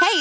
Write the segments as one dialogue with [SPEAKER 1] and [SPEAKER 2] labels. [SPEAKER 1] Hey,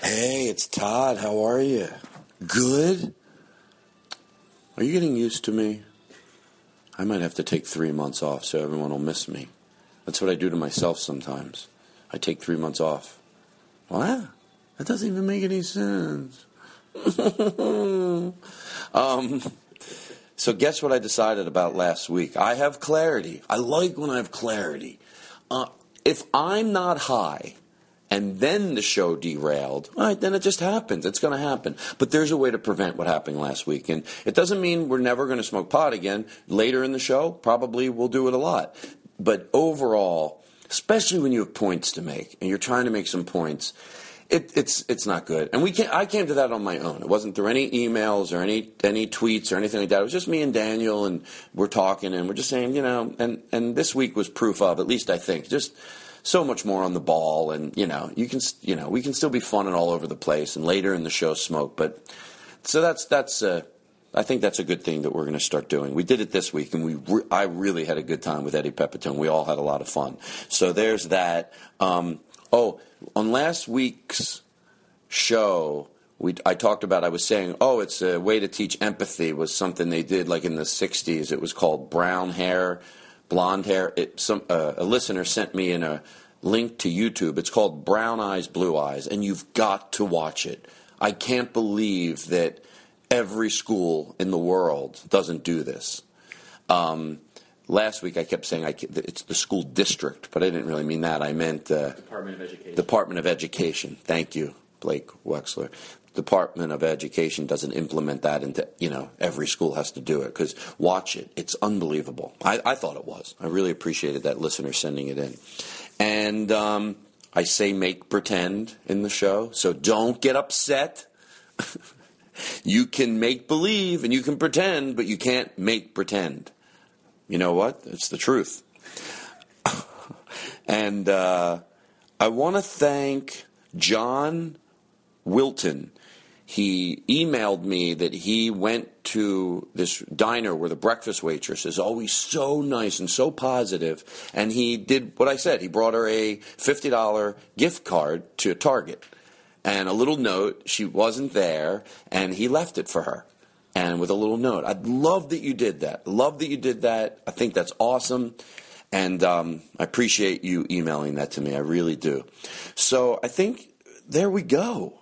[SPEAKER 2] Hey, it's Todd. How are you? Good? Are you getting used to me? I might have to take three months off so everyone will miss me. That's what I do to myself sometimes. I take three months off. What? That doesn't even make any sense. um, so, guess what I decided about last week? I have clarity. I like when I have clarity. Uh, if I'm not high, and then the show derailed, all right, then it just happens. It's going to happen. But there's a way to prevent what happened last week. And it doesn't mean we're never going to smoke pot again. Later in the show, probably we'll do it a lot. But overall, especially when you have points to make and you're trying to make some points, it, it's it's not good. And we can I came to that on my own. It wasn't through any emails or any any tweets or anything like that. It was just me and Daniel, and we're talking and we're just saying, you know, and and this week was proof of at least I think just so much more on the ball and you know you can you know we can still be fun and all over the place and later in the show smoke but so that's that's uh, I think that's a good thing that we're going to start doing. We did it this week, and we re- I really had a good time with Eddie Pepitone. We all had a lot of fun. So there's that. Um, oh, on last week's show, we I talked about I was saying, oh, it's a way to teach empathy was something they did like in the '60s. It was called brown hair blonde hair. It, some, uh, a listener sent me in a link to YouTube. It's called Brown Eyes, Blue Eyes, and you've got to watch it. I can't believe that every school in the world doesn't do this. Um, last week I kept saying I, it's the school district, but I didn't really mean that. I meant uh,
[SPEAKER 3] Department of Education.
[SPEAKER 2] Department of Education. Thank you, Blake Wexler. Department of Education doesn't implement that into you know every school has to do it because watch it it's unbelievable I, I, thought it was I really appreciated that listener sending it in and um, I say make pretend in the show so don't get upset you can make believe and you can pretend but you can't make pretend you know what it's the truth and uh, I want to thank John Wilton he emailed me that he went to this diner where the breakfast waitress is always so nice and so positive and he did what i said he brought her a $50 gift card to target and a little note she wasn't there and he left it for her and with a little note i love that you did that love that you did that i think that's awesome and um, i appreciate you emailing that to me i really do so i think there we go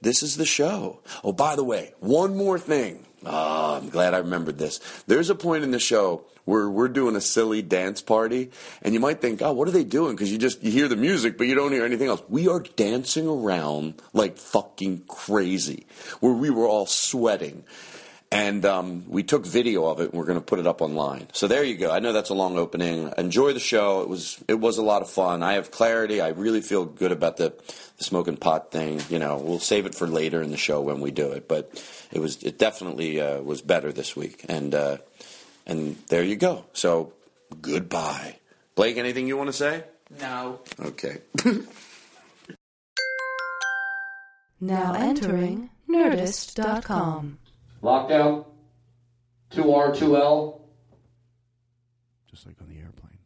[SPEAKER 2] this is the show. Oh, by the way, one more thing. Oh, I'm glad I remembered this. There's a point in the show where we're doing a silly dance party, and you might think, oh, what are they doing? Because you just you hear the music, but you don't hear anything else. We are dancing around like fucking crazy, where we were all sweating. And um, we took video of it, and we're going to put it up online. So there you go. I know that's a long opening. Enjoy the show. It was it was a lot of fun. I have clarity. I really feel good about the, the smoking pot thing. You know, we'll save it for later in the show when we do it. But it was it definitely uh, was better this week. And uh, and there you go. So goodbye, Blake. Anything you want to say?
[SPEAKER 3] No.
[SPEAKER 2] Okay.
[SPEAKER 4] now entering
[SPEAKER 5] Nerdist.com.
[SPEAKER 6] Lockdown, 2R, 2L,
[SPEAKER 4] Just like on the airplane.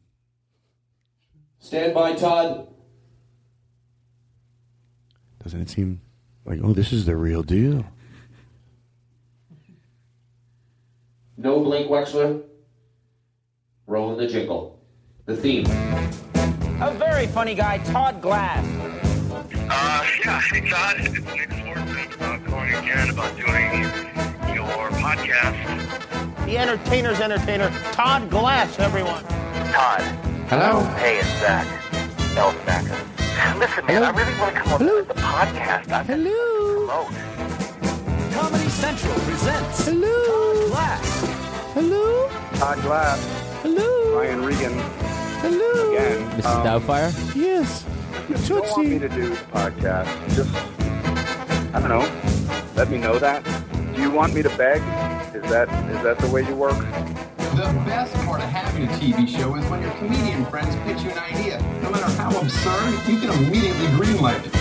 [SPEAKER 6] stand by, Todd.
[SPEAKER 4] Doesn't it seem like, oh, this is the real deal?
[SPEAKER 6] No Blake Wexler. Rolling the jingle. The theme.
[SPEAKER 3] A very funny guy, Todd Glass.
[SPEAKER 7] Uh, yeah, hey Todd, it's Nick Swartzen uh, calling again about doing your podcast.
[SPEAKER 3] The entertainer's entertainer, Todd Glass, everyone.
[SPEAKER 7] Todd.
[SPEAKER 4] Hello?
[SPEAKER 7] Hey, it's Zach. El Snacker. Listen, man, I really want to come on
[SPEAKER 4] Hello?
[SPEAKER 7] with the podcast. I've been
[SPEAKER 4] Hello?
[SPEAKER 7] promote.
[SPEAKER 3] Comedy Central presents
[SPEAKER 4] Hello?
[SPEAKER 3] Glass.
[SPEAKER 4] Hello?
[SPEAKER 8] Todd Glass,
[SPEAKER 4] Hello?
[SPEAKER 8] Ryan Regan,
[SPEAKER 4] Hello?
[SPEAKER 8] again. Mrs. Um,
[SPEAKER 3] Doubtfire?
[SPEAKER 4] Yes.
[SPEAKER 8] if you don't want me to do the podcast, just, I don't know, let me know that. Do you want me to beg? Is that is that the way you work?
[SPEAKER 9] The best part of having a TV show is when your comedian friends pitch you an idea. No matter how absurd, you can immediately greenlight it.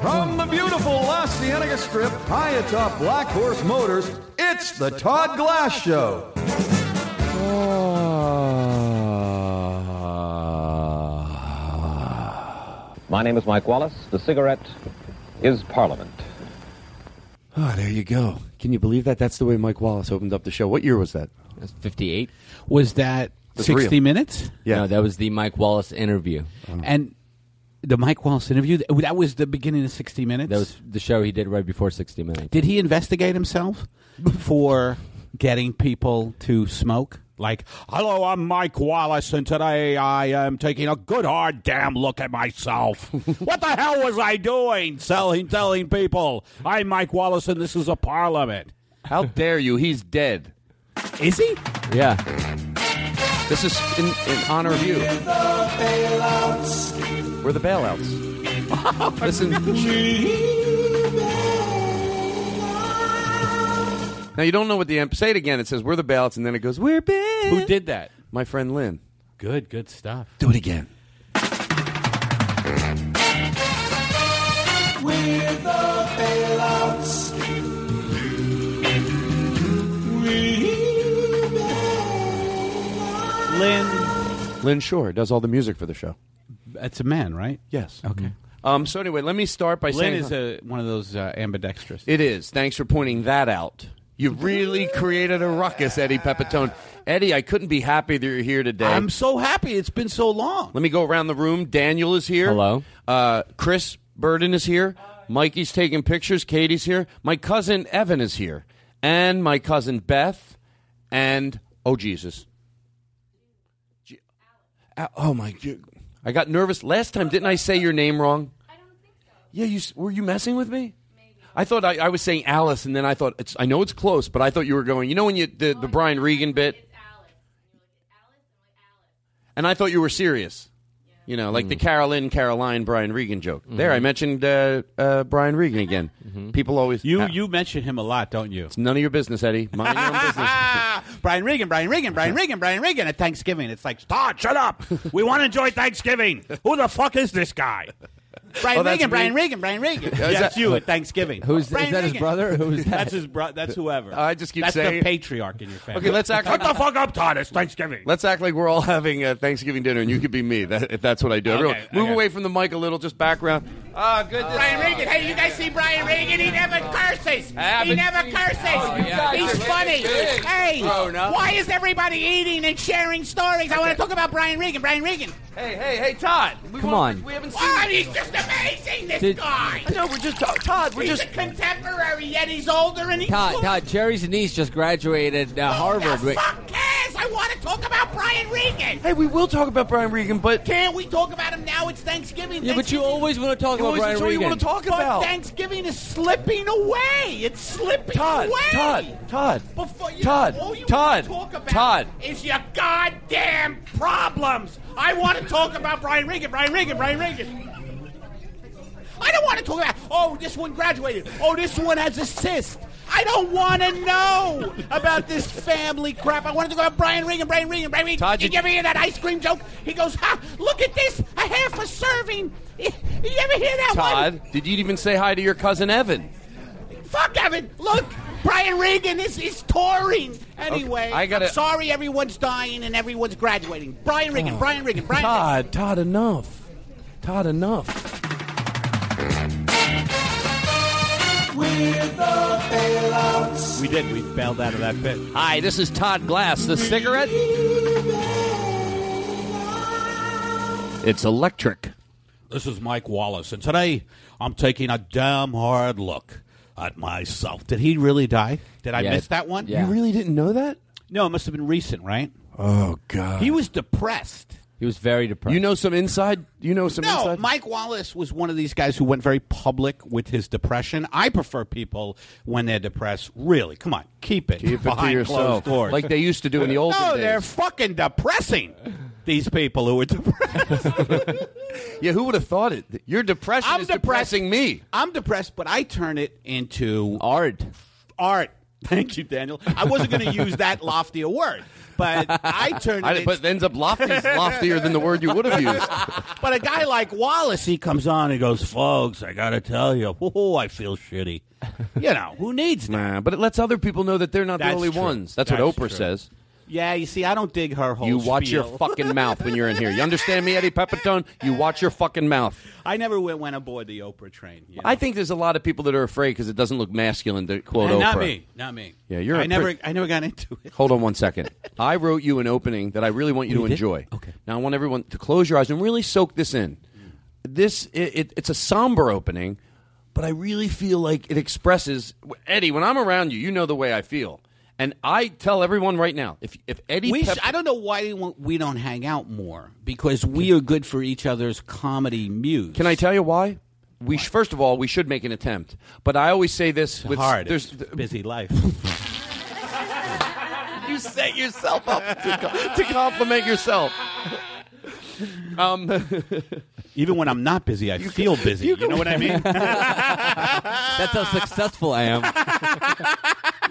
[SPEAKER 4] From the beautiful Los Cienega Strip, high atop Black Horse Motors, it's the Todd Glass Show.
[SPEAKER 6] Ah. My name is Mike Wallace. The cigarette is Parliament.
[SPEAKER 4] Ah, there you go. Can you believe that? That's the way Mike Wallace opened up the show. What year was that?
[SPEAKER 3] That's 58.
[SPEAKER 10] Was that
[SPEAKER 4] That's
[SPEAKER 10] 60
[SPEAKER 4] real.
[SPEAKER 10] Minutes? Uh-huh.
[SPEAKER 4] Yeah.
[SPEAKER 3] No, that was the Mike Wallace interview.
[SPEAKER 10] And the Mike Wallace interview, th- that was the beginning of 60 Minutes?
[SPEAKER 3] That was the show he did right before 60 Minutes.
[SPEAKER 10] Did he investigate himself for getting people to smoke? Like, hello, I'm Mike Wallace, and today I am taking a good hard damn look at myself. what the hell was I doing? Selling, telling people I'm Mike Wallace, and this is a parliament.
[SPEAKER 8] How dare you? He's dead.
[SPEAKER 10] Is he?
[SPEAKER 3] Yeah.
[SPEAKER 2] This is in, in honor of you. We're the bailouts. Listen. Now you don't know what the amp. Say it again. It says we're the bailouts, and then it goes we're big.
[SPEAKER 3] Who did that?
[SPEAKER 2] My friend Lynn.
[SPEAKER 10] Good, good stuff.
[SPEAKER 2] Do it again.
[SPEAKER 10] Lynn.
[SPEAKER 2] Lynn Shore does all the music for the show.
[SPEAKER 10] That's a man, right?
[SPEAKER 2] Yes. Okay. Um, so anyway, let me start by saying
[SPEAKER 10] Lynn is a, one of those uh, ambidextrous.
[SPEAKER 2] It is. Thanks for pointing that out. You really created a ruckus, Eddie Pepitone. Eddie, I couldn't be happier that you're here today.
[SPEAKER 10] I'm so happy it's been so long.
[SPEAKER 2] Let me go around the room. Daniel is here.
[SPEAKER 3] Hello.
[SPEAKER 2] Uh, Chris Burden is here. Mikey's taking pictures. Katie's here. My cousin Evan is here. And my cousin Beth. And, oh, Jesus. Je- Al- Oh, my God. I got nervous. Last time, didn't I say your name wrong? I don't think so. Yeah, you, s- were you messing with me? I thought I, I was saying Alice, and then I thought it's, I know it's close, but I thought you were going. You know when you the, the Brian Regan bit, and I thought you were serious. You know,
[SPEAKER 10] Mm.
[SPEAKER 2] like the Carolyn, Caroline, Brian Regan joke. There,
[SPEAKER 10] Mm-hmm.
[SPEAKER 2] I mentioned uh, uh, Brian Regan again. People always
[SPEAKER 10] You
[SPEAKER 2] Ah,
[SPEAKER 10] you mention him a lot, don't you?
[SPEAKER 2] It's none of your business, Eddie. Mind your own business.
[SPEAKER 10] Brian Regan, Brian Regan, Brian Regan, Brian Regan at Thanksgiving. It's like, Todd, shut up. We want to enjoy Thanksgiving. Who the fuck is this guy? Brian
[SPEAKER 2] Oh, that's
[SPEAKER 10] Regan, Brian
[SPEAKER 2] me?
[SPEAKER 10] Regan, Brian Regan.
[SPEAKER 2] is
[SPEAKER 10] Yeah,
[SPEAKER 2] that-
[SPEAKER 10] that's you at Thanksgiving.
[SPEAKER 3] Who's-
[SPEAKER 10] Brian
[SPEAKER 3] is that his
[SPEAKER 10] Regan.
[SPEAKER 3] brother? Who's that?
[SPEAKER 10] That's his brother. That's whoever.
[SPEAKER 2] I just keep
[SPEAKER 10] that's
[SPEAKER 2] saying-
[SPEAKER 10] the patriarch in your family.
[SPEAKER 2] Okay, let's act
[SPEAKER 10] Shut
[SPEAKER 2] like-
[SPEAKER 10] the fuck up, Todd. It's Thanksgiving.
[SPEAKER 2] Let's act like we're all having a Thanksgiving dinner, and you could be me that, if that's what I do.
[SPEAKER 10] Okay,
[SPEAKER 2] Everyone, move
[SPEAKER 10] okay.
[SPEAKER 2] away from the mic a little, just background. Ah, good. to-
[SPEAKER 10] Brian Regan. Hey, you guys see Brian Regan? He never curses. He
[SPEAKER 2] haven't
[SPEAKER 10] never
[SPEAKER 2] seen-
[SPEAKER 10] curses.
[SPEAKER 2] Oh, yeah,
[SPEAKER 10] He's
[SPEAKER 2] you're
[SPEAKER 10] funny.
[SPEAKER 2] kidding.
[SPEAKER 10] Hey,
[SPEAKER 2] Grown up.
[SPEAKER 10] why is everybody eating and sharing stories? I want to talk about Brian Regan. Brian Regan.
[SPEAKER 2] Hey, hey, hey, Todd. We
[SPEAKER 3] Come
[SPEAKER 2] won't-
[SPEAKER 3] on.
[SPEAKER 2] We haven't seen.
[SPEAKER 10] Wow, he's just amazing, this
[SPEAKER 3] Did-
[SPEAKER 10] guy.
[SPEAKER 2] No, we're just Todd. We're
[SPEAKER 10] he's
[SPEAKER 2] just
[SPEAKER 10] a contemporary, yet he's older and he's
[SPEAKER 3] Todd,
[SPEAKER 10] cool.
[SPEAKER 3] Todd, Jerry's niece just graduated uh, Harvard.
[SPEAKER 10] Who the fuck cares? I want to talk about Brian Regan.
[SPEAKER 2] Hey, we will talk about Brian Regan, but
[SPEAKER 10] Can't we talk about him now? It's Thanksgiving.
[SPEAKER 3] yeah, but you
[SPEAKER 10] Thanksgiving-
[SPEAKER 3] always want to talk about
[SPEAKER 2] always-
[SPEAKER 3] Brian
[SPEAKER 2] that's all you
[SPEAKER 3] Regan.
[SPEAKER 2] want to talk
[SPEAKER 10] But
[SPEAKER 2] about.
[SPEAKER 10] Thanksgiving is slipping away. It's slipping
[SPEAKER 2] Todd,
[SPEAKER 10] away.
[SPEAKER 2] Todd, Todd,
[SPEAKER 10] Before you
[SPEAKER 2] Todd,
[SPEAKER 10] all you
[SPEAKER 2] Todd,
[SPEAKER 10] want to talk about
[SPEAKER 2] Todd.
[SPEAKER 10] is your goddamn problems. I want to talk about Brian Regan, Brian Regan, Brian Regan. I don't want to talk about. Oh, this one graduated. Oh, this one has a cyst. I don't want to know about this family crap. I want to talk about Brian Regan, Brian Regan, Brian Regan.
[SPEAKER 2] Todd, you-
[SPEAKER 10] Did you ever hear that ice cream joke? He goes, "Ha! Look at this! A half a serving. It,
[SPEAKER 11] You ever hear that one?
[SPEAKER 2] Todd, did you even say hi to your cousin Evan?
[SPEAKER 11] Fuck Evan. Look, Brian Regan is, is touring. Anyway,
[SPEAKER 2] I gotta-
[SPEAKER 11] am sorry everyone's dying and everyone's graduating. Brian Regan,
[SPEAKER 2] Oh.
[SPEAKER 11] Brian Regan, Brian
[SPEAKER 2] Todd, Todd, enough. Todd, enough.
[SPEAKER 12] We did. We bailed out of that pit.
[SPEAKER 2] Hi, this is Todd Glass, the cigarette. It's electric.
[SPEAKER 10] This is Mike Wallace, and today I'm taking a damn hard look at myself. Did he really die? Did I
[SPEAKER 2] Yeah.
[SPEAKER 10] miss that one?
[SPEAKER 2] Yeah. You
[SPEAKER 10] really didn't know that? No, it must have been recent, right?
[SPEAKER 2] Oh God.
[SPEAKER 10] He was depressed.
[SPEAKER 2] He was very depressed. You know some inside. You know some
[SPEAKER 10] no,
[SPEAKER 2] inside.
[SPEAKER 10] Mike Wallace was one of these guys who went very public with his depression. I prefer people when they're depressed. Really, come on, keep it
[SPEAKER 2] Keep it to
[SPEAKER 10] behind
[SPEAKER 2] yourself,
[SPEAKER 10] closed doors,
[SPEAKER 2] like they used to do in the olden
[SPEAKER 10] no,
[SPEAKER 2] days.
[SPEAKER 10] they're fucking depressing. These people who are depressed.
[SPEAKER 2] yeah, who would have thought it? Your depression
[SPEAKER 10] I'm
[SPEAKER 2] is
[SPEAKER 10] depressed.
[SPEAKER 2] depressing me.
[SPEAKER 10] I'm depressed, but I turn it into
[SPEAKER 2] art.
[SPEAKER 10] Art. Thank you, Daniel. I wasn't going to use that loftier word, but I turn
[SPEAKER 2] I-
[SPEAKER 10] it.
[SPEAKER 2] but it ends up lofty is loftier than the word you would have used.
[SPEAKER 10] But a guy like Wallace, he comes on and goes, "Folks, I got to tell you, oh, I feel shitty." You know who needs that?
[SPEAKER 2] Nah, but it lets other people know that they're not
[SPEAKER 10] That's
[SPEAKER 2] the only
[SPEAKER 10] true.
[SPEAKER 2] ones. That's, what
[SPEAKER 10] That's
[SPEAKER 2] Oprah
[SPEAKER 10] true.
[SPEAKER 2] says.
[SPEAKER 10] Yeah, you see, I don't dig her whole.
[SPEAKER 2] You watch your
[SPEAKER 10] spiel.
[SPEAKER 2] fucking mouth when you're in here. You understand me, Eddie Pepitone? You watch your fucking mouth.
[SPEAKER 10] I never went, went aboard the Oprah train. you know?
[SPEAKER 2] I think there's a lot of people that are afraid because it doesn't look masculine to quote
[SPEAKER 10] Nah,
[SPEAKER 2] Oprah.
[SPEAKER 10] Not me. Not me.
[SPEAKER 2] Yeah, you're.
[SPEAKER 10] I
[SPEAKER 2] a
[SPEAKER 10] never.
[SPEAKER 2] prick.
[SPEAKER 10] I never got into it. Oh,
[SPEAKER 2] Hold on one second. I wrote you an opening that I really want you
[SPEAKER 10] You
[SPEAKER 2] to
[SPEAKER 10] did?
[SPEAKER 2] enjoy. Okay. Now I want everyone to close your eyes and really soak this in. This it, it, it's a somber opening, but I really feel like it expresses Eddie. When I'm around you, you know the way I feel, and I tell everyone right now if if Eddie,
[SPEAKER 10] We
[SPEAKER 2] Pep-
[SPEAKER 10] sh- I don't know why we don't hang out more because we are good for each other's comedy muse.
[SPEAKER 2] Can I tell you why? We sh- first of all we should make an attempt, but I always say this with
[SPEAKER 10] hard.
[SPEAKER 2] There's
[SPEAKER 10] busy life.
[SPEAKER 2] you set yourself up to, co- to compliment yourself. Um,
[SPEAKER 10] Even when I'm not busy, I feel busy. You, know what I mean? That's how successful I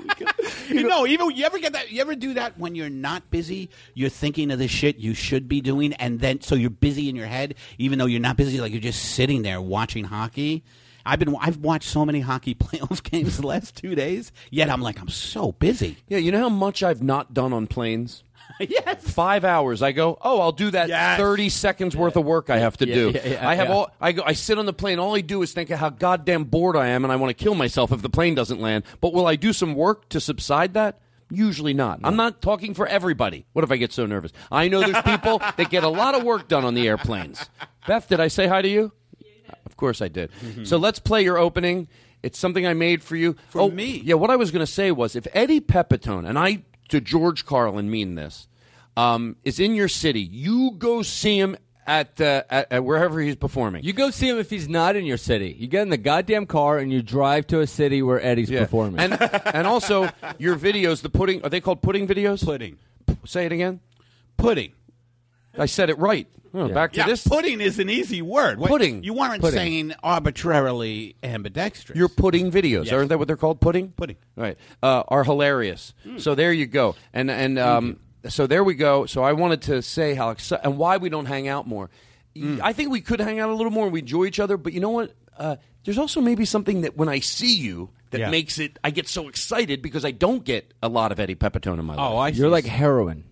[SPEAKER 10] am. you know, even you ever get that? You ever do that when you're not busy? You're thinking of the shit you should be doing, and then so you're busy in your head, even though you're not busy. Like you're just sitting there watching hockey. I've been I've watched so many hockey playoff games the last two days. Yet I'm like I'm so busy.
[SPEAKER 2] Yeah, you know how much I've not done on planes?
[SPEAKER 10] yes.
[SPEAKER 2] Five hours. I go, oh, I'll do that 30 seconds worth of work I have to
[SPEAKER 3] Yeah,
[SPEAKER 2] do.
[SPEAKER 3] yeah, yeah,
[SPEAKER 2] I have
[SPEAKER 3] yeah.
[SPEAKER 2] all I go I sit on the plane, all I do is think of how goddamn bored I am and I want to kill myself if the plane doesn't land. But will I do some work to subside that? Usually not. I'm not talking for everybody. What if I get so nervous? I know there's people that get a lot of work done on the airplanes. Beth, did I say hi to you? Of course I did.
[SPEAKER 10] Mm-hmm.
[SPEAKER 2] So let's play your opening. It's something I made for you. For oh, me. Yeah, what I was going to say was if Eddie Pepitone, and I to George Carlin mean this, um, is in your city, you go see him at, uh, at, at wherever he's performing.
[SPEAKER 3] You go see him if he's not in your city. You get in the goddamn car and you drive to a city where Eddie's performing.
[SPEAKER 2] And, and also, your videos, the pudding, are they called pudding videos?
[SPEAKER 10] Pudding.
[SPEAKER 2] say it again.
[SPEAKER 10] Pudding.
[SPEAKER 2] I said it right. Oh, Back to
[SPEAKER 10] Yeah,
[SPEAKER 2] this.
[SPEAKER 10] Pudding is an easy word. Wait,
[SPEAKER 2] Pudding.
[SPEAKER 10] You weren't
[SPEAKER 2] Pudding.
[SPEAKER 10] saying arbitrarily ambidextrous.
[SPEAKER 2] Your pudding videos,
[SPEAKER 10] Yes.
[SPEAKER 2] aren't that what they're called? Pudding.
[SPEAKER 10] Pudding.
[SPEAKER 2] Right. Uh, are hilarious. So there you go. And and um, so there we go. So I wanted to say how exci- and why we don't hang out more. Y- I think we could hang out a little more and we enjoy each other. But you know what? Uh, there's also maybe something that when I see you that
[SPEAKER 3] Yeah.
[SPEAKER 2] makes it I get so excited because I don't get a lot of Eddie Pepitone in my life.
[SPEAKER 3] I You're like heroin.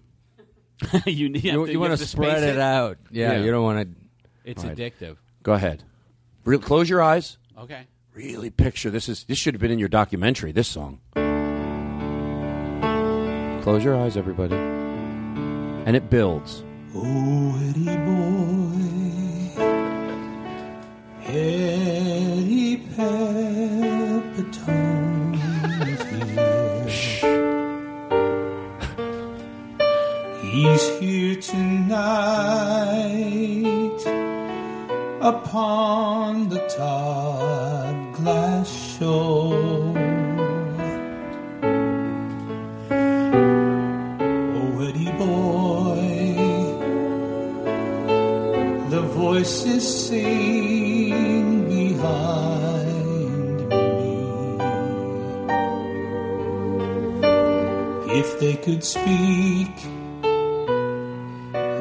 [SPEAKER 10] you need
[SPEAKER 3] You, want to spread it, out. Yeah,
[SPEAKER 2] Yeah.
[SPEAKER 3] you don't want to.
[SPEAKER 10] It's addictive.
[SPEAKER 2] Go ahead. Real, close your eyes.
[SPEAKER 10] Okay.
[SPEAKER 2] Really picture this is this should have been in your documentary. This song. Close your eyes, everybody, and it builds.
[SPEAKER 4] Oh, Eddie boy, Eddie Pepitone. He's here tonight upon the Todd Glass Show. Oh, Eddie boy, the voices sing behind me. If they could speak,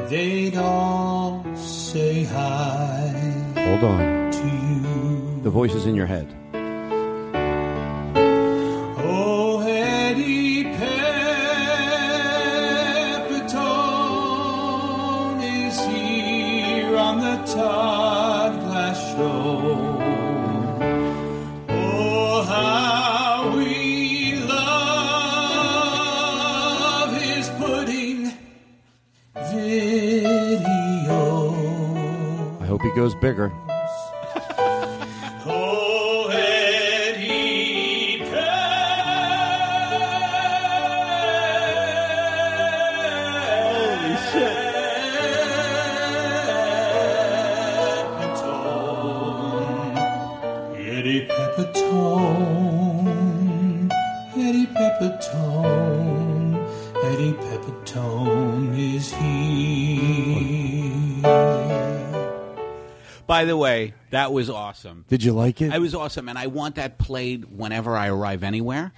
[SPEAKER 4] they'd all say hi.
[SPEAKER 2] Hold on.
[SPEAKER 4] to you.
[SPEAKER 2] The voice is in your head.
[SPEAKER 4] Oh, Eddie Pepitone is here on the Todd Glass Show. Oh, how we love his pudding video.
[SPEAKER 2] I hope he goes bigger.
[SPEAKER 4] Oh, Eddie Holy shit. Eddie Pepitone. Eddie Pepitone. Eddie Pepitone is here.
[SPEAKER 10] By the way, that was awesome.
[SPEAKER 13] Did you like
[SPEAKER 10] I was awesome, and I want that played whenever I arrive anywhere.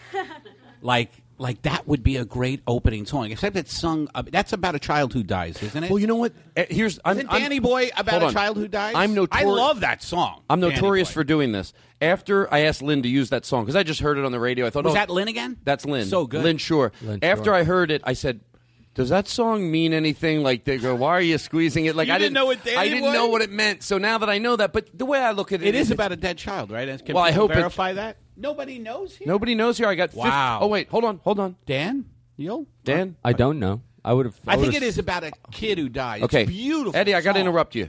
[SPEAKER 10] like, like that would be a great opening song. Except it's sung. Uh, that's about a child who dies, isn't it?
[SPEAKER 2] Well, you know what? Uh, Here's I'm,
[SPEAKER 10] Isn't Danny Boy about
[SPEAKER 2] Hold
[SPEAKER 10] a
[SPEAKER 2] on.
[SPEAKER 10] child who dies?
[SPEAKER 2] I'm notorious.
[SPEAKER 10] I love that song.
[SPEAKER 2] I'm
[SPEAKER 10] Danny
[SPEAKER 2] notorious
[SPEAKER 10] Boy.
[SPEAKER 2] for doing this. After I asked Lynn to use that song because I just heard it on the radio, I thought,
[SPEAKER 10] Was
[SPEAKER 2] oh,
[SPEAKER 10] that Lynn again?
[SPEAKER 2] That's Lynn.
[SPEAKER 10] So good.
[SPEAKER 2] Lynn Shore.
[SPEAKER 10] Lynn
[SPEAKER 2] After
[SPEAKER 10] Shore.
[SPEAKER 2] I heard it, I said, "Does that song mean anything?" Like they go, "Why are you squeezing it?" Like
[SPEAKER 10] You
[SPEAKER 2] I
[SPEAKER 10] didn't know what Danny
[SPEAKER 2] I didn't
[SPEAKER 10] was?
[SPEAKER 2] know what it meant. So now that I know that, but the way I look at it,
[SPEAKER 10] It is
[SPEAKER 2] it's-
[SPEAKER 10] about a dead child, right? Can
[SPEAKER 2] Well, I
[SPEAKER 10] people
[SPEAKER 2] hope it-
[SPEAKER 10] verify that. Nobody knows.
[SPEAKER 2] Nobody knows here. I got. fif-
[SPEAKER 10] Wow.
[SPEAKER 2] oh wait, hold on, hold on.
[SPEAKER 10] Dan, you'll
[SPEAKER 2] Dan,
[SPEAKER 3] I don't know. I would have.
[SPEAKER 10] I think it is about a kid who dies.
[SPEAKER 2] Okay,
[SPEAKER 10] It's Mm-hmm. beautiful.
[SPEAKER 2] Eddie, I got to
[SPEAKER 10] song.
[SPEAKER 2] interrupt you.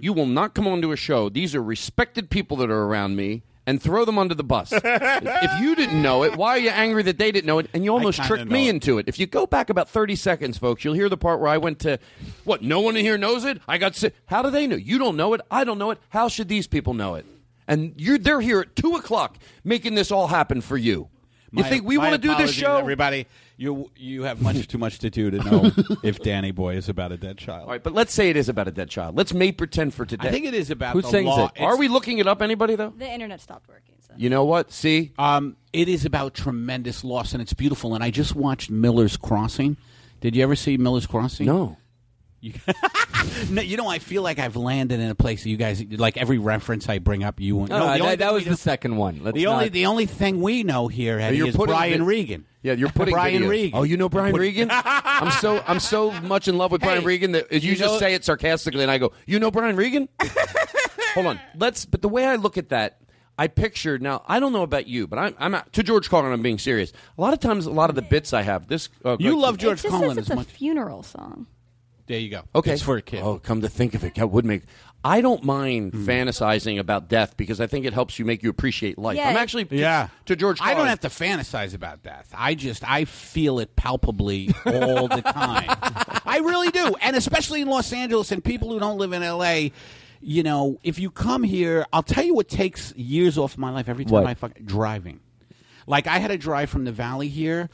[SPEAKER 2] You will not come onto a show. These are respected people that are around me. And throw them under the bus. if you didn't know it, why are you angry that they didn't know it? And you almost
[SPEAKER 10] kinda
[SPEAKER 2] tricked
[SPEAKER 10] know
[SPEAKER 2] me
[SPEAKER 10] it.
[SPEAKER 2] into it. If you go back about thirty seconds, folks, you'll hear the part where I went to, "What? No one in here knows it." I got sick. How do they know? You don't know it. I don't know it. How should these people know it? And you're they're here at two o'clock making this all happen for you. You
[SPEAKER 10] My-
[SPEAKER 2] think we
[SPEAKER 10] my
[SPEAKER 2] want to do this
[SPEAKER 10] apologies,
[SPEAKER 2] show?
[SPEAKER 10] Everybody, you you have much too much to do to know if Danny Boy is about a dead child.
[SPEAKER 2] All right, but let's say it is about a dead child. Let's make pretend for today.
[SPEAKER 10] I think it is about
[SPEAKER 2] Who
[SPEAKER 10] the
[SPEAKER 2] sings
[SPEAKER 10] law.
[SPEAKER 2] it? Are we looking it up? Anybody though?
[SPEAKER 14] The internet stopped working.
[SPEAKER 2] You know what? See,
[SPEAKER 10] um, it is about tremendous loss, and it's beautiful. And I just watched Miller's Crossing. Did you ever see Miller's Crossing?
[SPEAKER 2] No.
[SPEAKER 10] no, you know, I feel like I've landed in a place that you guys like. Every reference I bring up, you won't.
[SPEAKER 3] No, that- that was the
[SPEAKER 10] second one.
[SPEAKER 3] Let's
[SPEAKER 10] the only
[SPEAKER 3] not-
[SPEAKER 10] the only thing we know here Eddie,
[SPEAKER 2] you're
[SPEAKER 10] is
[SPEAKER 2] putting
[SPEAKER 10] Brian
[SPEAKER 2] vi-
[SPEAKER 10] Regan.
[SPEAKER 2] Yeah, you're putting
[SPEAKER 10] Brian
[SPEAKER 2] videos.
[SPEAKER 10] Regan.
[SPEAKER 2] Oh, you know Brian Regan? I'm so I'm so much in love with Brian
[SPEAKER 10] Hey,
[SPEAKER 2] Regan that you,
[SPEAKER 10] you
[SPEAKER 2] just
[SPEAKER 10] know-
[SPEAKER 2] say it sarcastically, and I go, "You know Brian Regan?" Hold on, let's. But the way I look at that, I picture now. I don't know about you, but I'm, I'm to George Carlin. I'm being serious. A lot of times, a lot of the bits I have. This uh,
[SPEAKER 10] You
[SPEAKER 2] like-
[SPEAKER 10] love George
[SPEAKER 14] it just
[SPEAKER 10] Carlin
[SPEAKER 14] says it's
[SPEAKER 10] as
[SPEAKER 14] a
[SPEAKER 10] much.
[SPEAKER 14] funeral song.
[SPEAKER 10] There you go.
[SPEAKER 2] Okay,
[SPEAKER 10] It's for a kid. Hmm.
[SPEAKER 2] Oh, come to think of it, that would make. I don't mind fantasizing about death because I think it helps you make you appreciate life. I'm actually to-
[SPEAKER 10] yeah.
[SPEAKER 2] to George.
[SPEAKER 10] I
[SPEAKER 2] Carlin.
[SPEAKER 10] don't have to fantasize about death. I just I feel it palpably all the time. I really do, and especially in Los Angeles and people who don't live in L.A. You know, if you come here, I'll tell you what takes years off my life every time
[SPEAKER 3] What?
[SPEAKER 10] I fuck driving. Like I had a drive from the valley here,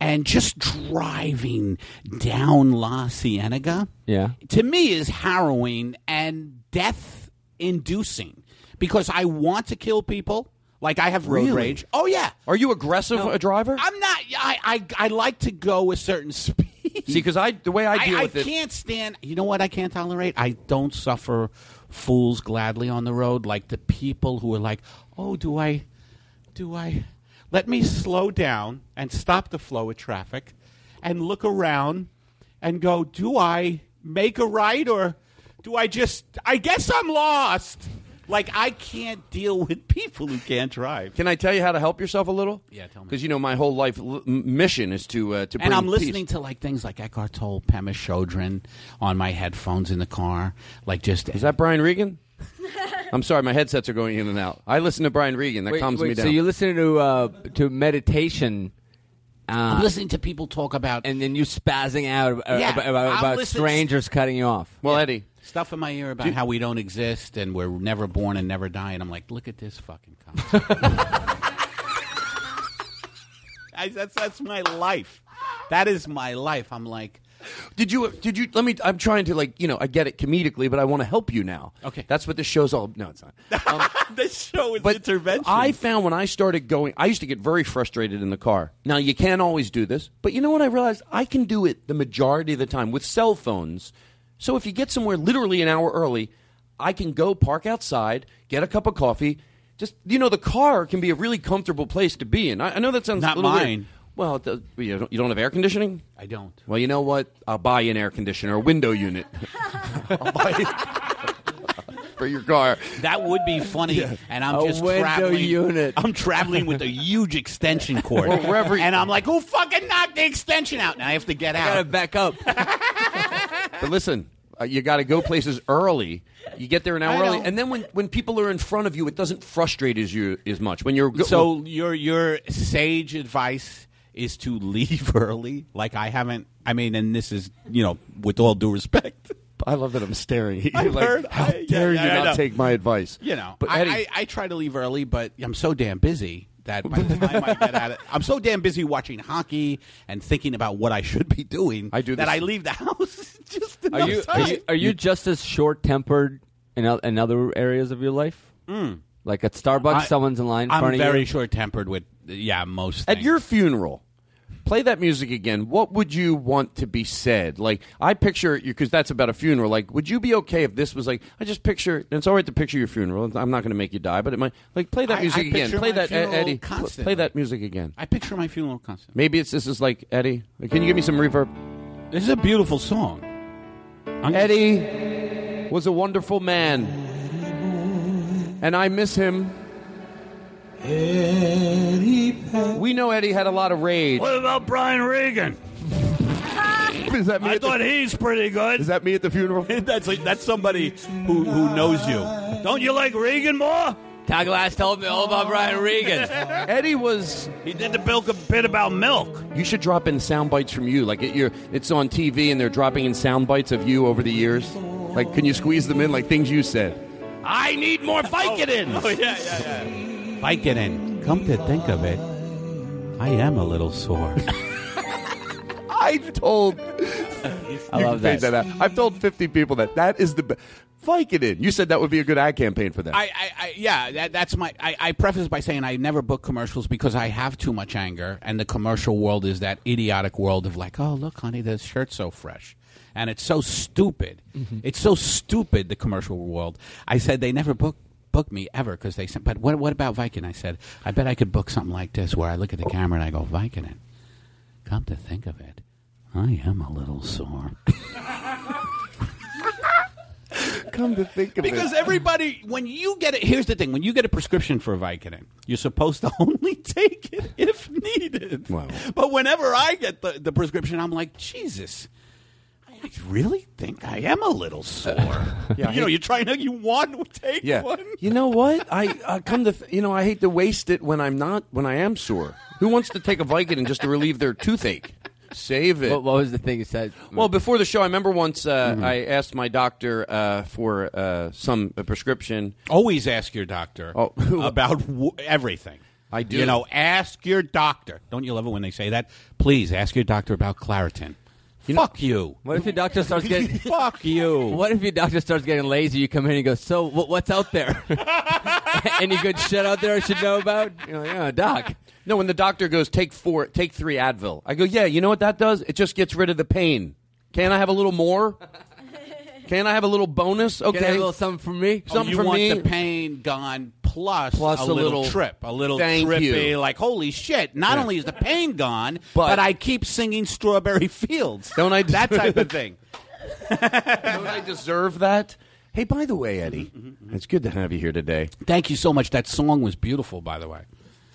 [SPEAKER 10] and just driving down La Cienega
[SPEAKER 3] Yeah.
[SPEAKER 10] to me is harrowing and death inducing because I want to kill people. Like I have road
[SPEAKER 2] Really?
[SPEAKER 10] rage. Oh yeah.
[SPEAKER 2] Are you aggressive a driver?
[SPEAKER 10] I'm not. I I, I like to go a certain speed.
[SPEAKER 2] See, because I the way I deal
[SPEAKER 10] I,
[SPEAKER 2] with it.
[SPEAKER 10] can't stand. You know what? I can't tolerate. I don't suffer fools gladly on the road. Like the people who are like, oh, do I, do I? Let me slow down and stop the flow of traffic, and look around, and go. Do I make a right or do I just? I guess I'm lost. Like I can't deal with people who can't drive.
[SPEAKER 2] Can I tell you how to help yourself a little?
[SPEAKER 10] Yeah, tell me.
[SPEAKER 2] Because you know my whole life l- m- mission is to uh, to bring
[SPEAKER 10] and I'm
[SPEAKER 2] peace.
[SPEAKER 10] listening to like things like Eckhart Tolle, Pema Chodron on my headphones in the car. Like just
[SPEAKER 2] Is that Brian Regan? I'm sorry, my headsets are going in and out. I listen to Brian Regan. That
[SPEAKER 3] Wait,
[SPEAKER 2] calms me
[SPEAKER 3] wait,
[SPEAKER 2] down.
[SPEAKER 3] So you listen to uh, to meditation. Uh,
[SPEAKER 10] I'm listening to people talk about
[SPEAKER 3] and then you spazzing out uh,
[SPEAKER 10] Yeah,
[SPEAKER 3] about, about,
[SPEAKER 10] I'm
[SPEAKER 3] about
[SPEAKER 10] listening-
[SPEAKER 3] strangers cutting you off.
[SPEAKER 2] well, Eddie,
[SPEAKER 10] stuff in my ear about how we don't exist and we're never born and never die. And I'm like, look at this fucking. Con- I, that's that's my life. That is my life. I'm like,
[SPEAKER 2] did you did you let me? I'm trying to like you know I get it comedically, but I want to help you now. Okay, that's what this show's all. No, it's not. Um,
[SPEAKER 10] this show is intervention.
[SPEAKER 2] I found when I started going, I used to get very frustrated in the car. Now, you can't always do this, but you know what I realized? I can do it the majority of the time with cell phones. So if you get somewhere literally an hour early, I can go park outside, get a cup of coffee. Just you know, the car can be a really comfortable place to be in. I, I know that sounds
[SPEAKER 10] Not
[SPEAKER 2] a little weird.
[SPEAKER 10] mine.
[SPEAKER 2] Well, it does- you don't, you don't have air conditioning.
[SPEAKER 10] I don't.
[SPEAKER 2] Well, you know what? I'll buy you an air conditioner, a window unit. I'll buy you for your car.
[SPEAKER 10] That would be funny. And I'm
[SPEAKER 2] A
[SPEAKER 10] just
[SPEAKER 2] window
[SPEAKER 10] traveling.
[SPEAKER 2] unit.
[SPEAKER 10] I'm traveling with a huge extension cord,
[SPEAKER 2] Well, wherever you-
[SPEAKER 10] and I'm like, "Who fucking knocked the extension out?" And I have to get out.
[SPEAKER 2] gotta back up. But listen, uh, you got to go places early. You get there an hour
[SPEAKER 10] I
[SPEAKER 2] early,
[SPEAKER 10] know.
[SPEAKER 2] and then when, when people are in front of you, it doesn't frustrate as you as much. When you're go-
[SPEAKER 10] So your your sage advice is to leave early. Like I haven't. I mean, and this is you know, with all due respect.
[SPEAKER 2] I love that I'm staring. at you,
[SPEAKER 10] I've
[SPEAKER 2] like,
[SPEAKER 10] heard.
[SPEAKER 2] How
[SPEAKER 10] I-
[SPEAKER 2] dare
[SPEAKER 10] yeah,
[SPEAKER 2] you
[SPEAKER 10] I
[SPEAKER 2] not
[SPEAKER 10] know.
[SPEAKER 2] take my advice?
[SPEAKER 10] You know,
[SPEAKER 2] but
[SPEAKER 10] I,
[SPEAKER 2] Eddie,
[SPEAKER 10] I, I try to leave early, but I'm so damn busy that by the time I get out, of, I'm so damn busy watching hockey and thinking about what I should be doing. I do that.
[SPEAKER 3] this-
[SPEAKER 10] I leave the house just
[SPEAKER 3] Are
[SPEAKER 10] enough
[SPEAKER 3] you
[SPEAKER 10] time.
[SPEAKER 3] are you, are you just as short tempered in, o- in other areas of your life?
[SPEAKER 10] Mm.
[SPEAKER 3] Like at Starbucks,
[SPEAKER 10] I-
[SPEAKER 3] someone's in line in
[SPEAKER 10] I'm
[SPEAKER 3] front of you.
[SPEAKER 10] very short tempered with yeah most.
[SPEAKER 2] at your funeral, play that music again. What would you want to be said? Like I picture you because that's about a funeral. Like, would you be okay if this was like I just picture? And it's all right to picture your funeral. I'm not going to make you die, but it might like play that
[SPEAKER 10] I-
[SPEAKER 2] music
[SPEAKER 10] I
[SPEAKER 2] again.
[SPEAKER 10] picture
[SPEAKER 2] Play
[SPEAKER 10] my
[SPEAKER 2] that
[SPEAKER 10] funeral
[SPEAKER 2] Eddie. pl- Play
[SPEAKER 10] constantly.
[SPEAKER 2] that music again.
[SPEAKER 10] I picture my funeral concert.
[SPEAKER 2] Maybe it's this is like Eddie. Can you give me some reverb?
[SPEAKER 10] This is a beautiful song.
[SPEAKER 2] Eddie was a wonderful man, and I miss him. We know Eddie had a lot of rage.
[SPEAKER 12] What about Brian Regan?
[SPEAKER 2] Is that me
[SPEAKER 12] I thought he's pretty good.
[SPEAKER 2] Is that me at the funeral?
[SPEAKER 10] that's like, that's somebody who who knows you.
[SPEAKER 12] Don't you like Regan more?
[SPEAKER 3] Todd Glass told me
[SPEAKER 2] "Oh,
[SPEAKER 3] all about Brian Regan.
[SPEAKER 2] Eddie was.
[SPEAKER 12] He did the bilk a bit about milk.
[SPEAKER 2] You should drop in sound bites from you. Like it, you're, it's on TV, and they're dropping in sound bites of you over the years. Like, can you squeeze them in? Like things you said. I need more Vicodins.
[SPEAKER 12] Oh, yeah, yeah, yeah.
[SPEAKER 10] Vicodin. Come to think of it, I am a little sore.
[SPEAKER 2] I told. you
[SPEAKER 3] love
[SPEAKER 2] can fade
[SPEAKER 3] that.
[SPEAKER 2] that out. I've told 50 people that. That is the best. Vicodin. You said that would be a good ad campaign for them.
[SPEAKER 10] I, I, I yeah, that, that's my. I, I preface by saying I never book commercials because I have too much anger, and the commercial world is that idiotic world of like, oh look, honey, the shirt's so fresh, and it's so stupid. It's so stupid the commercial world. I said they never book book me ever because they said, but what what about Vicodin? I said I bet I could book something like this where I look at the camera and I go Vicodin. Come to think of it, I am a little sore.
[SPEAKER 2] Come to think of
[SPEAKER 10] Because
[SPEAKER 2] it.
[SPEAKER 10] everybody, when you get it, here's the thing: when you get a prescription for Vicodin, you're supposed to only take it if needed.
[SPEAKER 2] Wow.
[SPEAKER 10] But whenever I get the, the prescription, I'm like, Jesus, I really think I am a little sore.
[SPEAKER 2] Yeah,
[SPEAKER 10] you know, you're trying to, you want to take
[SPEAKER 2] Yeah.
[SPEAKER 10] one.
[SPEAKER 2] You know what? I, I come to, th- you know, I hate to waste it when I'm not, when I am sore. Who wants to take a Vicodin just to relieve their toothache? Save it.
[SPEAKER 3] What, what was the thing you said?
[SPEAKER 2] Well, before the show, I remember once uh,
[SPEAKER 3] Mm-hmm.
[SPEAKER 2] I asked my doctor uh, for uh, some a prescription.
[SPEAKER 10] Always ask your doctor
[SPEAKER 2] Oh.
[SPEAKER 10] about w- everything.
[SPEAKER 2] I do.
[SPEAKER 10] You know, ask your doctor. Don't you love it when they say that? Please ask your doctor about Claritin. Fuck you.
[SPEAKER 3] what if your doctor starts getting?
[SPEAKER 10] Fuck you.
[SPEAKER 3] What if your doctor starts getting lazy? You come in and go, "So, wh- what's out there? Any good shit out there I should know about?" You're like, "Oh, doc,
[SPEAKER 2] No, when the doctor goes, take four, take three Advil. I go, yeah, you know what that does? It just gets rid of the pain. Can I have a little more? Can I have a little bonus? Okay,
[SPEAKER 3] can I have a little something for me?"
[SPEAKER 10] Oh,
[SPEAKER 2] something
[SPEAKER 10] you
[SPEAKER 2] for
[SPEAKER 10] want
[SPEAKER 2] me.
[SPEAKER 10] the pain gone plus,
[SPEAKER 2] Plus
[SPEAKER 10] a,
[SPEAKER 2] a
[SPEAKER 10] little,
[SPEAKER 2] little-
[SPEAKER 10] trip, a little
[SPEAKER 2] Thank
[SPEAKER 10] trippy,
[SPEAKER 2] you.
[SPEAKER 10] like holy shit! Not
[SPEAKER 2] Yeah.
[SPEAKER 10] only is the pain gone,
[SPEAKER 2] But-
[SPEAKER 10] but, I keep singing Strawberry Fields.
[SPEAKER 2] Don't I-
[SPEAKER 10] That type of thing.
[SPEAKER 2] Don't I deserve that? Hey, by the way, Eddie, it's good to have you here today.
[SPEAKER 10] Thank you so much. That song was beautiful, by the way. I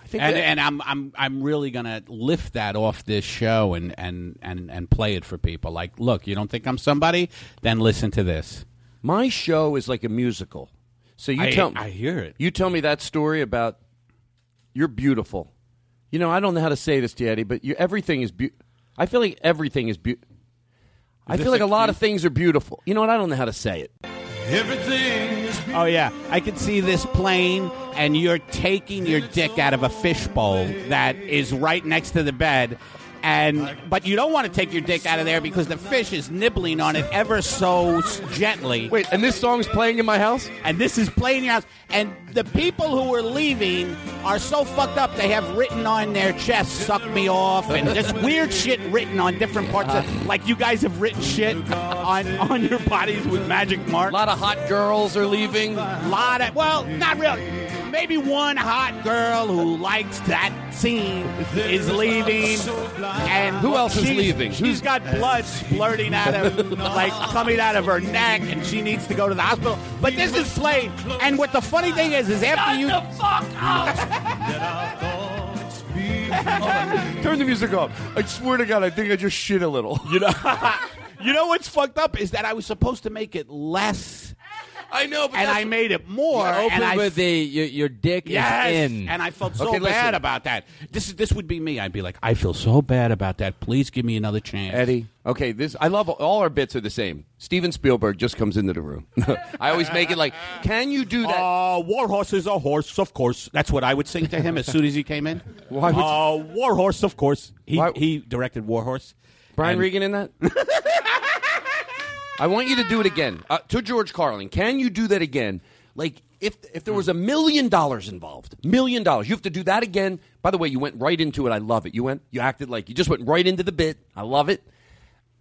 [SPEAKER 2] think
[SPEAKER 10] think and,
[SPEAKER 2] that-
[SPEAKER 10] and I'm I'm I'm really gonna lift that off this show and, and, and, and play it for people. Like, look, you don't think I'm somebody? Then listen to this.
[SPEAKER 2] My show is like a musical. So you
[SPEAKER 10] I-
[SPEAKER 2] tell
[SPEAKER 10] I hear it.
[SPEAKER 2] You tell me that story about you're beautiful. You know, I don't know how to say this to you, Eddie, but you, everything is beautiful. I feel like everything is beautiful. I feel like a lot of things are beautiful. You know what? I don't know how to say it.
[SPEAKER 12] Everything is
[SPEAKER 10] Oh yeah, I can see this plane, and you're taking your dick out of a fishbowl that is right next to the bed, and but you don't want to take your dick out of there because the fish is nibbling on it ever so s- gently. Wait,
[SPEAKER 2] and this song's playing in my house?
[SPEAKER 10] And this is playing in your house. And the people who are leaving are so fucked up they have written on their chest, suck me off, and just weird shit written on different parts of like you guys have written shit on on your bodies with magic marks. A
[SPEAKER 2] lot of hot girls are leaving. A
[SPEAKER 10] lot of well, not really maybe one hot girl who likes that scene is leaving. And
[SPEAKER 2] Who else is
[SPEAKER 10] she's-
[SPEAKER 2] leaving?
[SPEAKER 10] She's got blood splurting out of, like coming out of her neck, and she needs to go to the hospital. But this is played. And what the funny thing is, is after you.
[SPEAKER 2] Turn the music off. I swear to God, I think I just shit a little. You know,
[SPEAKER 10] you know what's fucked up is that I was supposed to make it less.
[SPEAKER 2] I know, but
[SPEAKER 10] and I made it more.
[SPEAKER 3] You open
[SPEAKER 10] and I
[SPEAKER 3] with the your, your dick
[SPEAKER 10] Yes,
[SPEAKER 3] is in,
[SPEAKER 10] and I felt so bad about that. This is this would be me. I'd be like, I feel so bad about that. Please give me another chance,
[SPEAKER 2] Eddie. Okay, this I love. All our bits are the same. Steven Spielberg just comes into the room. I always make it like, can you do that?
[SPEAKER 10] Uh, Warhorse is a horse, of course. That's what I would sing to him as soon as he came in. Why
[SPEAKER 2] would you-
[SPEAKER 10] uh, Warhorse, of course. He, he directed Warhorse.
[SPEAKER 2] Brian
[SPEAKER 10] And-
[SPEAKER 2] Regan in that? I want you to do it again uh, to George Carlin. Can you do that again? Like if if there was a million dollars involved, million dollars, you have to do that again. By the way, you went right into it. I love it. You went, you acted like you just went right into the bit. I love it.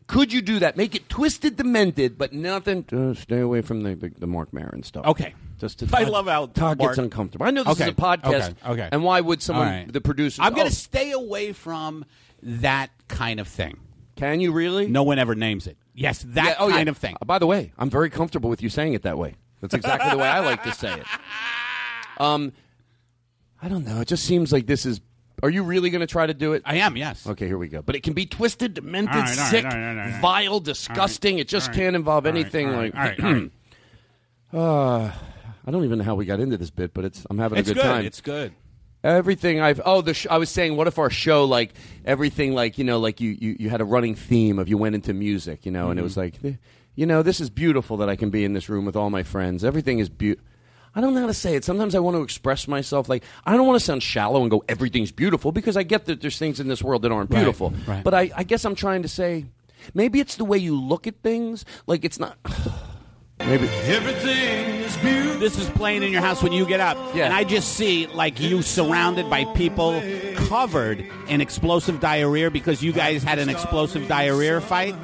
[SPEAKER 2] Could you do that? Make it twisted, demented, but nothing. To stay away from the, the, the Mark Maron stuff.
[SPEAKER 10] Okay.
[SPEAKER 2] Just to,
[SPEAKER 10] I love how
[SPEAKER 2] Todd
[SPEAKER 10] Mark-
[SPEAKER 2] gets uncomfortable. I know this
[SPEAKER 10] Okay,
[SPEAKER 2] is a podcast.
[SPEAKER 10] okay, okay.
[SPEAKER 2] And why would someone,
[SPEAKER 10] All right.
[SPEAKER 2] the producer?
[SPEAKER 10] I'm going
[SPEAKER 2] oh,
[SPEAKER 10] to stay away from that kind of thing.
[SPEAKER 2] Can you really?
[SPEAKER 10] No one ever names it. Yes, that
[SPEAKER 2] Yeah, oh, yeah.
[SPEAKER 10] kind of thing.
[SPEAKER 2] Uh, By the way, I'm very comfortable with you saying it that way. That's exactly the way I like to say it. Um, I don't know. It just seems like this is. Are you really going to try to do it?
[SPEAKER 10] I am. Yes.
[SPEAKER 2] Okay. Here we go. But it can be twisted, demented,
[SPEAKER 10] All right, all right,
[SPEAKER 2] sick,
[SPEAKER 10] all right, all right, all right.
[SPEAKER 2] vile, disgusting. It just
[SPEAKER 10] all right,
[SPEAKER 2] can't involve
[SPEAKER 10] all right,
[SPEAKER 2] anything
[SPEAKER 10] all
[SPEAKER 2] like.
[SPEAKER 10] right, all right, all right.
[SPEAKER 2] Uh, I don't even know how we got into this bit, but it's. I'm having
[SPEAKER 10] It's
[SPEAKER 2] a good,
[SPEAKER 10] good.
[SPEAKER 2] time.
[SPEAKER 10] It's good.
[SPEAKER 2] Everything I've oh the sh- I was saying what if our show like everything like you know like you you, you had a running theme of you went into music you know and it
[SPEAKER 10] Mm-hmm.
[SPEAKER 2] was like th- you know this is beautiful that I can be in this room with all my friends everything is beautiful I don't know how to say it sometimes I want to express myself like I don't want to sound shallow and go everything's beautiful because I get that there's things in this world that aren't
[SPEAKER 10] Right,
[SPEAKER 2] beautiful
[SPEAKER 10] right.
[SPEAKER 2] but I I guess I'm trying to say maybe it's the way you look at things like it's not maybe
[SPEAKER 10] Everything is beautiful. This is playing in your house when you get up. And I just see like you surrounded by people covered in explosive diarrhea because you guys had an explosive diarrhea fight.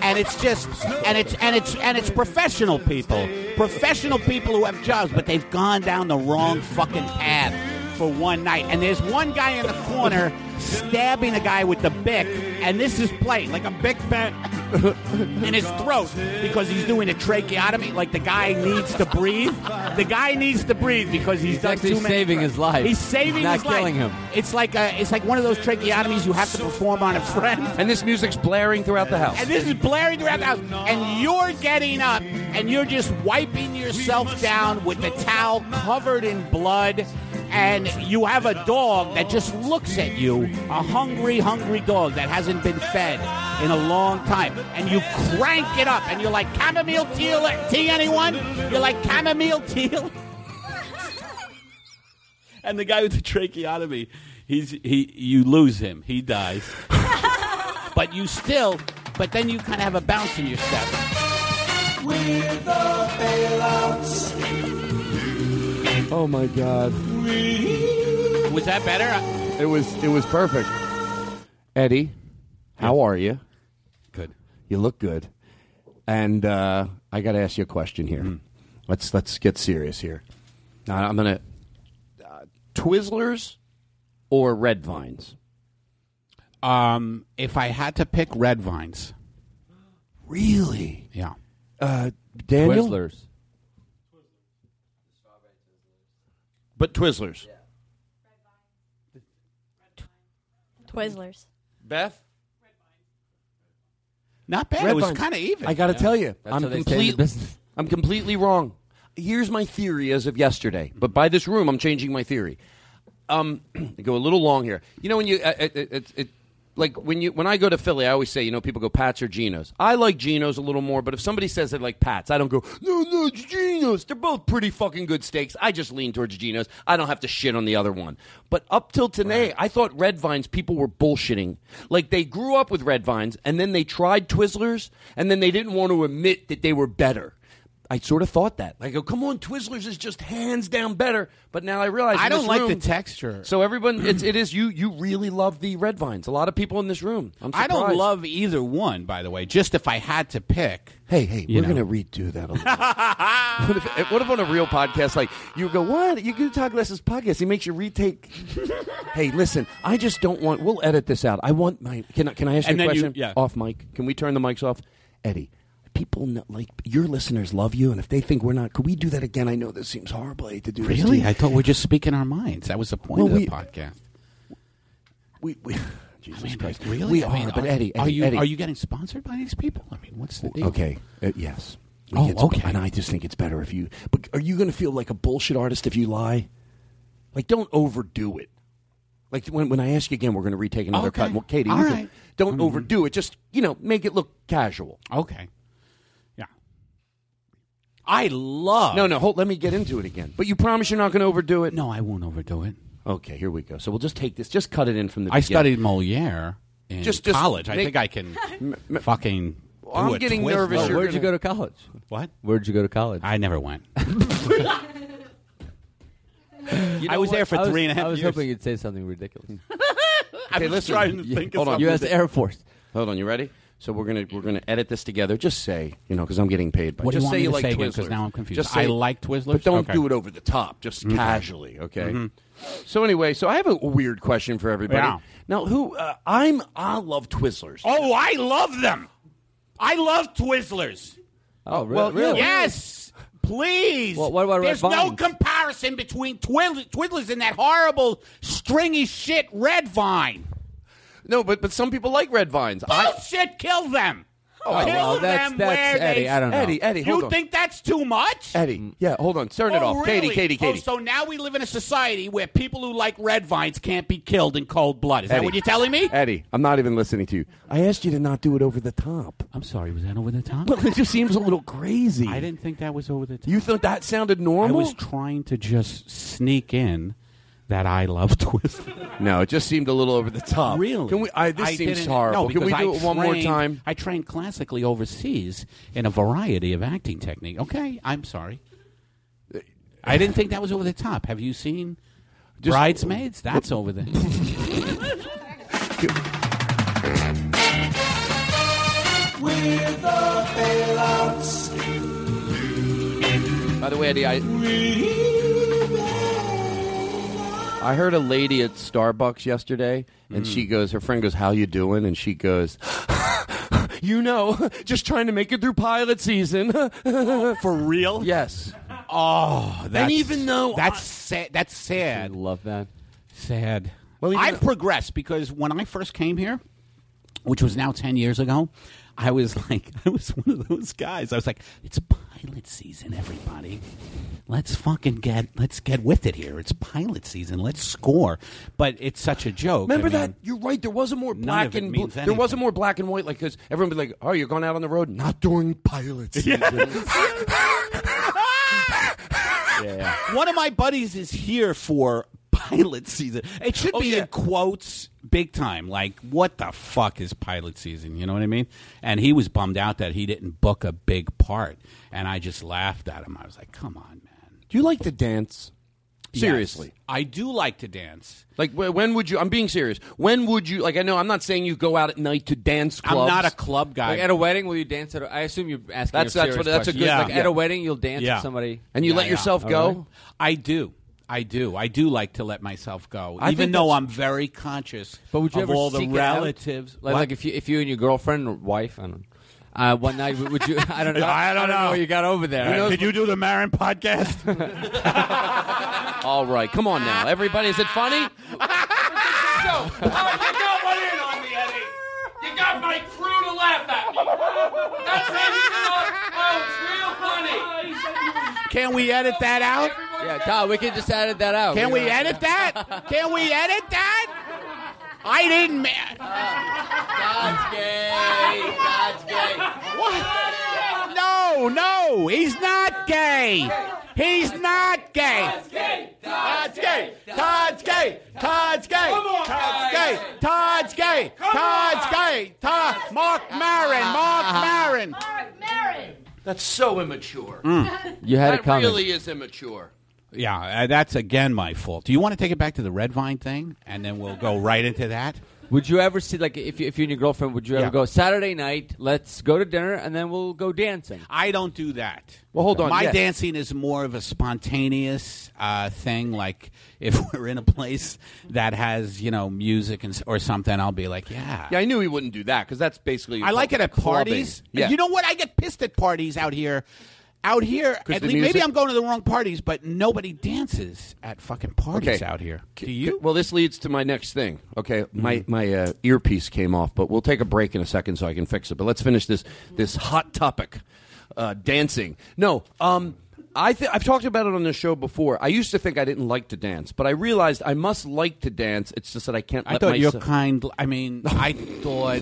[SPEAKER 10] And it's just and it's and it's and it's professional people. Professional people who have jobs, but they've gone down the wrong fucking path for one night. And there's one guy in the corner stabbing a guy with the bick, and this is playing like a bick bat in his throat because he's doing a tracheotomy. Like the guy needs to breathe. The guy needs to breathe because he's, done
[SPEAKER 3] actually
[SPEAKER 10] too many-
[SPEAKER 3] saving his life.
[SPEAKER 10] He's saving
[SPEAKER 3] Not
[SPEAKER 10] his life.
[SPEAKER 3] killing him.
[SPEAKER 10] It's like a, it's like one of those tracheotomies you have to perform on a friend.
[SPEAKER 2] and this music's blaring throughout the house
[SPEAKER 10] And this is blaring throughout the house. And you're getting up and you're just wiping yourself down with the towel covered in blood. And you have a dog that just looks at you, a hungry, hungry dog that hasn't been fed in a long time. And you crank it up and you're like, chamomile tea, tea anyone? You're like, chamomile tea. and the guy with the tracheotomy, he's he you lose him. He dies. but you still but then you kind of have a bounce in your step.
[SPEAKER 4] We're the bailouts.
[SPEAKER 2] oh my god.
[SPEAKER 10] Was that better?
[SPEAKER 2] It was it was perfect. Eddie, how are you?
[SPEAKER 10] Good.
[SPEAKER 2] You look good. And uh, I got to ask you a question here. Let's let's get serious here. Now, I'm gonna uh, Twizzlers or Red Vines.
[SPEAKER 10] Um, if I had to pick red vines,
[SPEAKER 2] really?
[SPEAKER 10] Yeah.
[SPEAKER 2] Uh, Daniel?
[SPEAKER 3] Twizzlers.
[SPEAKER 2] But Twizzlers.
[SPEAKER 13] Twizzlers.
[SPEAKER 2] Beth.
[SPEAKER 10] Not bad.
[SPEAKER 2] Red
[SPEAKER 10] it was
[SPEAKER 2] Vines.
[SPEAKER 10] kind of even.
[SPEAKER 2] I got to tell you,
[SPEAKER 10] That's
[SPEAKER 2] I'm
[SPEAKER 10] how they stay in the
[SPEAKER 2] completely I'm completely wrong. Here's my theory as of yesterday, but by this room, I'm changing my theory. Um, I go a little long here. You know when you uh, it, it, it, like when you when I go to Philly, I always say, you know, people go Pats or Geno's. I like Geno's a little more, but if somebody says they like Pats, I don't go, no, no, it's Geno's. They're both pretty fucking good steaks. I just lean towards Geno's. I don't have to shit on the other one. But up till today, I thought Red Vines people were bullshitting. Like they grew up with Red Vines, and then they tried Twizzlers, and then they didn't want to admit that they were better. I sort of thought that. I go, come on, Twizzlers is just hands down better. But now I realize
[SPEAKER 10] I
[SPEAKER 2] in
[SPEAKER 10] don't
[SPEAKER 2] this
[SPEAKER 10] like the
[SPEAKER 2] room-
[SPEAKER 10] texture.
[SPEAKER 2] So everyone, it's, it is you. You really love the red vines. A lot of people in this room. I'm
[SPEAKER 10] I
[SPEAKER 2] surprised.
[SPEAKER 10] don't love either one, by the way. Just if I had to pick.
[SPEAKER 2] Hey, hey,
[SPEAKER 10] You
[SPEAKER 2] we're
[SPEAKER 10] know.
[SPEAKER 2] gonna redo that. A little. what, if, what if on a real podcast, like you go, what you do Todd Glass's podcast? He makes you retake. hey, listen, I just don't want. We'll edit this out. I want my. Can I? Can I ask
[SPEAKER 15] And
[SPEAKER 2] you a
[SPEAKER 15] then you-
[SPEAKER 2] question?
[SPEAKER 15] yeah.
[SPEAKER 2] Off mic. Can we turn the mics off, Eddie? People know, like your listeners love you, and if they think we're not, could we do that again? I know this seems horrible I hate to do. this to
[SPEAKER 10] Really?
[SPEAKER 2] you.
[SPEAKER 10] I thought we we're just speaking our minds. That was the point
[SPEAKER 2] Well,
[SPEAKER 10] of the
[SPEAKER 2] we-
[SPEAKER 10] podcast.
[SPEAKER 2] We, we Jesus Christ,
[SPEAKER 10] Really?
[SPEAKER 2] we
[SPEAKER 10] I
[SPEAKER 2] are.
[SPEAKER 10] mean,
[SPEAKER 2] but Eddie,
[SPEAKER 10] are
[SPEAKER 2] Eddie,
[SPEAKER 10] you
[SPEAKER 2] Eddie.
[SPEAKER 10] are you getting sponsored by these people? I mean, what's the deal?
[SPEAKER 2] Okay. Uh, yes. We
[SPEAKER 10] Oh,
[SPEAKER 2] get sp-
[SPEAKER 10] okay.
[SPEAKER 2] And I just think it's better if you. But are you going to feel like a bullshit artist if you lie? Like, don't overdo it. Like when, when I ask you again, we're going to retake another
[SPEAKER 10] Okay.
[SPEAKER 2] cut. Well, Katie,
[SPEAKER 10] All
[SPEAKER 2] you can-
[SPEAKER 10] right. Mm-hmm.
[SPEAKER 2] don't overdo it. Just you know, make it look casual.
[SPEAKER 10] Okay. Yeah. I love.
[SPEAKER 2] No, no. Hold. Let me get into it again. But you promise you're not going to overdo it.
[SPEAKER 10] No, I won't overdo it.
[SPEAKER 2] Okay. Here we go. So we'll just take this. Just cut it in from the.
[SPEAKER 10] I
[SPEAKER 2] beginning.
[SPEAKER 10] studied Moliere in
[SPEAKER 2] Just- just
[SPEAKER 10] college. I
[SPEAKER 2] make-
[SPEAKER 10] think I can fucking.
[SPEAKER 2] Well, I'm
[SPEAKER 10] do a
[SPEAKER 2] getting
[SPEAKER 10] Twizzler.
[SPEAKER 2] nervous you're
[SPEAKER 3] Oh, Where'd you go to college?
[SPEAKER 10] What?
[SPEAKER 3] Where'd you go to college?
[SPEAKER 10] I never went.
[SPEAKER 3] You
[SPEAKER 10] I
[SPEAKER 3] know
[SPEAKER 10] was
[SPEAKER 3] what?
[SPEAKER 10] there for
[SPEAKER 3] I was-
[SPEAKER 10] three and a half
[SPEAKER 3] I was
[SPEAKER 10] years.
[SPEAKER 3] hoping you'd say something ridiculous.
[SPEAKER 10] I was trying to think of
[SPEAKER 2] hold on.
[SPEAKER 10] something.
[SPEAKER 3] U.S. Air Force.
[SPEAKER 2] Hold on. You ready? So we're gonna we're gonna edit this together. Just say you know because I'm getting paid. By
[SPEAKER 10] What do you
[SPEAKER 2] just
[SPEAKER 10] want
[SPEAKER 2] say
[SPEAKER 10] me
[SPEAKER 2] you
[SPEAKER 10] to
[SPEAKER 2] like
[SPEAKER 10] say again?
[SPEAKER 2] Twizzlers.
[SPEAKER 10] 'Cause now I'm confused.
[SPEAKER 2] Just
[SPEAKER 10] I
[SPEAKER 2] say-
[SPEAKER 10] like Twizzlers?
[SPEAKER 2] but don't
[SPEAKER 10] Okay. Mm-hmm.
[SPEAKER 2] do it over the top. Just
[SPEAKER 10] Okay.
[SPEAKER 2] casually, okay?
[SPEAKER 10] Mhm.
[SPEAKER 2] So anyway, so I have a weird question for everybody.
[SPEAKER 10] Yeah.
[SPEAKER 2] Now, who uh, I'm I love Twizzlers.
[SPEAKER 10] Oh, I love them. I love Twizzlers.
[SPEAKER 3] Oh, re-
[SPEAKER 2] well,
[SPEAKER 3] really?
[SPEAKER 10] Yes, please.
[SPEAKER 3] Well, what about
[SPEAKER 10] There's
[SPEAKER 3] Red
[SPEAKER 10] no
[SPEAKER 3] Vines?
[SPEAKER 10] comparison between Twizzlers, Twizzlers and that horrible stringy shit Red Vine.
[SPEAKER 2] No, but but some people like red vines. I,
[SPEAKER 10] Bullshit, kill them.
[SPEAKER 2] Oh,
[SPEAKER 10] kill
[SPEAKER 3] well, that's-
[SPEAKER 10] them
[SPEAKER 3] that's
[SPEAKER 10] where
[SPEAKER 3] Eddie.
[SPEAKER 10] they.
[SPEAKER 3] I don't know.
[SPEAKER 2] Eddie, Eddie, hold
[SPEAKER 10] you
[SPEAKER 2] on.
[SPEAKER 10] think that's too much?
[SPEAKER 2] Eddie, yeah, hold on, turn it
[SPEAKER 10] Oh,
[SPEAKER 2] off.
[SPEAKER 10] really?
[SPEAKER 2] Katie, Katie, Katie.
[SPEAKER 10] Oh, so now we live in a society where people who like red vines can't be killed in cold blood. Is that
[SPEAKER 2] Eddie.
[SPEAKER 10] what you're telling me?
[SPEAKER 2] Eddie, I'm not even listening to you. I asked you to not do it over the top.
[SPEAKER 10] I'm sorry. Was that over the top?
[SPEAKER 2] Well, it just seems a little crazy.
[SPEAKER 10] I didn't think that was over the top.
[SPEAKER 2] You thought that sounded
[SPEAKER 10] I
[SPEAKER 2] normal?
[SPEAKER 10] was trying to just sneak in that I love Twizzlers.
[SPEAKER 2] no, it just seemed a little over the top. Can we? I, this seems
[SPEAKER 10] didn't-
[SPEAKER 2] horrible.
[SPEAKER 10] No,
[SPEAKER 2] Can we
[SPEAKER 10] because
[SPEAKER 2] do
[SPEAKER 10] I
[SPEAKER 2] it one more
[SPEAKER 10] trained-
[SPEAKER 2] time?
[SPEAKER 10] I trained classically overseas in a variety of acting technique. Okay, I'm sorry. I didn't think that was over the top. Have you seen
[SPEAKER 2] Just-
[SPEAKER 10] Bridesmaids? That's over the
[SPEAKER 4] We're the bailouts.
[SPEAKER 2] By the way, Eddie, I, I heard a lady at Starbucks yesterday, and she
[SPEAKER 10] Mm.
[SPEAKER 2] goes, her friend goes, "How you doing?" And she goes, "You know, just trying to make it through pilot season."
[SPEAKER 10] For real?
[SPEAKER 2] yes.
[SPEAKER 10] Oh, that's,
[SPEAKER 2] even though
[SPEAKER 10] that's
[SPEAKER 2] I-
[SPEAKER 10] sad. That's
[SPEAKER 3] I
[SPEAKER 10] sad.
[SPEAKER 3] love that.
[SPEAKER 10] Sad.
[SPEAKER 2] Well, even
[SPEAKER 10] I've
[SPEAKER 2] though-
[SPEAKER 10] progressed because when I first came here, which was now 10 years ago, I was like, I was one of those guys. I was like, it's pilot season, everybody. Let's fucking get, let's get with it here. It's pilot season. Let's score. But it's such a joke. I
[SPEAKER 2] Remember
[SPEAKER 10] mean,
[SPEAKER 2] that? You're right. There wasn't more
[SPEAKER 10] none
[SPEAKER 2] black
[SPEAKER 10] of it
[SPEAKER 2] and
[SPEAKER 10] means
[SPEAKER 2] there wasn't
[SPEAKER 10] anything.
[SPEAKER 2] more black and white. Like, because everyone would be like, "Oh, you're going out on the road, not during pilot season."
[SPEAKER 10] One of my buddies is here for pilot season. It should
[SPEAKER 2] Oh,
[SPEAKER 10] be
[SPEAKER 2] yeah.
[SPEAKER 10] in quotes big time. Like, what the fuck is pilot season? You know what I mean? And he was bummed out that he didn't book a big part. And I just laughed at him. I was like, come on, man.
[SPEAKER 2] Do you like to dance? Seriously.
[SPEAKER 10] Yes, I do like to dance.
[SPEAKER 2] Like, wh- when would you? I'm being serious. When would you? Like, I know I'm not saying you go out at night to dance
[SPEAKER 10] I'm
[SPEAKER 2] clubs.
[SPEAKER 10] not a club guy.
[SPEAKER 3] Like at a wedding, will you dance? At a, I assume you're asking.
[SPEAKER 2] That's-
[SPEAKER 3] a
[SPEAKER 2] that's
[SPEAKER 3] serious
[SPEAKER 2] what- that's a
[SPEAKER 3] question.
[SPEAKER 2] good-
[SPEAKER 3] Like
[SPEAKER 2] yeah.
[SPEAKER 3] at a wedding, you'll dance
[SPEAKER 10] Yeah.
[SPEAKER 3] with somebody.
[SPEAKER 2] And you
[SPEAKER 10] Yeah,
[SPEAKER 2] let
[SPEAKER 10] yeah.
[SPEAKER 2] yourself
[SPEAKER 3] All
[SPEAKER 2] go.
[SPEAKER 3] right.
[SPEAKER 10] I do. I do. I do like to let myself go,
[SPEAKER 2] I
[SPEAKER 10] even
[SPEAKER 2] think
[SPEAKER 10] though
[SPEAKER 2] that's-
[SPEAKER 10] I'm very conscious
[SPEAKER 3] But would you
[SPEAKER 10] of
[SPEAKER 3] ever
[SPEAKER 10] all the
[SPEAKER 3] seek it out?
[SPEAKER 10] relatives.
[SPEAKER 3] Like,
[SPEAKER 10] What?
[SPEAKER 3] like if you if you and your girlfriend or wife, I don't. know, Uh, one night, would you? I don't know.
[SPEAKER 10] I don't know.
[SPEAKER 3] what you got over there.
[SPEAKER 10] Did you do the Marin podcast?
[SPEAKER 2] All right, come on now, everybody. Is it funny?
[SPEAKER 4] You got my crew to laugh at me. That's it. Oh, it's real funny.
[SPEAKER 10] Can we edit that out?
[SPEAKER 3] Yeah, Todd, we could just edit that out.
[SPEAKER 10] Can we
[SPEAKER 3] don't-
[SPEAKER 10] edit that? Can we edit that? I didn't. Ma-
[SPEAKER 4] God's gay. God's gay.
[SPEAKER 10] What? No, no, he's not gay. He's not gay.
[SPEAKER 4] God's gay.
[SPEAKER 10] Todd's gay. Todd's gay.
[SPEAKER 4] Come on,
[SPEAKER 10] Todd's
[SPEAKER 4] guys.
[SPEAKER 10] gay. Todd's gay.
[SPEAKER 4] Come
[SPEAKER 10] Todd's
[SPEAKER 4] on.
[SPEAKER 10] gay. Todd. Mark Maron. Mark Maron.
[SPEAKER 2] That's so immature.
[SPEAKER 10] You had
[SPEAKER 2] that
[SPEAKER 10] it coming.
[SPEAKER 2] really is immature.
[SPEAKER 10] Yeah, uh, that's again my fault. Do you want to take it back to the red vine thing, and then we'll go right into that?
[SPEAKER 3] Would you ever see like if you, if you and your girlfriend would you ever
[SPEAKER 10] Yeah.
[SPEAKER 3] go Saturday night? Let's go to dinner and then we'll go dancing.
[SPEAKER 10] I don't do that.
[SPEAKER 3] Well, hold on.
[SPEAKER 10] My
[SPEAKER 3] yes.
[SPEAKER 10] dancing is more of a spontaneous uh, thing. Like if we're in a place that has you know music and s- or something, I'll be like, yeah.
[SPEAKER 2] Yeah, I knew he wouldn't do that because that's basically.
[SPEAKER 10] I like it at
[SPEAKER 2] clubbing.
[SPEAKER 10] parties.
[SPEAKER 2] Yeah.
[SPEAKER 10] You know what? I get pissed at parties out here. Out here,
[SPEAKER 2] 'Cause
[SPEAKER 10] at
[SPEAKER 2] the
[SPEAKER 10] least,
[SPEAKER 2] music-
[SPEAKER 10] maybe I'm going to the wrong parties, but nobody dances at fucking
[SPEAKER 2] Okay.
[SPEAKER 10] parties out here.
[SPEAKER 2] Do you? Well, this leads to my next thing. Okay, my
[SPEAKER 10] Mm-hmm.
[SPEAKER 2] my uh, earpiece came off, but we'll take a break in a second so I can fix it. But let's finish this this hot topic, uh, dancing. No, um, I th- I've talked about it on the show before. I used to think I didn't like to dance, but I realized I must like to dance. It's just that I can't.
[SPEAKER 10] I
[SPEAKER 2] let
[SPEAKER 10] thought your
[SPEAKER 2] myself-
[SPEAKER 10] kind. I mean, I thought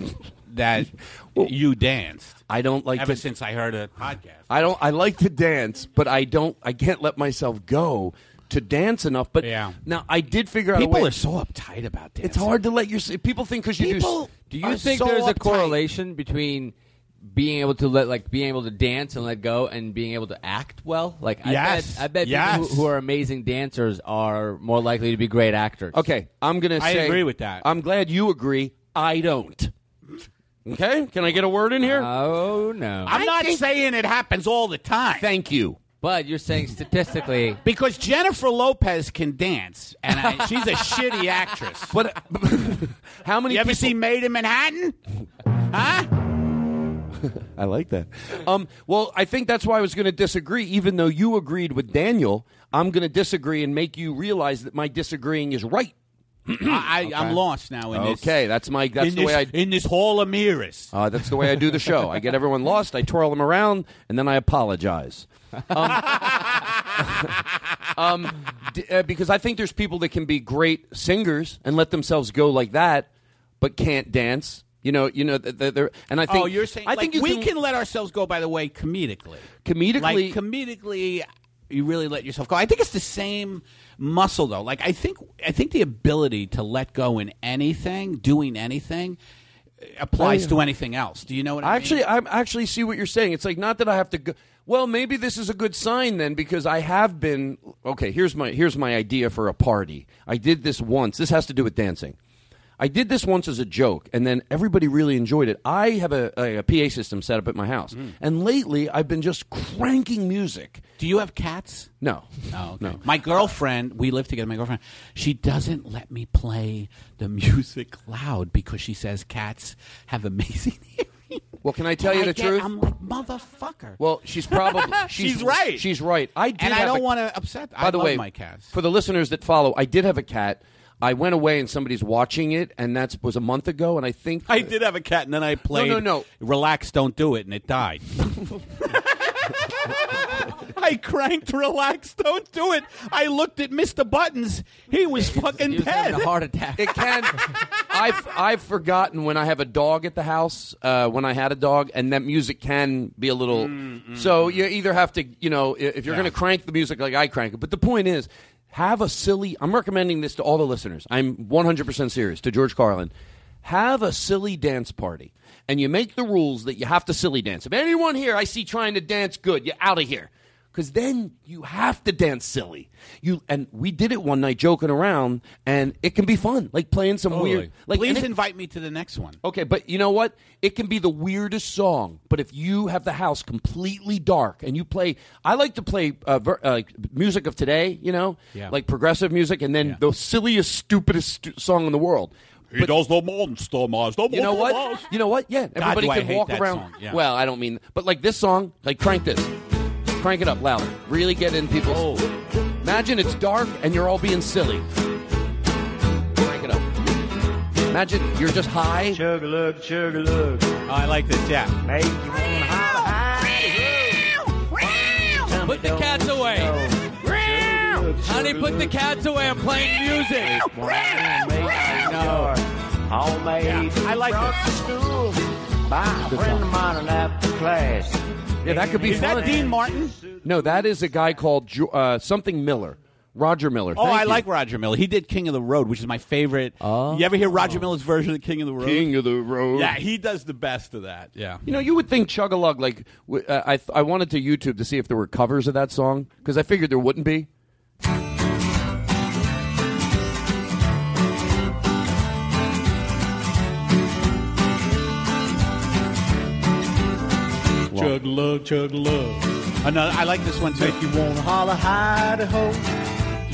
[SPEAKER 10] that you danced.
[SPEAKER 2] I don't like
[SPEAKER 10] ever
[SPEAKER 2] to-
[SPEAKER 10] since I heard a podcast.
[SPEAKER 2] I don't. I like to dance, but I don't. I can't let myself go to dance enough. But yeah. now I did figure out. a
[SPEAKER 10] People
[SPEAKER 2] way.
[SPEAKER 10] are so uptight about dancing.
[SPEAKER 2] It's hard to let your people think because you
[SPEAKER 3] People
[SPEAKER 2] do.
[SPEAKER 3] Do you think there's a correlation between being able to let like being able to dance and let go and being able to act well? Like
[SPEAKER 2] Yes.
[SPEAKER 3] I bet I bet people
[SPEAKER 2] Yes.
[SPEAKER 3] who, who are amazing dancers are more likely to be great actors.
[SPEAKER 2] Okay, I'm gonna.
[SPEAKER 3] I
[SPEAKER 2] say-
[SPEAKER 3] agree with that.
[SPEAKER 2] I'm glad you agree. I don't. Okay, can I get a word in here?
[SPEAKER 3] Oh no,
[SPEAKER 10] I'm not saying it happens all the time.
[SPEAKER 2] Thank you.
[SPEAKER 3] But you're saying statistically
[SPEAKER 10] because Jennifer Lopez can dance, and I, she's a shitty actress.
[SPEAKER 2] But how many?
[SPEAKER 10] You ever see Made in Manhattan?
[SPEAKER 2] I like that. Um, well, I think that's why I was going to disagree. Even though you agreed with Daniel, I'm going to disagree and make you realize that my disagreeing is right.
[SPEAKER 10] I, I,
[SPEAKER 2] Okay.
[SPEAKER 10] I'm lost now in this.
[SPEAKER 2] Okay, that's my- that's
[SPEAKER 10] in
[SPEAKER 2] the
[SPEAKER 10] this-
[SPEAKER 2] way I-
[SPEAKER 10] in this hall of mirrors.
[SPEAKER 2] Uh, that's the way I do the show. I get everyone lost, I twirl them around, and then I apologize. Um, um, d- uh, because I think there's people that can be great singers and let themselves go like that, but can't dance. You know, you know, th- th- they're, and I think
[SPEAKER 10] oh, you're saying
[SPEAKER 2] I
[SPEAKER 10] like,
[SPEAKER 2] think you
[SPEAKER 10] we
[SPEAKER 2] can,
[SPEAKER 10] can let ourselves go. By the way, comedically,
[SPEAKER 2] Comedically-
[SPEAKER 10] like comedically, you really let yourself go. I think it's the same muscle though. Like I think I think the ability to let go in anything, doing anything, uh, applies
[SPEAKER 2] Oh, yeah.
[SPEAKER 10] to anything else. Do you know what I, mean?
[SPEAKER 2] actually, I actually see what you're saying. It's like not that I have to go. Well, maybe this is a good sign then because I have been okay. Here's my here's my idea for a party. I did this once. This has to do with dancing. I did this once as a joke, and then everybody really enjoyed it. I have a, a, a PA system set up at my house, and lately I've been just cranking music.
[SPEAKER 10] Mm. Do you have cats?
[SPEAKER 2] No,
[SPEAKER 10] Oh, okay.
[SPEAKER 2] No.
[SPEAKER 10] My girlfriend, we live together. My girlfriend, she doesn't let me play the music loud because she says cats have amazing ears.
[SPEAKER 2] Well, can I tell you
[SPEAKER 10] I
[SPEAKER 2] the
[SPEAKER 10] get-
[SPEAKER 2] truth?
[SPEAKER 10] I'm like motherfucker.
[SPEAKER 2] Well, she's probably she's,
[SPEAKER 10] She's right.
[SPEAKER 2] She's right. I did
[SPEAKER 10] And I
[SPEAKER 2] have
[SPEAKER 10] don't
[SPEAKER 2] a-
[SPEAKER 10] wanna upset-
[SPEAKER 2] By
[SPEAKER 10] I
[SPEAKER 2] the
[SPEAKER 10] love
[SPEAKER 2] way,
[SPEAKER 10] my cats.
[SPEAKER 2] For the listeners that follow, I did have a cat. I went away and somebody's watching it, and that was a month ago. And I think
[SPEAKER 10] I did have a cat, and then I played.
[SPEAKER 2] no, no.
[SPEAKER 10] Relax, don't do it, and it died. I cranked. Relax, don't do it. I looked at Mr. Buttons. He was fucking dead.
[SPEAKER 3] heart attack.
[SPEAKER 2] It can. I've I've forgotten when I have a dog at the house. Uh, when I had a dog, and that music can be a little. so you either have to, you know, i- if you're going to crank the music like I crank it. But the point is, have a silly. I'm recommending this to all the listeners. I'm 100 percent serious to George Carlin. Have a silly dance party, and you make the rules that you have to silly dance. If anyone here I see trying to dance good, you're out of here because then you have to dance silly. You and we did it one night, joking around, and it can be fun, like playing some weird. Like,
[SPEAKER 10] Please
[SPEAKER 2] and it-
[SPEAKER 10] invite me to the next one.
[SPEAKER 2] Okay, but you know what? It can be the weirdest song, but if you have the house completely dark and you play, I like to play uh, ver- uh, music of today, you know,
[SPEAKER 10] Yeah.
[SPEAKER 2] like progressive music, and then the silliest, stupidest stu- song in the world.
[SPEAKER 10] He does the monster, monster.
[SPEAKER 2] You know what? You know what? Yeah, everybody
[SPEAKER 10] do I
[SPEAKER 2] can
[SPEAKER 10] hate
[SPEAKER 2] walk
[SPEAKER 10] that
[SPEAKER 2] around.
[SPEAKER 10] song, yeah.
[SPEAKER 2] Well, I don't mean, but like this song, like crank this, crank it up louder, really get in people's.
[SPEAKER 10] Oh.
[SPEAKER 2] Imagine it's dark and you're all being silly. Crank it up. Imagine you're just high.
[SPEAKER 12] Chug a lug, chug a lug.
[SPEAKER 10] Oh, I like this. Yeah.
[SPEAKER 12] Make you wanna holler.
[SPEAKER 3] Put the cats away. Honey, put the cats away. I'm playing music.
[SPEAKER 12] Make you know.
[SPEAKER 16] Homemade
[SPEAKER 12] I like
[SPEAKER 16] brought to school by a
[SPEAKER 2] Good
[SPEAKER 16] friend
[SPEAKER 2] song.
[SPEAKER 16] of mine and after class.
[SPEAKER 2] Yeah, that could be
[SPEAKER 16] Is that
[SPEAKER 2] fun.
[SPEAKER 16] Dean
[SPEAKER 10] Martin?
[SPEAKER 2] No, that is a guy called Jo- uh, something Miller. Roger Miller.
[SPEAKER 10] Oh,
[SPEAKER 2] Thank
[SPEAKER 10] I
[SPEAKER 2] you. Oh.
[SPEAKER 10] like Roger Miller. He did King of the Road, which is my favorite. You ever hear Roger Miller's version of King of the Road?
[SPEAKER 2] King of the Road.
[SPEAKER 10] Yeah, he does the best of that. Yeah.
[SPEAKER 2] You know, you would think Chugalug. Like, w- uh, I th- I wanted to YouTube to see if there were covers of that song because I figured there wouldn't be.
[SPEAKER 12] Chug lug, chug lug.
[SPEAKER 10] Another, I like this one too.
[SPEAKER 12] If you want to holler, hide ho.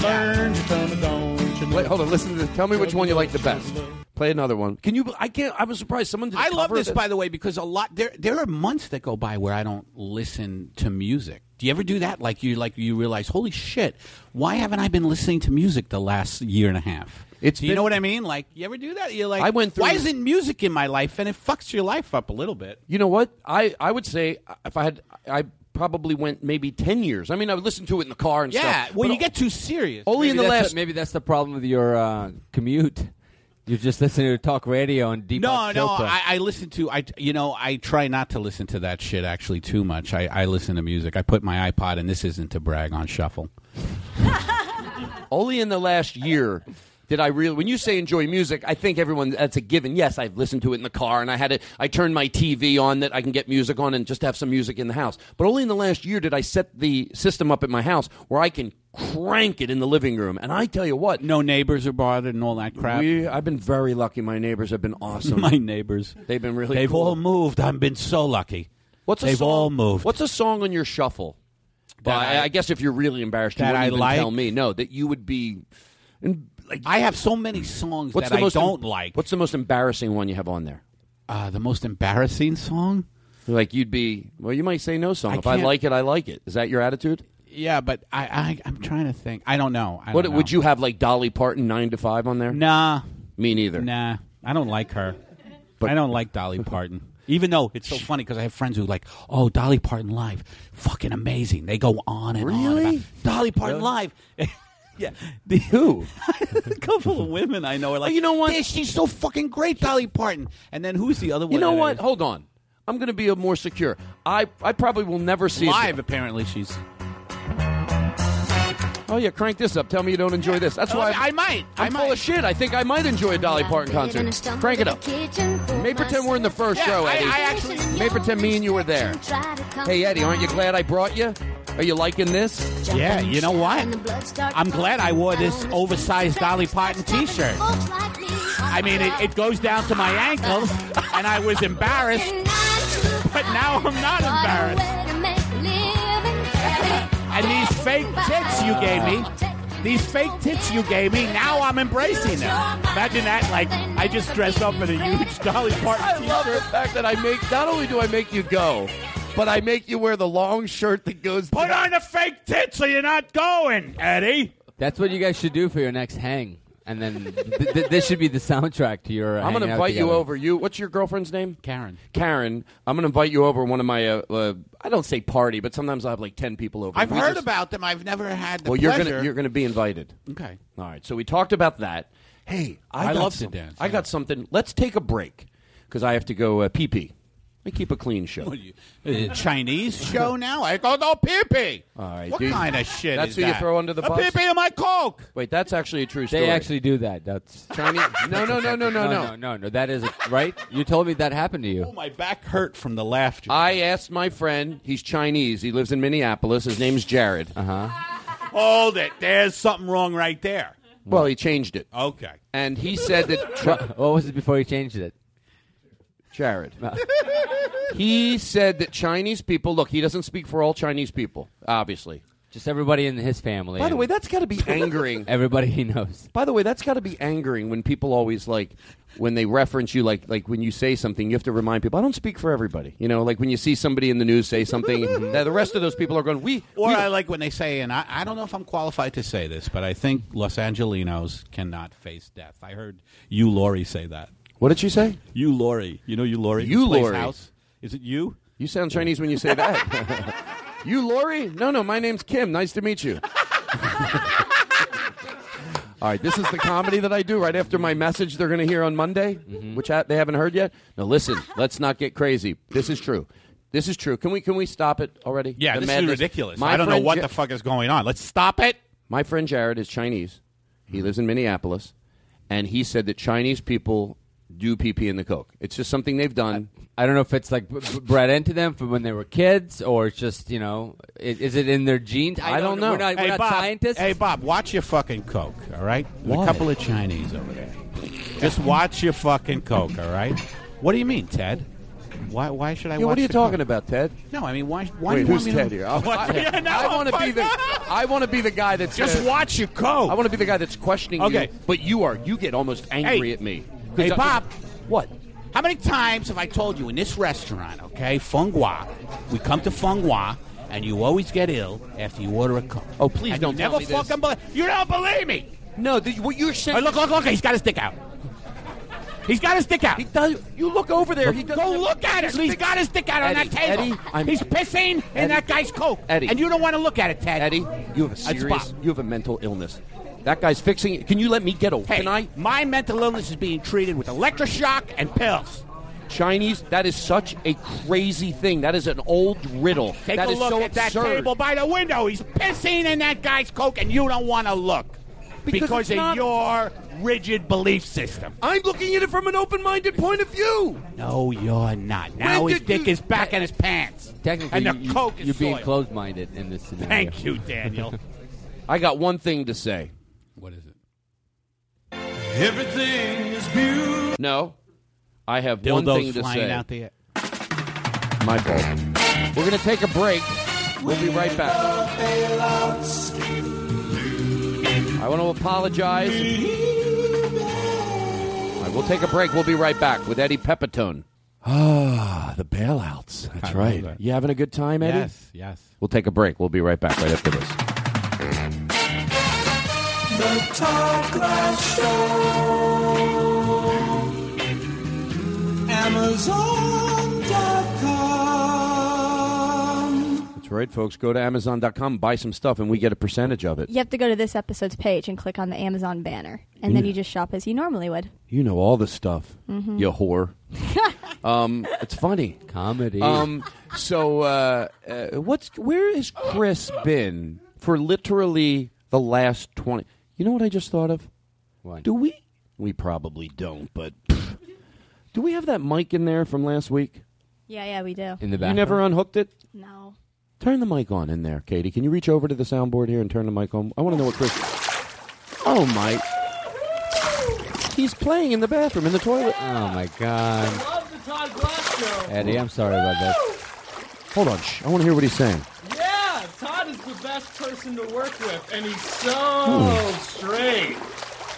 [SPEAKER 12] Learn your tummy, don't you know?
[SPEAKER 2] Wait, hold on. Listen to. Tell me which one you like the best. Play another one. Can you? I can't. I was surprised someone. Did a
[SPEAKER 10] I love
[SPEAKER 2] cover of
[SPEAKER 10] this, by the way, because a lot there there are months that go by where I don't listen to music. Do you ever do that? Like you like you realize, holy shit, why haven't I been listening to music the last year and a half? It's do you
[SPEAKER 14] been-
[SPEAKER 10] know what I mean? Like you ever do that? You're like,
[SPEAKER 2] I went through-
[SPEAKER 10] Why isn't music in my life? And it fucks your life up a little bit.
[SPEAKER 2] You know what? I, I would say uh, if I had, I probably went maybe 10 years. I mean, I would listen to it in the car and
[SPEAKER 10] Yeah,
[SPEAKER 2] stuff.
[SPEAKER 10] well,
[SPEAKER 2] but
[SPEAKER 10] you get too serious.
[SPEAKER 2] Only in
[SPEAKER 3] Maybe
[SPEAKER 2] the
[SPEAKER 3] that's
[SPEAKER 2] last.
[SPEAKER 3] the- maybe that's the problem with your uh, commute. You're just listening to talk radio and deep.
[SPEAKER 10] No, no, I, I listen to I you know I try not to listen to that shit actually too much. I, I listen to music. I put my iPod, and this isn't to brag on shuffle.
[SPEAKER 2] only in the last year did I really. When you say enjoy music, I think everyone that's a given. Yes, I've listened to it in the car, and I had it. I turned my TV on that I can get music on and just have some music in the house. But only in the last year did I set the system up at my house where I can crank it in the living room. And I tell you what,
[SPEAKER 10] no neighbors are bothered and all that crap.
[SPEAKER 2] We, I've been very lucky. My neighbors have been awesome.
[SPEAKER 10] My neighbors,
[SPEAKER 2] they've been really.
[SPEAKER 10] They've
[SPEAKER 2] cool.
[SPEAKER 10] all moved. I've been so lucky.
[SPEAKER 2] What's a
[SPEAKER 10] They've
[SPEAKER 2] song,
[SPEAKER 10] all moved.
[SPEAKER 2] What's a song on your shuffle? Well, I, I guess if you're really embarrassed, you
[SPEAKER 10] that
[SPEAKER 2] wouldn't
[SPEAKER 10] I
[SPEAKER 2] even
[SPEAKER 10] like?
[SPEAKER 2] tell me. No, that you would be. and, like,
[SPEAKER 10] I have so many songs
[SPEAKER 2] what's
[SPEAKER 10] that
[SPEAKER 2] the most
[SPEAKER 10] I
[SPEAKER 2] em-
[SPEAKER 10] don't like.
[SPEAKER 2] What's the most embarrassing one you have on there?
[SPEAKER 10] Uh, the most embarrassing song?
[SPEAKER 2] Like you'd be. Well, you might say no song.
[SPEAKER 10] I
[SPEAKER 2] if I
[SPEAKER 10] can't-
[SPEAKER 2] like it, I like it. Is that your attitude?
[SPEAKER 10] Yeah, but I, I I'm trying to think. I don't know. I
[SPEAKER 2] what
[SPEAKER 10] don't
[SPEAKER 2] would
[SPEAKER 10] know.
[SPEAKER 2] you have? Like Dolly Parton, Nine to Five, on there?
[SPEAKER 10] Nah.
[SPEAKER 2] Me neither.
[SPEAKER 10] Nah, I don't like her. But I don't like Dolly Parton. Even though it's so funny because I have friends who like, oh, Dolly Parton live, fucking amazing. They go on and on. About, Dolly Parton live. yeah, the, who? a couple of women I know are like, you know what? she's so fucking great, Dolly Parton. And then who's the other one?
[SPEAKER 2] You know
[SPEAKER 10] that I-
[SPEAKER 2] what? Hold on. I'm going to be a more secure. I I probably will never see
[SPEAKER 10] Live,
[SPEAKER 2] It.
[SPEAKER 10] apparently she's.
[SPEAKER 2] Oh yeah, crank this up. Tell me you don't enjoy this. That's why
[SPEAKER 10] Oh, I might.
[SPEAKER 2] I'm full of shit. I think I might enjoy a Dolly Parton concert. Crank it up. May pretend we're in the first
[SPEAKER 4] Yeah,
[SPEAKER 2] row,
[SPEAKER 4] I-
[SPEAKER 2] Eddie.
[SPEAKER 4] I actually-
[SPEAKER 2] May pretend me and you were there. Hey Eddie, aren't you glad I brought you? Are you liking this?
[SPEAKER 10] Yeah, you know what? I'm glad I wore this oversized Dolly Parton T-shirt. I mean, it, it goes down to my ankles, and I was embarrassed, but now I'm not embarrassed. And these fake tits you gave me, these fake tits you gave me, now I'm embracing them. Imagine that, like I just dress up in a huge Dolly
[SPEAKER 2] I
[SPEAKER 10] Parton
[SPEAKER 2] love the
[SPEAKER 10] T-shirt.
[SPEAKER 2] fact that I make. Not only do I make you go, but I make you wear the long shirt that goes.
[SPEAKER 10] Put on the fake tits, or you're not going, Eddie.
[SPEAKER 3] That's what you guys should do for your next hang, and then th- th- this should be the soundtrack to your.
[SPEAKER 2] I'm
[SPEAKER 3] going
[SPEAKER 2] gonna
[SPEAKER 3] to
[SPEAKER 2] invite you over. You, what's your girlfriend's name?
[SPEAKER 10] Karen.
[SPEAKER 2] Karen, I'm gonna invite you over one of my. Uh, uh, I don't say party, but sometimes I have like ten people over.
[SPEAKER 10] I've
[SPEAKER 2] We
[SPEAKER 10] heard
[SPEAKER 2] just-
[SPEAKER 10] about them. I've never had the
[SPEAKER 2] Well, you're
[SPEAKER 10] pleasure.
[SPEAKER 2] gonna you're gonna be invited.
[SPEAKER 10] okay.
[SPEAKER 2] All right. So we talked about that. Hey, I,
[SPEAKER 10] I
[SPEAKER 2] got
[SPEAKER 10] love to
[SPEAKER 2] some-
[SPEAKER 10] dance,
[SPEAKER 2] I got something. Let's take a break because I have to go uh, pee pee. I keep a clean show.
[SPEAKER 10] Uh, Chinese show now. I go no pee pee.
[SPEAKER 2] All right.
[SPEAKER 10] What
[SPEAKER 2] do you-
[SPEAKER 10] kind of shit?
[SPEAKER 2] That's
[SPEAKER 10] is
[SPEAKER 2] who you
[SPEAKER 10] that?
[SPEAKER 2] throw under the
[SPEAKER 10] a
[SPEAKER 2] bus.
[SPEAKER 10] Pee pee in my coke.
[SPEAKER 2] Wait, that's actually a true story.
[SPEAKER 3] They actually do that. That's
[SPEAKER 2] Chinese. No, no, no, no, no, no.
[SPEAKER 3] no, no, no. That is right. You told me that happened to you.
[SPEAKER 10] Oh, My back hurt from the laughter.
[SPEAKER 2] I asked my friend. He's Chinese. He lives in Minneapolis. His name's Jared. Uh huh.
[SPEAKER 10] Hold it. There's something wrong right there.
[SPEAKER 2] Well, he changed it.
[SPEAKER 10] Okay.
[SPEAKER 2] And he said that.
[SPEAKER 3] What, what was it before you changed it?
[SPEAKER 2] Jared. he said that Chinese people. Look, he doesn't speak for all Chinese people, obviously.
[SPEAKER 3] Just everybody in his family.
[SPEAKER 2] By the
[SPEAKER 3] and
[SPEAKER 2] way, that's got to be angering.
[SPEAKER 3] everybody he knows.
[SPEAKER 2] By the way, that's got to be angering when people always like when they reference you, like like when you say something, you have to remind people. I don't speak for everybody, you know. Like when you see somebody in the news say something, now the rest of those people are going, "We."
[SPEAKER 10] Or
[SPEAKER 2] we
[SPEAKER 10] I like when they say, and I, I don't know if I'm qualified to say this, but I think Los Angelinos cannot face death. I heard you, Laurie, say that.
[SPEAKER 2] what did she say?
[SPEAKER 10] You, Laurie. You know you, Laurie.
[SPEAKER 2] You,
[SPEAKER 10] who plays
[SPEAKER 2] Laurie.
[SPEAKER 10] House? Is it you?
[SPEAKER 2] You sound Chinese when you say that. you, Lori? No, no. My name's Kim. Nice to meet you. All right, this is the comedy that I do right after my message they're going to hear on Monday,
[SPEAKER 10] Mm-hmm.
[SPEAKER 2] which I, they haven't heard yet. Now listen, let's not get crazy. This is true. This is true. Can we can we stop it already?
[SPEAKER 10] Yeah,
[SPEAKER 2] The
[SPEAKER 10] this is
[SPEAKER 2] madness.
[SPEAKER 10] ridiculous. I don't know
[SPEAKER 2] friend
[SPEAKER 10] what the fuck is going on. Let's stop it.
[SPEAKER 2] My friend Jared is Chinese. He lives in Minneapolis, and he said that Chinese people do pee pee in the coke. It's just something they've done.
[SPEAKER 3] I don't know if it's like b- b- bred into them from when they were kids, or it's just you know, i- is, it in their genes? We're not, we're
[SPEAKER 10] hey,
[SPEAKER 3] not
[SPEAKER 10] Bob,
[SPEAKER 3] scientists.
[SPEAKER 10] Hey, Bob, watch your fucking coke, all right? There's
[SPEAKER 3] Why?
[SPEAKER 10] A couple of Chinese over there. Just watch your fucking coke, all right? What do you mean, Ted? Why, why should I
[SPEAKER 2] Yeah,
[SPEAKER 10] watch
[SPEAKER 2] what are you
[SPEAKER 10] the
[SPEAKER 2] talking
[SPEAKER 10] Coke?
[SPEAKER 2] about, Ted?
[SPEAKER 10] No, I mean, why, why
[SPEAKER 2] Wait,
[SPEAKER 10] do you
[SPEAKER 2] who's
[SPEAKER 10] want me
[SPEAKER 2] Ted
[SPEAKER 10] to...
[SPEAKER 2] here? I'll- I-
[SPEAKER 10] yeah, no,
[SPEAKER 2] I
[SPEAKER 10] I'll
[SPEAKER 2] wanna be
[SPEAKER 10] find
[SPEAKER 2] the-
[SPEAKER 10] out.
[SPEAKER 2] I want to be the guy that's
[SPEAKER 10] Just
[SPEAKER 2] gonna-
[SPEAKER 10] watch your coke.
[SPEAKER 2] I want to be the guy that's questioning
[SPEAKER 10] Okay.
[SPEAKER 2] you, but you are. You get almost angry
[SPEAKER 10] Hey.
[SPEAKER 2] at me. 'Cause
[SPEAKER 10] Hey,
[SPEAKER 2] I-
[SPEAKER 10] Bob.
[SPEAKER 2] What?
[SPEAKER 10] How many times have I told you in this restaurant, okay, Feng Hua, we come to Feng Hua, and you always get ill after you order a Coke. Oh, please
[SPEAKER 2] don't tell
[SPEAKER 10] never
[SPEAKER 2] me this.
[SPEAKER 10] fucking believe. You don't believe me.
[SPEAKER 2] No, what you're saying.
[SPEAKER 10] Oh, look, look, look. He's got his dick out. He's got his dick out. He
[SPEAKER 2] does, you look over there. he
[SPEAKER 10] Go look at it. He's got his dick out on
[SPEAKER 2] Eddie,
[SPEAKER 10] that table.
[SPEAKER 2] Eddie, I'm-
[SPEAKER 10] He's pissing in
[SPEAKER 2] Eddie.
[SPEAKER 10] that guy's Coke.
[SPEAKER 2] Eddie.
[SPEAKER 10] And you don't want to look at it, Ted.
[SPEAKER 2] Eddie, you have a
[SPEAKER 10] That's Bob.
[SPEAKER 2] serious. You have a mental illness. That guy's fixing it. Can you let me get away?
[SPEAKER 10] Hey,
[SPEAKER 2] Can I?
[SPEAKER 10] my mental illness is being treated with electroshock and pills.
[SPEAKER 2] Chinese, that is such a crazy thing. That is an old riddle.
[SPEAKER 10] Take
[SPEAKER 2] That
[SPEAKER 10] a
[SPEAKER 2] is
[SPEAKER 10] look
[SPEAKER 2] so
[SPEAKER 10] at
[SPEAKER 2] absurd.
[SPEAKER 10] that table by the window. He's pissing in that guy's Coke, and you don't want to look
[SPEAKER 2] Because it's
[SPEAKER 10] of
[SPEAKER 2] not-
[SPEAKER 10] your rigid belief system.
[SPEAKER 2] I'm looking at it from an open-minded point of view.
[SPEAKER 10] No, you're not. Now his
[SPEAKER 2] did
[SPEAKER 10] dick is back in his pants.
[SPEAKER 3] Technically,
[SPEAKER 10] and the
[SPEAKER 3] you,
[SPEAKER 10] Coke is
[SPEAKER 3] you're being
[SPEAKER 10] soiled.
[SPEAKER 3] closed-minded in this scenario.
[SPEAKER 10] Thank you, Daniel.
[SPEAKER 2] I got one thing to say.
[SPEAKER 3] What is it?
[SPEAKER 17] Everything is beautiful.
[SPEAKER 2] No, I have one
[SPEAKER 10] Dildos
[SPEAKER 2] thing to
[SPEAKER 10] flying
[SPEAKER 2] say.
[SPEAKER 10] out the air.
[SPEAKER 2] My fault. We're gonna take a break. We'll be right back. I want to apologize. All right, we'll take a break. We'll be right back with Eddie Pepitone. Ah, the bailouts. That's
[SPEAKER 10] love
[SPEAKER 2] right.
[SPEAKER 10] that.
[SPEAKER 2] You having a good time, Eddie?
[SPEAKER 10] Yes, yes.
[SPEAKER 2] We'll take a break. We'll be right back right after this.
[SPEAKER 11] The Todd Glass Show. Amazon.com.
[SPEAKER 2] That's right, folks. Go to Amazon.com, buy some stuff, and we get a percentage of it.
[SPEAKER 13] You have to go to this episode's page and click on the Amazon banner, and then
[SPEAKER 2] Yeah.
[SPEAKER 13] you just shop as you normally would.
[SPEAKER 2] You know all this stuff,
[SPEAKER 13] Mhm.
[SPEAKER 2] you whore. um, it's funny
[SPEAKER 3] comedy.
[SPEAKER 2] Um, so uh, uh, what's where has Chris been for literally the last twenty? You know what I just thought of?
[SPEAKER 3] What?
[SPEAKER 2] Do we? We probably don't, but pff. do we have that mic in there from last week?
[SPEAKER 13] Yeah, yeah, we do.
[SPEAKER 2] You never unhooked it.
[SPEAKER 13] No.
[SPEAKER 2] Turn the mic on in there, Katie. Can you reach over to the soundboard here and turn the mic on? I want to know what Chris. Oh my! He's playing in the bathroom in the toilet.
[SPEAKER 3] Oh my
[SPEAKER 2] uh,
[SPEAKER 3] god,
[SPEAKER 4] Love the Todd Glass Show.
[SPEAKER 3] Eddie, I'm sorry about that.
[SPEAKER 2] Hold on, shh. I want to hear what he's saying.
[SPEAKER 4] Yeah, Todd is the best person to work with, and he's so
[SPEAKER 2] Hmm.
[SPEAKER 4] straight.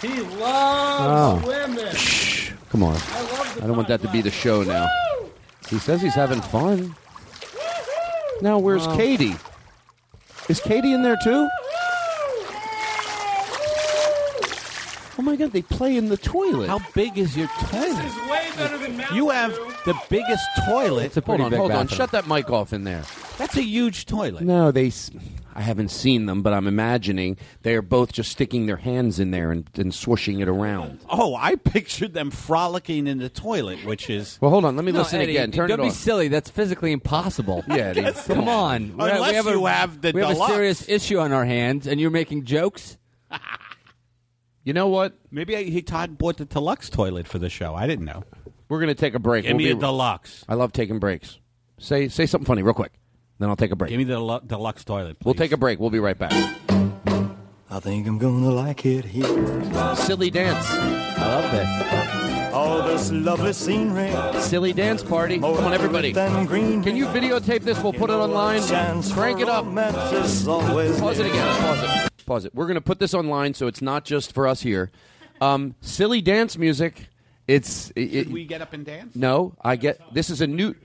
[SPEAKER 4] He loves
[SPEAKER 2] Oh.
[SPEAKER 4] women.
[SPEAKER 2] Shh. Come on.
[SPEAKER 4] I love the
[SPEAKER 2] I don't want that to be the show now. He says he's having fun. Now, where's
[SPEAKER 3] Well-
[SPEAKER 2] Katie? Is Katie in there too? Oh my god, they play in the toilet.
[SPEAKER 10] How big is your toilet?
[SPEAKER 4] This is way better than Malibu.
[SPEAKER 10] You have the biggest toilet.
[SPEAKER 3] It's a pretty
[SPEAKER 2] hold on,
[SPEAKER 3] big
[SPEAKER 2] hold on.
[SPEAKER 3] bathroom.
[SPEAKER 2] Shut that mic off in there.
[SPEAKER 10] That's a huge toilet.
[SPEAKER 2] No, they. s- I haven't seen them, but I'm imagining they are both just sticking their hands in there and, and swooshing it around.
[SPEAKER 10] Oh, I pictured them frolicking in the toilet, which is
[SPEAKER 2] Well, hold on. Let me
[SPEAKER 3] No,
[SPEAKER 2] listen
[SPEAKER 3] Eddie,
[SPEAKER 2] again. Turn
[SPEAKER 3] don't
[SPEAKER 2] it
[SPEAKER 3] be
[SPEAKER 2] off.
[SPEAKER 3] silly. That's physically impossible.
[SPEAKER 2] Yeah, it is.
[SPEAKER 3] Come on. We
[SPEAKER 10] Unless
[SPEAKER 3] we have a,
[SPEAKER 10] you have the
[SPEAKER 3] we have
[SPEAKER 10] deluxe.
[SPEAKER 3] a serious issue on our hands, and you're making jokes.
[SPEAKER 2] You know what?
[SPEAKER 10] maybe I, he Todd bought the deluxe toilet for the show. I didn't know.
[SPEAKER 2] We're gonna take a break.
[SPEAKER 10] Give
[SPEAKER 2] We'll
[SPEAKER 10] me a
[SPEAKER 2] be-
[SPEAKER 10] deluxe.
[SPEAKER 2] I love taking breaks. Say say something funny real quick, then I'll take a break.
[SPEAKER 10] Give me the delu- deluxe toilet.
[SPEAKER 2] We'll take a break. We'll be right back.
[SPEAKER 12] I think I'm gonna like it here.
[SPEAKER 2] Silly dance.
[SPEAKER 3] I love this.
[SPEAKER 12] All this lovely scenery.
[SPEAKER 2] Silly dance party. Come on, everybody. Can you videotape this? We'll put it online. Crank it up. Pause it again. Pause it. Pause it. We're going to put this online so it's not just for us here. Um, silly dance music. It's. It, it-
[SPEAKER 10] We get up and dance.
[SPEAKER 2] no, I get. This is a new.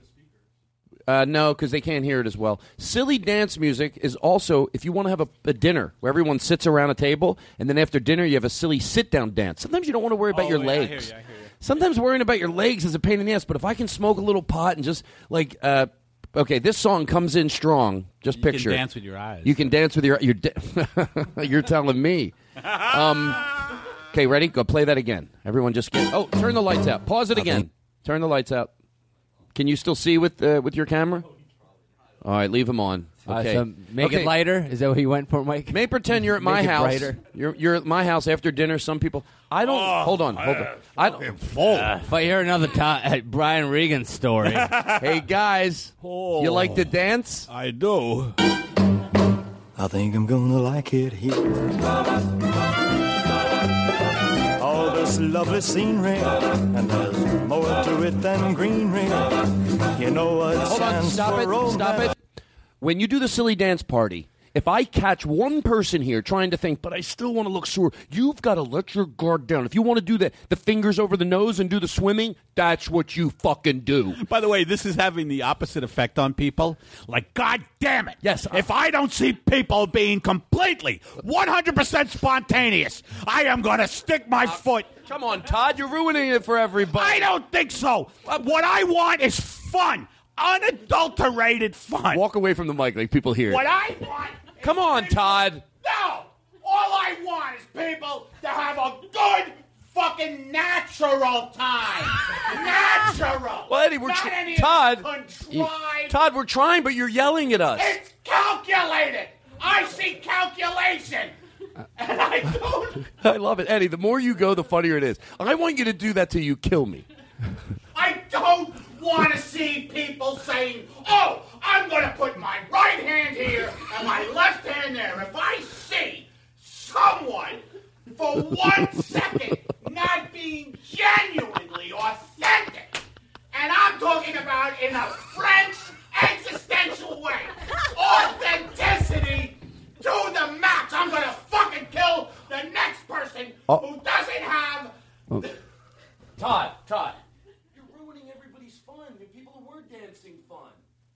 [SPEAKER 2] Uh, no, because they can't hear it as well. Silly dance music is also if you want to have a, a dinner where everyone sits around a table, and then after dinner you have a silly sit-down dance. Sometimes you don't want to worry about
[SPEAKER 11] Oh,
[SPEAKER 2] your legs. Sometimes worrying about your legs is a pain in the ass. But if I can smoke a little pot and just like, uh, okay, this song comes in strong. Just
[SPEAKER 10] can
[SPEAKER 2] picture it.
[SPEAKER 10] dance with your eyes.
[SPEAKER 2] You can dance with your. You're, da- you're telling me. Um, Okay, ready? Go play that again. Everyone, just get. Oh, turn the lights out. Pause it again. Turn the lights out. Can you still see with uh, with your camera? All right, leave them on.
[SPEAKER 3] Uh,
[SPEAKER 2] Okay,
[SPEAKER 3] so make it
[SPEAKER 2] Okay.
[SPEAKER 3] lighter. Is that what you went for, Mike?
[SPEAKER 2] May pretend you're at my
[SPEAKER 3] Make it
[SPEAKER 2] house.
[SPEAKER 3] brighter.
[SPEAKER 2] You're, you're at my house after dinner. Some people. I don't.
[SPEAKER 4] Oh,
[SPEAKER 3] Oh,
[SPEAKER 2] hold on. Hold on. I don't. Full.
[SPEAKER 3] Uh, If I hear another Tom, Brian Regan story,
[SPEAKER 2] hey guys,
[SPEAKER 4] Oh.
[SPEAKER 2] you like to dance?
[SPEAKER 10] I do.
[SPEAKER 18] I think I'm gonna like it here. All this lovely scenery, and there's more to it than greenery. You know what
[SPEAKER 2] Hold on.
[SPEAKER 18] stands
[SPEAKER 2] Stop
[SPEAKER 18] for
[SPEAKER 2] it. Stop it. When you do the silly dance party, if I catch one person here trying to think, but I still want to look sore, you've got to let your guard down. If you want to do the, the fingers over the nose and do the swimming, that's what you fucking do.
[SPEAKER 10] By the way, this is having the opposite effect on people. Like, God damn it! Yes. If
[SPEAKER 2] uh,
[SPEAKER 10] I don't see people being completely 100% spontaneous, I am going to stick my foot.
[SPEAKER 2] Uh, Come on, Todd, you're ruining it for everybody. Uh,
[SPEAKER 10] I don't think so. What I want is fun, unadulterated fun.
[SPEAKER 2] Walk away from the mic like people hear. it.
[SPEAKER 10] What I want.
[SPEAKER 2] Come on, Todd.
[SPEAKER 11] No! All I want is people to have a good fucking natural time. natural.
[SPEAKER 2] Well, Eddie, we're
[SPEAKER 11] Not
[SPEAKER 2] tr-
[SPEAKER 11] any
[SPEAKER 2] Todd.
[SPEAKER 11] Of this contrived.
[SPEAKER 2] Todd, we're trying, but you're yelling at us.
[SPEAKER 11] It's calculated. I see calculation. And I don't.
[SPEAKER 2] I love it, Eddie. The more you go, the funnier it is. I want you to do that till you kill me.
[SPEAKER 11] I don't want to see people saying, oh, I'm going to put my right hand here and my left hand there. If I see someone for one second not being genuinely authentic, and I'm talking about in a French existential way, authenticity to the max. I'm going to fucking kill the next person
[SPEAKER 12] Oh.
[SPEAKER 11] who doesn't have. Oh.
[SPEAKER 2] Todd, Todd.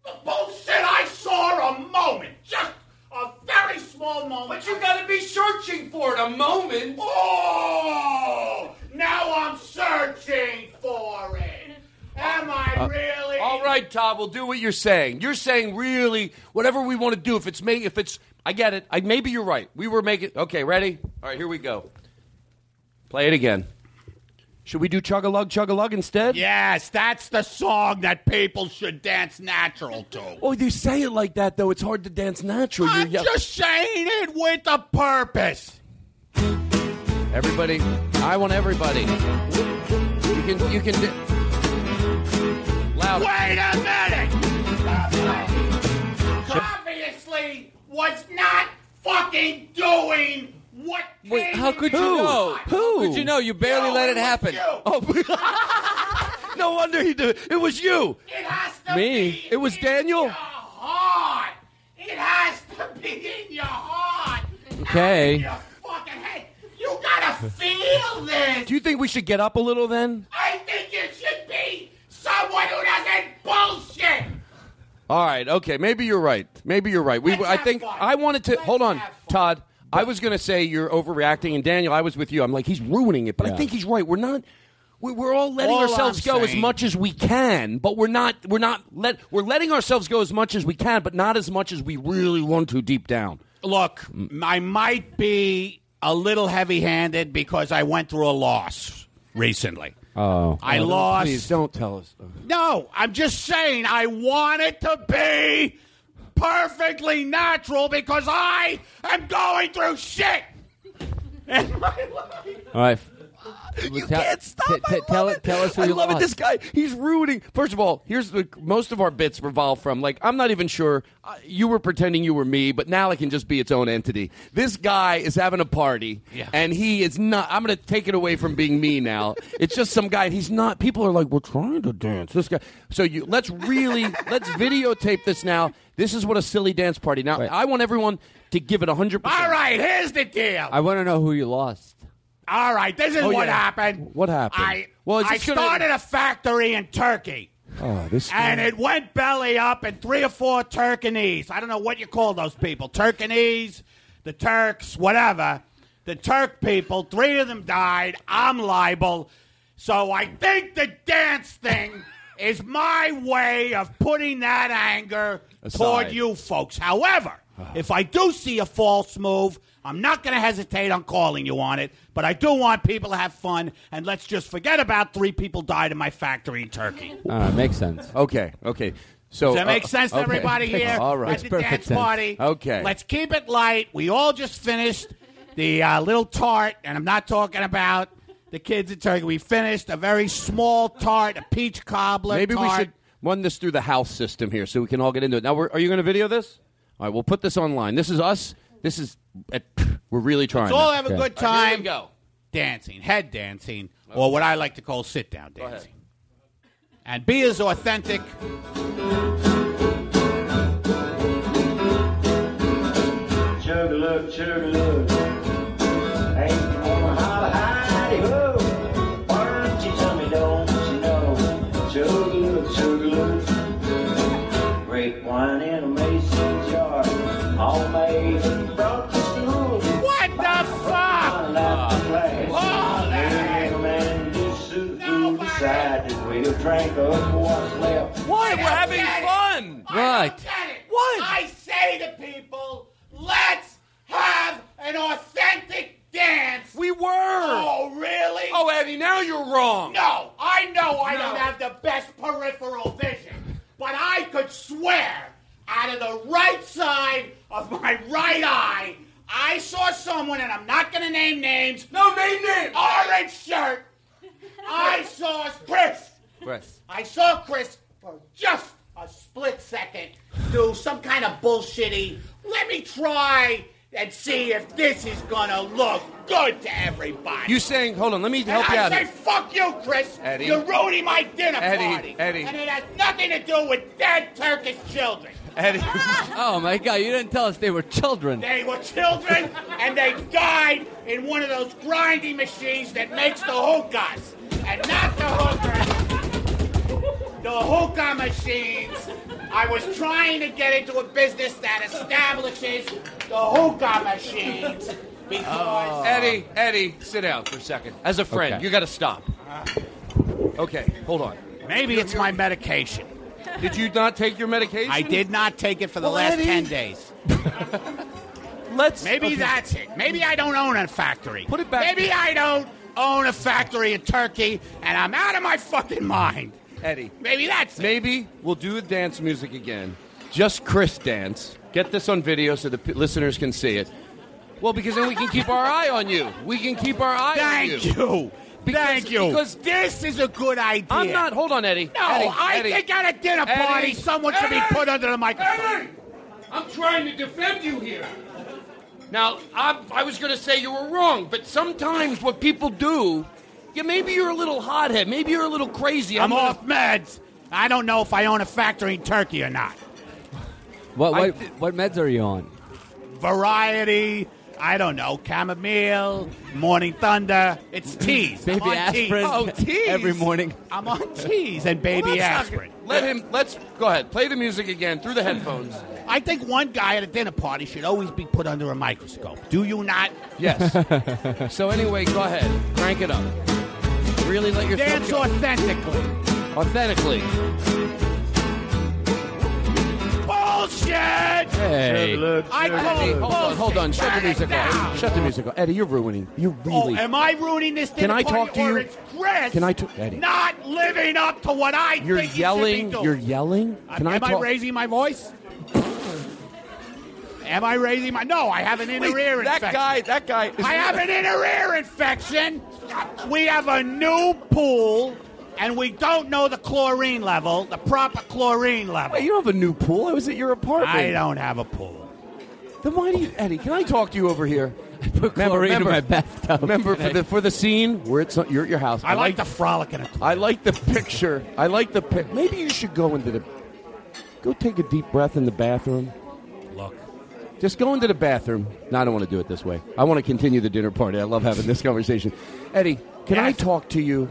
[SPEAKER 11] The bullshit I saw a moment, just a very small moment. But you gotta be searching for it, a moment. Oh! Now I'm searching for it. Am I
[SPEAKER 2] Uh,
[SPEAKER 11] really?
[SPEAKER 2] All right, Todd. We'll do what you're saying. You're saying really whatever we want to do. If it's make, if it's, I get it. I, maybe you're right. We were making. Okay, ready? All right, here we go. Play it again. Should we do chug a lug, chug a lug instead?
[SPEAKER 10] Yes, that's the song that people should dance natural to.
[SPEAKER 2] Oh, you say it like that though. It's hard to dance natural.
[SPEAKER 10] I'm
[SPEAKER 2] you're yell-
[SPEAKER 10] just saying it with a purpose.
[SPEAKER 2] Everybody, I want everybody. You can, you can. Di- Loud.
[SPEAKER 11] Wait a minute! Obviously, was not fucking doing what.
[SPEAKER 3] Wait, how could you
[SPEAKER 11] Who?
[SPEAKER 3] know? Who? How could you know? You barely
[SPEAKER 11] No,
[SPEAKER 3] let
[SPEAKER 11] it
[SPEAKER 3] it
[SPEAKER 11] was
[SPEAKER 3] happen.
[SPEAKER 11] you.
[SPEAKER 2] Oh, no wonder he did. It was you.
[SPEAKER 11] It has to be.
[SPEAKER 2] It was Daniel.
[SPEAKER 11] heart. It has to be in your heart. Not
[SPEAKER 2] Okay.
[SPEAKER 11] in your fucking head. You gotta feel this.
[SPEAKER 2] Do you think we should get up a little then?
[SPEAKER 11] I think you should be someone who doesn't bullshit.
[SPEAKER 2] All right. Okay. Maybe you're right. Maybe you're right. We. I think I wanted to. hold on, Todd. I was going to say you're overreacting, and Daniel, I was with you. I'm like he's ruining it, but I
[SPEAKER 10] Yeah.
[SPEAKER 2] think he's right. We're not. we- We're all letting
[SPEAKER 10] All
[SPEAKER 2] ourselves
[SPEAKER 10] I'm
[SPEAKER 2] go as
[SPEAKER 10] saying-
[SPEAKER 2] much as we can, but we're not. We're not let. We're letting ourselves go as much as we can, but not as much as we really want to deep down.
[SPEAKER 10] Look, I might be a little heavy handed because I went through a loss recently.
[SPEAKER 2] Oh,
[SPEAKER 10] I lost.
[SPEAKER 2] Please don't tell us.
[SPEAKER 10] No, I'm just saying I want it to be perfectly natural because I am going through shit.
[SPEAKER 3] All right.
[SPEAKER 2] You
[SPEAKER 3] tell-
[SPEAKER 2] can't stop.
[SPEAKER 3] t- t-
[SPEAKER 2] I
[SPEAKER 3] tell
[SPEAKER 2] love
[SPEAKER 3] it- tell us who
[SPEAKER 2] I
[SPEAKER 3] you
[SPEAKER 2] love it.
[SPEAKER 3] lost.
[SPEAKER 2] This guy, he's ruining. First of all, here's the most of our bits revolve from. Like, I'm not even sure uh, you were pretending you were me, but now it can just be its own entity. This guy is having a party,
[SPEAKER 10] Yeah.
[SPEAKER 2] and he is not. I'm going to take it away from being me now. it's just some guy. and He's not. People are like, we're trying to dance. This guy. So you let's really let's videotape this now. This is what a silly dance party. Now I want everyone to give it 100. percent
[SPEAKER 10] All right, here's the deal.
[SPEAKER 3] I want to know who you lost.
[SPEAKER 10] All right, this is
[SPEAKER 2] Oh,
[SPEAKER 10] what
[SPEAKER 2] yeah.
[SPEAKER 10] happened.
[SPEAKER 2] What happened?
[SPEAKER 10] I
[SPEAKER 2] Well, it's
[SPEAKER 10] I
[SPEAKER 2] just gonna-
[SPEAKER 10] started a factory in Turkey.
[SPEAKER 2] Oh, this.
[SPEAKER 10] And it went belly up, and three or four Turkinese, I don't know what you call those people, Turkinese, the Turks, whatever, the Turk people, three of them died. I'm liable. So I think the dance thing is my way of putting that anger
[SPEAKER 2] Aside. Ah.
[SPEAKER 10] toward you folks. However, If I do see a false move, I'm not going to hesitate on calling you on it, but I do want people to have fun, and let's just forget about three people died in my factory in Turkey.
[SPEAKER 3] Uh, makes sense.
[SPEAKER 2] Okay. Okay. So
[SPEAKER 10] Does that make
[SPEAKER 2] uh,
[SPEAKER 10] sense to
[SPEAKER 2] okay.
[SPEAKER 10] everybody here?
[SPEAKER 2] All right.
[SPEAKER 10] At the dance party.
[SPEAKER 2] Okay.
[SPEAKER 10] Let's keep it light. We all just finished the uh, little tart, and I'm not talking about the kids in Turkey. We finished a very small tart, a peach cobbler
[SPEAKER 2] Maybe
[SPEAKER 10] tart.
[SPEAKER 2] we should run this through the house system here so we can all get into it. Now, we're, are you going to video this? All right, we'll put this online. This is us. This is at, we're really trying.
[SPEAKER 10] Let's all
[SPEAKER 2] this.
[SPEAKER 10] have a good
[SPEAKER 2] All right,
[SPEAKER 10] time.
[SPEAKER 2] here we go.
[SPEAKER 10] Dancing, head dancing, or what I like to call sit down dancing. And be as authentic.
[SPEAKER 12] Chug-a-lug, chug-a-lug. Ain't gonna holla, hi-ho. Why don't you tell me, don't you know? Chug-a-lug, chug-a-lug. Grape wine in a mason jar. All made and brought to school.
[SPEAKER 10] What the fuck?
[SPEAKER 12] We'll drink up what's left.
[SPEAKER 2] What? We're having
[SPEAKER 11] fun.
[SPEAKER 12] Right.
[SPEAKER 11] What? I say to people, let's have an authentic dance.
[SPEAKER 2] We were.
[SPEAKER 11] Oh, really?
[SPEAKER 2] Oh, Eddie, now you're wrong.
[SPEAKER 11] Oh. No, I know I
[SPEAKER 2] No.
[SPEAKER 11] don't have the best peripheral vision, but I could swear out of the right side of my right eye, I saw someone, and I'm not going to name names. No, name names. Orange shirt. I saw Chris. I saw Chris for just a split second do some kind of bullshitty. Let me try and see if this is gonna look good to everybody.
[SPEAKER 2] You saying? Hold on. Let me
[SPEAKER 11] And
[SPEAKER 2] help you
[SPEAKER 11] I
[SPEAKER 2] out.
[SPEAKER 11] say,
[SPEAKER 2] here.
[SPEAKER 11] fuck you, Chris.
[SPEAKER 2] Eddie.
[SPEAKER 11] You're ruining my dinner
[SPEAKER 2] Eddie,
[SPEAKER 11] party.
[SPEAKER 2] Eddie.
[SPEAKER 11] And it has nothing to do with dead Turkish children.
[SPEAKER 2] Eddie.
[SPEAKER 3] oh my God! You didn't tell us they were children.
[SPEAKER 11] They were children, and they died in one of those grinding machines that makes the hookahs, and not the hookahs. The hookah machines. I was trying to get into a business that establishes the hookah machines
[SPEAKER 2] Oh.
[SPEAKER 11] because
[SPEAKER 2] Eddie, Eddie, sit down for a second. As a friend,
[SPEAKER 10] Okay.
[SPEAKER 2] you got to stop. Okay, hold on.
[SPEAKER 10] Maybe it's my medication.
[SPEAKER 2] Did you not take your medication?
[SPEAKER 10] I did not take it for the
[SPEAKER 2] Well,
[SPEAKER 10] last
[SPEAKER 2] Eddie.
[SPEAKER 10] 10 days.
[SPEAKER 2] Let's.
[SPEAKER 10] Maybe
[SPEAKER 2] okay.
[SPEAKER 10] that's it. Maybe I don't own a factory. Put
[SPEAKER 2] it back-
[SPEAKER 10] Maybe I don't own a factory in Turkey and I'm out of my fucking mind.
[SPEAKER 2] Eddie.
[SPEAKER 10] Maybe that's it.
[SPEAKER 2] Maybe we'll do the dance music again. Just Chris dance. Get this on video so the p- listeners can see it. Well, because then we can keep our eye on you. We can keep our eye on
[SPEAKER 10] Thank
[SPEAKER 2] you.
[SPEAKER 10] you. Thank you.
[SPEAKER 2] because-
[SPEAKER 10] this is a good idea.
[SPEAKER 2] I'm not. Hold on, Eddie.
[SPEAKER 10] No,
[SPEAKER 2] Eddie,
[SPEAKER 10] I
[SPEAKER 2] Eddie.
[SPEAKER 10] think at a dinner
[SPEAKER 2] Eddie,
[SPEAKER 10] party, someone should be put under the microphone.
[SPEAKER 2] I'm trying to defend you here. Now, I, I was going to say you were wrong, but sometimes what people do, yeah, maybe you're a little hothead, maybe you're a little crazy.
[SPEAKER 10] I'm
[SPEAKER 2] gonna-
[SPEAKER 10] off meds. I don't know if I own a factory in Turkey or not.
[SPEAKER 3] What what, what meds are you on?
[SPEAKER 10] Variety. I don't know. Chamomile, Morning Thunder. It's teas.
[SPEAKER 3] Baby
[SPEAKER 10] I'm on
[SPEAKER 3] aspirin.
[SPEAKER 10] Teas.
[SPEAKER 2] Oh, teas.
[SPEAKER 3] Every morning.
[SPEAKER 10] I'm on teas and
[SPEAKER 2] Well,
[SPEAKER 10] baby
[SPEAKER 2] that's not
[SPEAKER 10] aspirin.
[SPEAKER 2] good. Let him. Let's go ahead. Play the music again through the headphones.
[SPEAKER 10] I think one guy at a dinner party should always be put under a microscope. Do you not?
[SPEAKER 2] Yes. so anyway, go ahead. Crank it up. Really let yourself
[SPEAKER 10] Dance
[SPEAKER 2] go.
[SPEAKER 10] authentically.
[SPEAKER 2] authentically.
[SPEAKER 10] Bullshit!
[SPEAKER 2] Hey.
[SPEAKER 10] I call
[SPEAKER 2] Eddie,
[SPEAKER 10] it
[SPEAKER 2] hold on, hold on. Shut the
[SPEAKER 10] Turn it
[SPEAKER 2] music
[SPEAKER 10] down.
[SPEAKER 2] off. Shut the music off. Eddie, you're ruining. You're
[SPEAKER 10] Oh,
[SPEAKER 2] really.
[SPEAKER 10] am I ruining this dinner
[SPEAKER 2] Can I
[SPEAKER 10] party
[SPEAKER 2] talk to
[SPEAKER 10] or
[SPEAKER 2] you?
[SPEAKER 10] It's Chris
[SPEAKER 2] Can I t- Eddie.
[SPEAKER 10] not living up to what I
[SPEAKER 2] You're
[SPEAKER 10] think He should
[SPEAKER 2] yelling.
[SPEAKER 10] be doing.
[SPEAKER 2] You're yelling.
[SPEAKER 10] Uh,
[SPEAKER 2] Can
[SPEAKER 10] am
[SPEAKER 2] I talk?
[SPEAKER 10] raising my voice? am I raising my? No, I have an inner
[SPEAKER 2] Wait,
[SPEAKER 10] ear
[SPEAKER 2] that
[SPEAKER 10] infection.
[SPEAKER 2] guy- that guy is-
[SPEAKER 10] I have an inner ear infection. We have a new pool, and we don't know the chlorine level, the proper chlorine level.
[SPEAKER 2] Wait, you don't have a new pool. I was at your apartment.
[SPEAKER 10] I don't have a pool.
[SPEAKER 2] Then why do you, Eddie? Can I talk to you over here? remember,
[SPEAKER 3] chlorine in
[SPEAKER 2] remember,
[SPEAKER 3] my bathtub.
[SPEAKER 2] remember
[SPEAKER 3] Can
[SPEAKER 2] for
[SPEAKER 3] I-
[SPEAKER 2] the for the scene where it's you're at your house.
[SPEAKER 10] I like the frolic in a
[SPEAKER 2] I like the picture. I like the pic. Maybe you should go into the. Go take a deep breath in the bathroom.
[SPEAKER 10] look.
[SPEAKER 2] Just go into the bathroom. No, I don't want to do it this way. I want to continue the dinner party. I love having this conversation. Eddie, can I talk to you?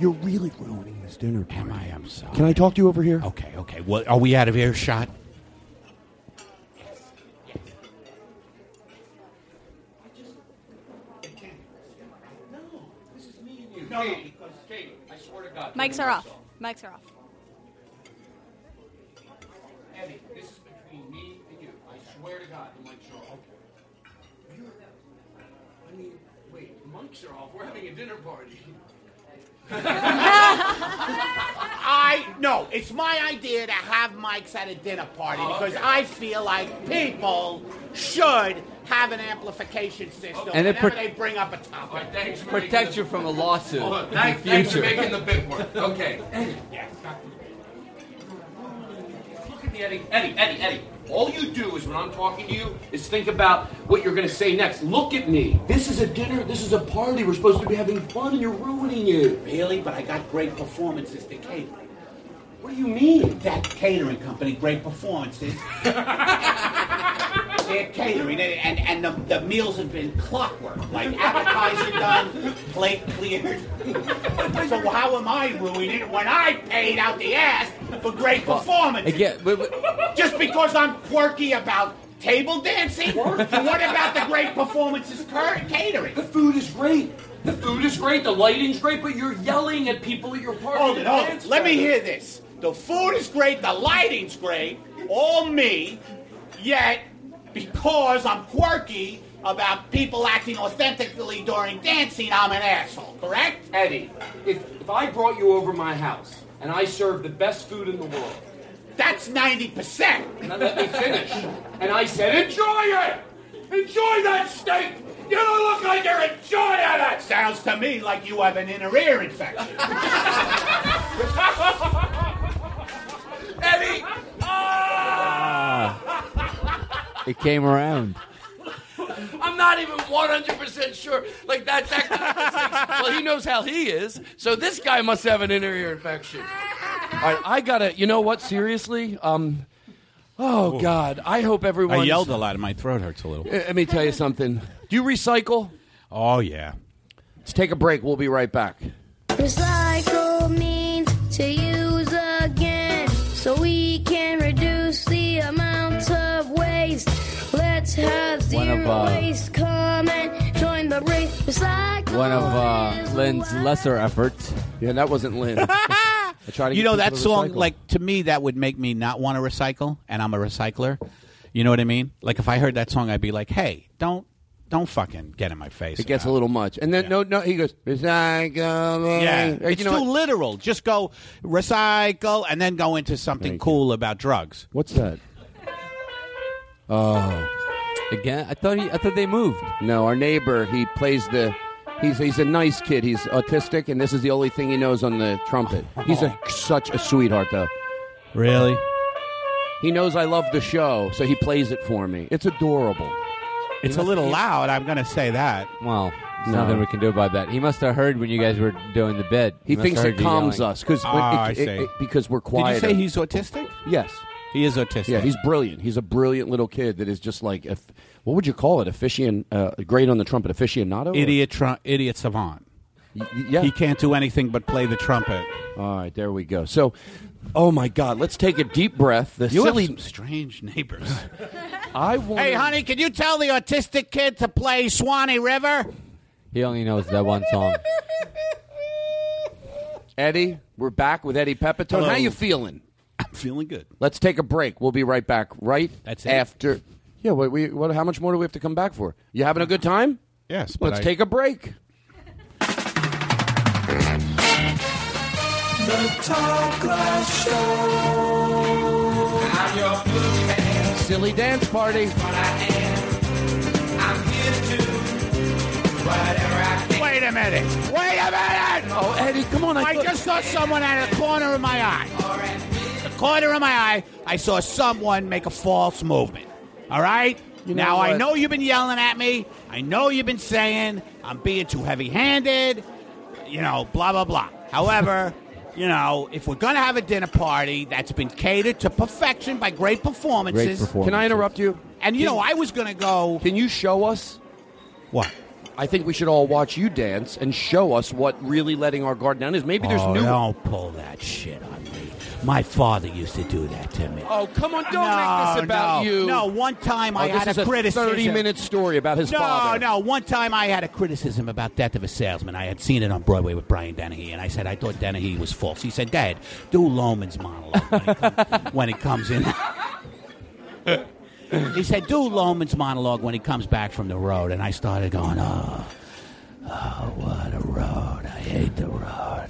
[SPEAKER 2] You're really ruining this dinner party.
[SPEAKER 10] Am I? am so.
[SPEAKER 2] Can I talk to you over here?
[SPEAKER 10] Okay, okay. Well, are we out of earshot?
[SPEAKER 11] No, no, because Katie, I swear to God.
[SPEAKER 13] Mics are off. Mics are off.
[SPEAKER 11] Eddie, this is between me and you. I swear.
[SPEAKER 4] swear to God, I'm like, Sean, you, I mean, wait, monks are off. We're having a dinner party.
[SPEAKER 11] I no, it's my idea to have mics at a dinner party
[SPEAKER 4] Oh,
[SPEAKER 11] because
[SPEAKER 4] okay.
[SPEAKER 11] I feel like people should have an amplification system
[SPEAKER 3] And it
[SPEAKER 11] whenever
[SPEAKER 3] pro-
[SPEAKER 11] they bring up a topic.
[SPEAKER 4] thanks for
[SPEAKER 3] Protect you from a lawsuit.
[SPEAKER 4] Hold on.
[SPEAKER 3] in
[SPEAKER 4] Thanks,
[SPEAKER 3] the
[SPEAKER 4] thanks for
[SPEAKER 3] future.
[SPEAKER 4] making the bit work. Okay. Eddie. Look at the Eddie. Eddie, Eddie, Eddie. All you do is when I'm talking to you is think about what you're going to say next. Look at me. This is a dinner. This is a party. We're supposed to be having fun, and you're ruining it.
[SPEAKER 11] Really? But I got great performances to cater. What do you mean? That catering company, great performances. They're catering, and, and, and the, the meals have been clockwork. Like appetizer done, plate cleared. so how am I ruining it when I paid out the ass for great performances?
[SPEAKER 3] Again, but- but-
[SPEAKER 11] Just because I'm quirky about table dancing? what about the great performances cur- catering?
[SPEAKER 4] The food is great. The food is great. The lighting's great, but you're yelling at people at your party.
[SPEAKER 11] Hold it, hold it. Let me hear this. The food is great, the lighting's great, all me, yet because I'm quirky about people acting authentically during dancing, I'm an asshole, correct?
[SPEAKER 4] Eddie, if, if I brought you over my house and I served the best food in the world,
[SPEAKER 11] that's 90%.
[SPEAKER 4] Now let me finish. And I said, enjoy it! Enjoy that steak! You don't look like you're enjoying it!
[SPEAKER 11] Sounds to me like you have an inner ear infection.
[SPEAKER 4] Eddie!
[SPEAKER 3] Ah. it came around.
[SPEAKER 2] I'm not even 100% sure. Like that, that well, he knows how he is. So this guy must have an inner ear infection. All right, I gotta. You know what? Seriously, um, oh
[SPEAKER 10] Ooh.
[SPEAKER 2] God, I hope everyone. Uh,
[SPEAKER 10] I yelled a lot, and my throat hurts a little.
[SPEAKER 2] Let me tell you something. Do you recycle?
[SPEAKER 10] Oh yeah.
[SPEAKER 2] Let's take a break. We'll be right back.
[SPEAKER 19] Recycle means to use again so we can reduce the amount of waste. Let's have
[SPEAKER 3] One of,
[SPEAKER 19] zero
[SPEAKER 3] uh,
[SPEAKER 19] waste. Come and join the race. Recycle.
[SPEAKER 3] One of uh, Lynn's lesser efforts.
[SPEAKER 2] Yeah, that wasn't Lynn.
[SPEAKER 3] I
[SPEAKER 2] try
[SPEAKER 10] you know that song like to me that would make me not want to recycle and i'm a recycler you know what i mean like if i heard that song i'd be like hey don't don't fucking get in my face
[SPEAKER 2] It gets a little much, and then no, no. He goes recycle.
[SPEAKER 10] yeah
[SPEAKER 2] You
[SPEAKER 10] it's
[SPEAKER 2] know
[SPEAKER 10] too
[SPEAKER 2] what?
[SPEAKER 10] literal just go recycle and then go into something cool about drugs
[SPEAKER 2] what's that Oh.
[SPEAKER 3] Again, I thought he, I thought they moved.
[SPEAKER 2] No, our neighbor, he plays the. He's he's a nice kid. He's autistic, and this is the only thing he knows on the trumpet. He's a, such a sweetheart, though.
[SPEAKER 10] Really? Oh.
[SPEAKER 2] He knows I love the show, so he plays it for me. It's adorable.
[SPEAKER 10] It's a little loud. I'm going to say that.
[SPEAKER 3] Well, there's
[SPEAKER 2] No.
[SPEAKER 3] nothing we can do about that. He must have heard when you guys were doing the bit.
[SPEAKER 2] He
[SPEAKER 3] must
[SPEAKER 2] thinks
[SPEAKER 3] have
[SPEAKER 2] it
[SPEAKER 3] heard you
[SPEAKER 2] calms
[SPEAKER 3] yelling.
[SPEAKER 2] us because
[SPEAKER 10] Ah,
[SPEAKER 2] because we're quiet.
[SPEAKER 10] did you say he's autistic
[SPEAKER 2] Yes.
[SPEAKER 10] He is autistic.
[SPEAKER 2] Yeah, he's brilliant. He's a brilliant little kid that is just like, a, what would you call it? Officiant, uh, great on the trumpet, aficionado?
[SPEAKER 10] idiot tru- idiot savant
[SPEAKER 2] yeah.
[SPEAKER 10] he can't do anything but play the trumpet
[SPEAKER 2] All right, there we go. So, oh my God, let's take a deep breath. The
[SPEAKER 10] you
[SPEAKER 2] silly.
[SPEAKER 10] have some strange neighbors
[SPEAKER 2] I want.
[SPEAKER 10] hey honey can you tell the autistic kid to play swanee river
[SPEAKER 3] He only knows that one song.
[SPEAKER 2] Eddie, we're back with Eddie Pepitone.
[SPEAKER 10] Hello.
[SPEAKER 2] How you feeling?
[SPEAKER 10] I'm feeling good.
[SPEAKER 2] Let's take a break. We'll be right back. Right
[SPEAKER 10] That's it?
[SPEAKER 2] after. Yeah. What, we, what? How much more do we have to come back for? You having a good time?
[SPEAKER 10] Yes. but
[SPEAKER 2] Let's
[SPEAKER 10] I-
[SPEAKER 2] take a break.
[SPEAKER 4] The Todd Glass Show. I'm your booty man.
[SPEAKER 2] Silly dance party.
[SPEAKER 4] I'm here to
[SPEAKER 10] Wait a minute. Wait a minute.
[SPEAKER 2] Oh, Eddie, come on.
[SPEAKER 10] I, just saw someone out of the corner of my eye. The corner of my eye, I saw someone make a false movement. All right?
[SPEAKER 2] know
[SPEAKER 10] now, I
[SPEAKER 2] what?
[SPEAKER 10] know you've been yelling at me. I know you've been saying I'm being too heavy handed, you know, blah, blah, blah. However, you know, if we're going to have a dinner party that's been catered to perfection by great performances.
[SPEAKER 2] Can I interrupt you?
[SPEAKER 10] And, you know, I was going to go.
[SPEAKER 2] Can you show us?
[SPEAKER 10] What?
[SPEAKER 2] I think we should all watch you dance and show us what really letting our guard down is. Maybe there's
[SPEAKER 10] Oh,
[SPEAKER 2] new.
[SPEAKER 10] Don't pull that shit on me. My father used to do that to me.
[SPEAKER 2] Oh, come on. Don't
[SPEAKER 10] No,
[SPEAKER 2] make this about
[SPEAKER 10] Oh, no,
[SPEAKER 2] you.
[SPEAKER 10] No, one time
[SPEAKER 2] Oh,
[SPEAKER 10] I
[SPEAKER 2] this
[SPEAKER 10] had
[SPEAKER 2] is
[SPEAKER 10] a, criticism.
[SPEAKER 2] 30 minute story about his
[SPEAKER 10] no,
[SPEAKER 2] father.
[SPEAKER 10] no. One time I had a criticism about Death of a Salesman. I had seen it on Broadway with Brian Dennehy, and I said I thought Dennehy was false. He said, "Dad, do Loman's monologue when it, come, when it comes in." he
[SPEAKER 14] said, "Do Loman's monologue when he comes back from the road." And I started going, "Oh, oh, what a road! I hate the road."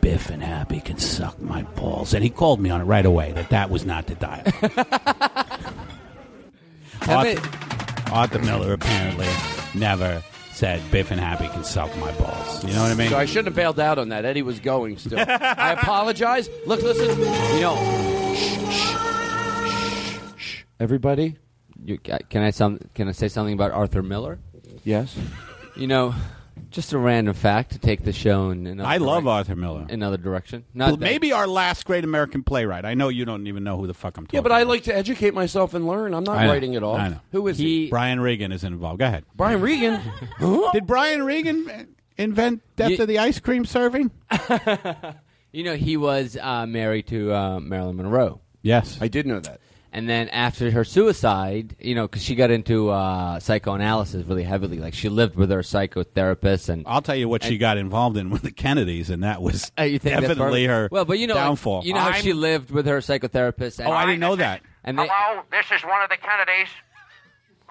[SPEAKER 14] Biff and Happy can suck my balls, and he called me on it right away that that was not the dialogue. Arthur, Arthur Miller apparently never said Biff and Happy can suck my balls. You know what I mean?
[SPEAKER 2] So I shouldn't have bailed out on that. Eddie was going still. I apologize. Look, listen. You know, shh, shh,
[SPEAKER 3] Everybody, you, can I some, can I say something about Arthur Miller?
[SPEAKER 2] Yes.
[SPEAKER 3] You know, just a random fact to take the show in another
[SPEAKER 10] I love
[SPEAKER 3] direc-
[SPEAKER 10] Arthur Miller.
[SPEAKER 3] Another direction. Not
[SPEAKER 10] Well,
[SPEAKER 3] that-
[SPEAKER 10] maybe our last great American playwright. I know you don't even know who the fuck I'm talking.
[SPEAKER 2] yeah, but I like to educate myself and learn. I'm not
[SPEAKER 10] I know.
[SPEAKER 2] writing it off.
[SPEAKER 10] I know.
[SPEAKER 2] Who is he?
[SPEAKER 10] Brian Regan is involved. Go ahead.
[SPEAKER 2] Brian Regan.
[SPEAKER 10] Did Brian Regan invent death
[SPEAKER 3] Ye-
[SPEAKER 10] of the ice cream serving?
[SPEAKER 3] You know, he was uh, married to uh, Marilyn Monroe.
[SPEAKER 10] Yes,
[SPEAKER 2] I did know that.
[SPEAKER 3] And then after her suicide, you know, because she got into uh, psychoanalysis really heavily. Like she lived with her psychotherapist, and
[SPEAKER 10] I'll tell you what she got involved in with the Kennedys, and that was
[SPEAKER 3] Uh, you think that's
[SPEAKER 10] definitely
[SPEAKER 3] part of-
[SPEAKER 10] her
[SPEAKER 3] well, but you know, like,
[SPEAKER 10] downfall.
[SPEAKER 3] you know how she lived with her psychotherapist. And
[SPEAKER 10] Oh, I didn't know that.
[SPEAKER 3] And they,
[SPEAKER 20] Hello, this is one of the Kennedys.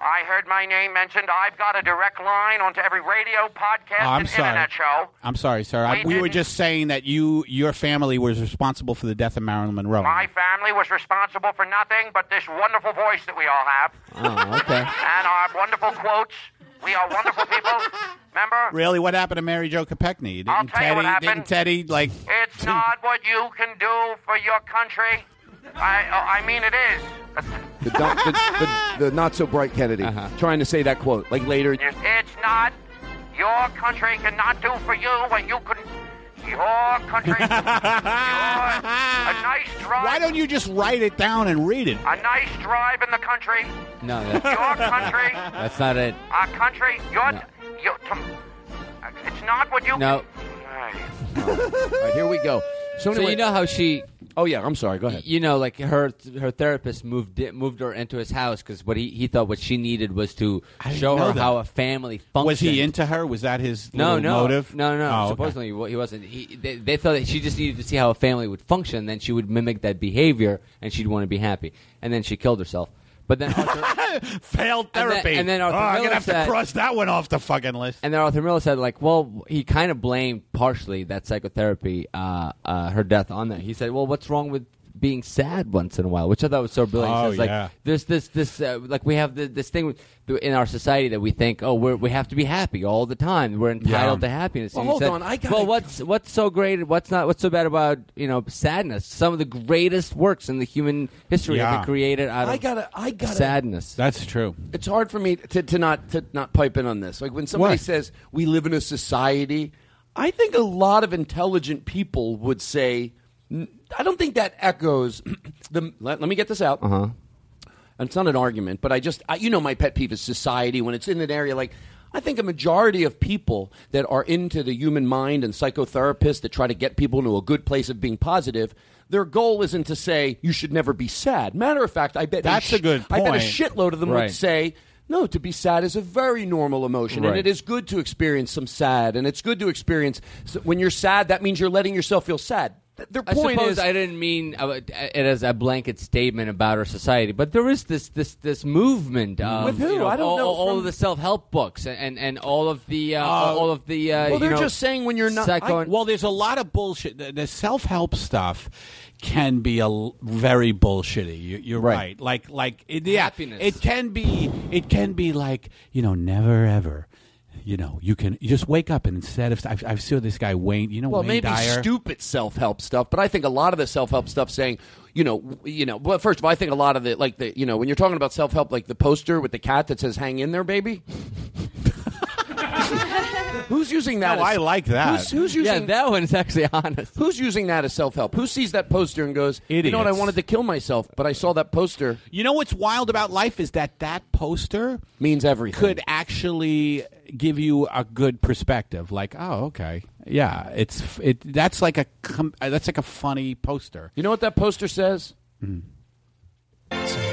[SPEAKER 20] I heard my name mentioned. I've got a direct line onto every radio, podcast,
[SPEAKER 10] Oh, I'm
[SPEAKER 20] and
[SPEAKER 10] sorry.
[SPEAKER 20] internet show.
[SPEAKER 10] I'm sorry, sir. I, we were just saying that you, your family, was responsible for the death of Marilyn Monroe.
[SPEAKER 20] My family was responsible for nothing but this wonderful voice that we all have,
[SPEAKER 10] Oh, okay.
[SPEAKER 20] and our wonderful quotes. We are wonderful people. Remember?
[SPEAKER 10] Really, what happened to Mary Jo Kopechne? Didn't
[SPEAKER 20] I'll tell you
[SPEAKER 10] Teddy?
[SPEAKER 20] what happened.
[SPEAKER 10] Didn't Teddy like?
[SPEAKER 20] It's not what you can do for your country. I, oh, I mean, it is.
[SPEAKER 2] The, dumb, the, the, the not so bright Kennedy
[SPEAKER 3] Uh-huh.
[SPEAKER 2] trying to say that quote like later.
[SPEAKER 20] It's not. Your country cannot do for you what you couldn't. Your country. your, a nice drive.
[SPEAKER 10] Why don't you just write it down and read it?
[SPEAKER 20] A nice drive in the country.
[SPEAKER 3] no,
[SPEAKER 20] Your
[SPEAKER 3] that's,
[SPEAKER 20] country.
[SPEAKER 3] that's not it.
[SPEAKER 20] Our country. Your.
[SPEAKER 3] No.
[SPEAKER 20] your it's not what you.
[SPEAKER 3] No.
[SPEAKER 2] All right, here we go. So,
[SPEAKER 3] So,
[SPEAKER 2] anyway,
[SPEAKER 3] you know how she.
[SPEAKER 2] Oh yeah, I'm sorry. Go ahead.
[SPEAKER 3] You know, like her her therapist moved it, moved her into his house because what he, he thought what she needed was to show
[SPEAKER 10] know
[SPEAKER 3] her
[SPEAKER 10] that.
[SPEAKER 3] how a family functions.
[SPEAKER 10] Was he into her? Was that his
[SPEAKER 3] No,
[SPEAKER 10] little
[SPEAKER 3] no,
[SPEAKER 10] motive?
[SPEAKER 3] no, no.
[SPEAKER 10] Oh, okay.
[SPEAKER 3] Supposedly he wa- he wasn't. He, they, they thought that she just needed to see how a family would function, then she would mimic that behavior, and she'd want to be happy. And then she killed herself. But then Arthur,
[SPEAKER 10] failed
[SPEAKER 3] And then-
[SPEAKER 10] therapy.
[SPEAKER 3] and then Arthur
[SPEAKER 10] oh, I'm
[SPEAKER 3] Miller
[SPEAKER 10] gonna have
[SPEAKER 3] said-
[SPEAKER 10] to cross that one off the fucking list.
[SPEAKER 3] and then Arthur Miller said, like, well, he kind of blamed partially that psychotherapy, uh, uh, her death on that. He said, well, what's wrong with being sad once in a while, which I thought was so brilliant. He
[SPEAKER 10] Oh,
[SPEAKER 3] says, like,
[SPEAKER 10] yeah.
[SPEAKER 3] there's this this uh, like we have the, this thing in our society that we think oh we're, we have to be happy all the time we're entitled
[SPEAKER 2] Yeah.
[SPEAKER 3] to happiness.
[SPEAKER 2] Well,
[SPEAKER 3] And he
[SPEAKER 2] hold
[SPEAKER 3] said,
[SPEAKER 2] on, I gotta-
[SPEAKER 3] well what's what's so great what's not what's so bad about you know sadness? Some of the greatest works in the human history have
[SPEAKER 2] Yeah.
[SPEAKER 3] been created out
[SPEAKER 2] I
[SPEAKER 3] of
[SPEAKER 2] gotta- I gotta-
[SPEAKER 3] sadness.
[SPEAKER 10] That's true.
[SPEAKER 2] it's hard for me to, to not to not pipe in on this. Like when somebody
[SPEAKER 10] Why?
[SPEAKER 2] says we live in a society, I think a lot of intelligent people would say, "N- I don't think that echoes the. Let, let me get this out. Uh-huh. And it's not an argument, but I just I, you know my pet peeve is society when it's in an area like. I think a majority of people that are into the human mind and psychotherapists that try to get people into a good place of being positive, their goal isn't to say you should never be sad. Matter of fact, I bet
[SPEAKER 10] That's
[SPEAKER 2] sh-
[SPEAKER 10] a good
[SPEAKER 2] I bet a
[SPEAKER 10] point.
[SPEAKER 2] shitload of them
[SPEAKER 10] Right.
[SPEAKER 2] would say, no, to be sad is a very normal emotion, and
[SPEAKER 10] Right.
[SPEAKER 2] it is good to experience some sad, and it's good to experience so when you're sad. That means you're letting yourself feel sad. Th- Their
[SPEAKER 3] I
[SPEAKER 2] point
[SPEAKER 3] suppose
[SPEAKER 2] is,
[SPEAKER 3] I didn't mean uh, it as a blanket statement about our society, but there is this this this movement of
[SPEAKER 2] With who?
[SPEAKER 3] um, you know,
[SPEAKER 2] I don't
[SPEAKER 3] all,
[SPEAKER 2] know
[SPEAKER 3] all
[SPEAKER 2] from-
[SPEAKER 3] of the self help books and, and, and all of the uh,
[SPEAKER 10] Oh.
[SPEAKER 3] all of the uh,
[SPEAKER 2] well, they're
[SPEAKER 3] you know,
[SPEAKER 2] just saying when you're not.
[SPEAKER 3] psycho-
[SPEAKER 2] I-
[SPEAKER 10] Well, there's a lot of bullshit. The, the self help stuff can be a l- very bullshitty. You, you're right. Like like it, yeah,
[SPEAKER 3] Happiness.
[SPEAKER 10] it can be. It can be like you know, never ever. You know, you can you just wake up and instead of I've, I've seen this guy Wayne. You know,
[SPEAKER 2] well,
[SPEAKER 10] Wayne
[SPEAKER 2] maybe
[SPEAKER 10] Dyer.
[SPEAKER 2] stupid self help stuff, but I think a lot of the self help stuff saying, you know, w- you know. Well, first of all, I think a lot of the like the you know when you're talking about self help, like the poster with the cat that says "Hang in there, baby." who's using that?
[SPEAKER 10] No,
[SPEAKER 2] as-
[SPEAKER 10] I like that.
[SPEAKER 2] Who's, who's using
[SPEAKER 3] yeah, that one's actually honest.
[SPEAKER 2] Who's using that as self help? Who sees that poster and goes, "You know what? I
[SPEAKER 10] Idiots.
[SPEAKER 2] wanted to kill myself, but I saw that poster."
[SPEAKER 10] You know what's wild about life is that that poster
[SPEAKER 2] Means everything.
[SPEAKER 10] could actually give you a good perspective. Like, oh, okay, yeah, it's f- it. That's like a com- uh, that's like a funny poster.
[SPEAKER 2] You know what that poster says?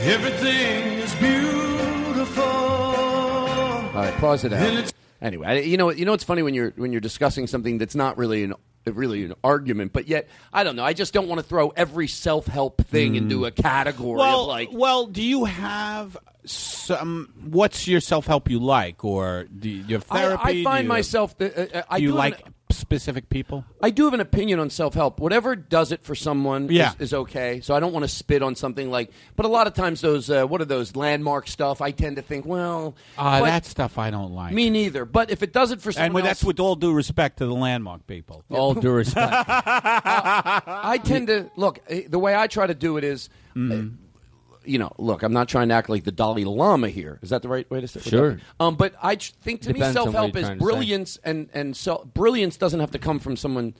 [SPEAKER 17] Everything is beautiful.
[SPEAKER 2] All right, pause it out. Anyway, I- you know, you know, it's funny when you're when you're discussing something that's not really an really an argument, but yet I don't know. I just don't want to throw every self help thing into a category
[SPEAKER 10] Hmm. well,
[SPEAKER 2] of like
[SPEAKER 10] well, do you have some? What's your self help you like, or do you have
[SPEAKER 2] I- I
[SPEAKER 10] therapy? Do
[SPEAKER 2] find
[SPEAKER 10] you-
[SPEAKER 2] myself that, uh, uh, I
[SPEAKER 10] do you
[SPEAKER 2] do an-
[SPEAKER 10] like specific people?
[SPEAKER 2] I do have an opinion on self help. Whatever does it for someone
[SPEAKER 10] Yeah.
[SPEAKER 2] is, is okay. So I don't want to spit on something like. But a lot of times, those uh, what are those landmark stuff? I tend to think, well,
[SPEAKER 10] Uh,
[SPEAKER 2] but-
[SPEAKER 10] that stuff I don't like.
[SPEAKER 2] me neither. But if it does it for someone
[SPEAKER 10] and with, that's
[SPEAKER 2] else,
[SPEAKER 10] with all due respect to the landmark people.
[SPEAKER 3] All due respect.
[SPEAKER 2] Uh, I tend to look. eh, The way I try to do it is,
[SPEAKER 3] Mm-hmm.
[SPEAKER 2] eh, you know, look. I'm not trying to act like the Dalai Lama here. Is that the right way to say? it?
[SPEAKER 3] Sure.
[SPEAKER 2] Um, but I ch- think to me,
[SPEAKER 3] Depends on
[SPEAKER 2] self
[SPEAKER 3] what
[SPEAKER 2] help
[SPEAKER 3] you're
[SPEAKER 2] is
[SPEAKER 3] trying to say.
[SPEAKER 2] brilliance, and and so brilliance doesn't have to come from someone.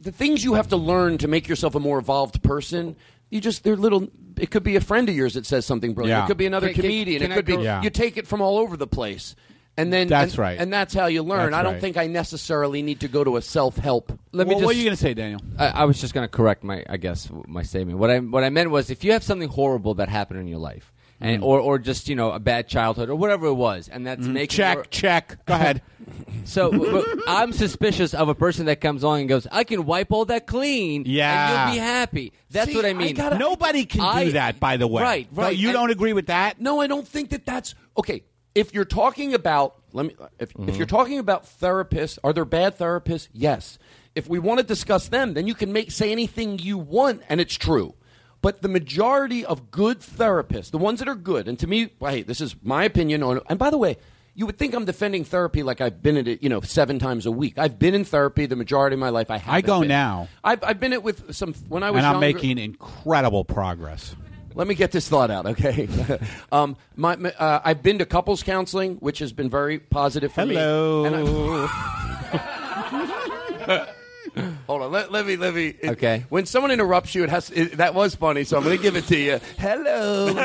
[SPEAKER 2] The things you have to learn to make yourself a more evolved person. You just they're little. It could be a friend of yours that says something brilliant.
[SPEAKER 10] Yeah.
[SPEAKER 2] It could be another
[SPEAKER 10] Can- can-
[SPEAKER 2] comedian.
[SPEAKER 10] can
[SPEAKER 2] it
[SPEAKER 10] I
[SPEAKER 2] could
[SPEAKER 10] go-
[SPEAKER 2] be
[SPEAKER 10] Yeah.
[SPEAKER 2] you take it from all over the place. And then
[SPEAKER 10] That's
[SPEAKER 2] and-
[SPEAKER 10] right.
[SPEAKER 2] and that's how you learn.
[SPEAKER 10] That's
[SPEAKER 2] I don't
[SPEAKER 10] right.
[SPEAKER 2] think I necessarily need to go to a self help.
[SPEAKER 3] Let me just-
[SPEAKER 10] say, Daniel?
[SPEAKER 3] I, I was just going to correct my, I guess, w- my statement. What I what I meant was, if you have something horrible that happened in your life, and
[SPEAKER 10] Mm.
[SPEAKER 3] or or just you know a bad childhood or whatever it was, and that's
[SPEAKER 10] Mm,
[SPEAKER 3] making
[SPEAKER 10] check,
[SPEAKER 3] your-
[SPEAKER 10] check. Go ahead.
[SPEAKER 3] so w- w- I'm suspicious of a person that comes along and goes, "I can wipe all that clean,
[SPEAKER 10] Yeah.
[SPEAKER 3] and you'll be happy." That's
[SPEAKER 2] Ah. See,
[SPEAKER 3] what I
[SPEAKER 2] I
[SPEAKER 3] mean.
[SPEAKER 2] gotta-
[SPEAKER 10] Nobody can
[SPEAKER 3] I-
[SPEAKER 10] do that, by the way.
[SPEAKER 3] Right,
[SPEAKER 10] No,
[SPEAKER 3] right.
[SPEAKER 10] you
[SPEAKER 3] And-
[SPEAKER 10] don't agree with that?
[SPEAKER 2] No, I don't think that that's okay. If you're talking about let me if,
[SPEAKER 10] Mm-hmm.
[SPEAKER 2] if you're talking about therapists, are there bad therapists? Yes. If we want to discuss them, then you can make say anything you want and it's true. But the majority of good therapists, the ones that are good, and to me, hey, this is my opinion on and by the way, you would think I'm defending therapy like I've been in it, you know, seven times a week. I've been in therapy the majority of my life. I have
[SPEAKER 10] go now.
[SPEAKER 2] I've, I've been it with some when I was
[SPEAKER 10] and I'm
[SPEAKER 2] younger-
[SPEAKER 10] making incredible progress.
[SPEAKER 2] let me get this thought out, okay? um, my, my, uh, I've been to couples counseling, which has been very positive for
[SPEAKER 10] Hello.
[SPEAKER 2] me. Hello. Hold on. Let, let me. Let me. it-
[SPEAKER 3] Okay.
[SPEAKER 2] When someone interrupts you, it has. It, that was funny, so I'm going to give it to you. Hello. Anything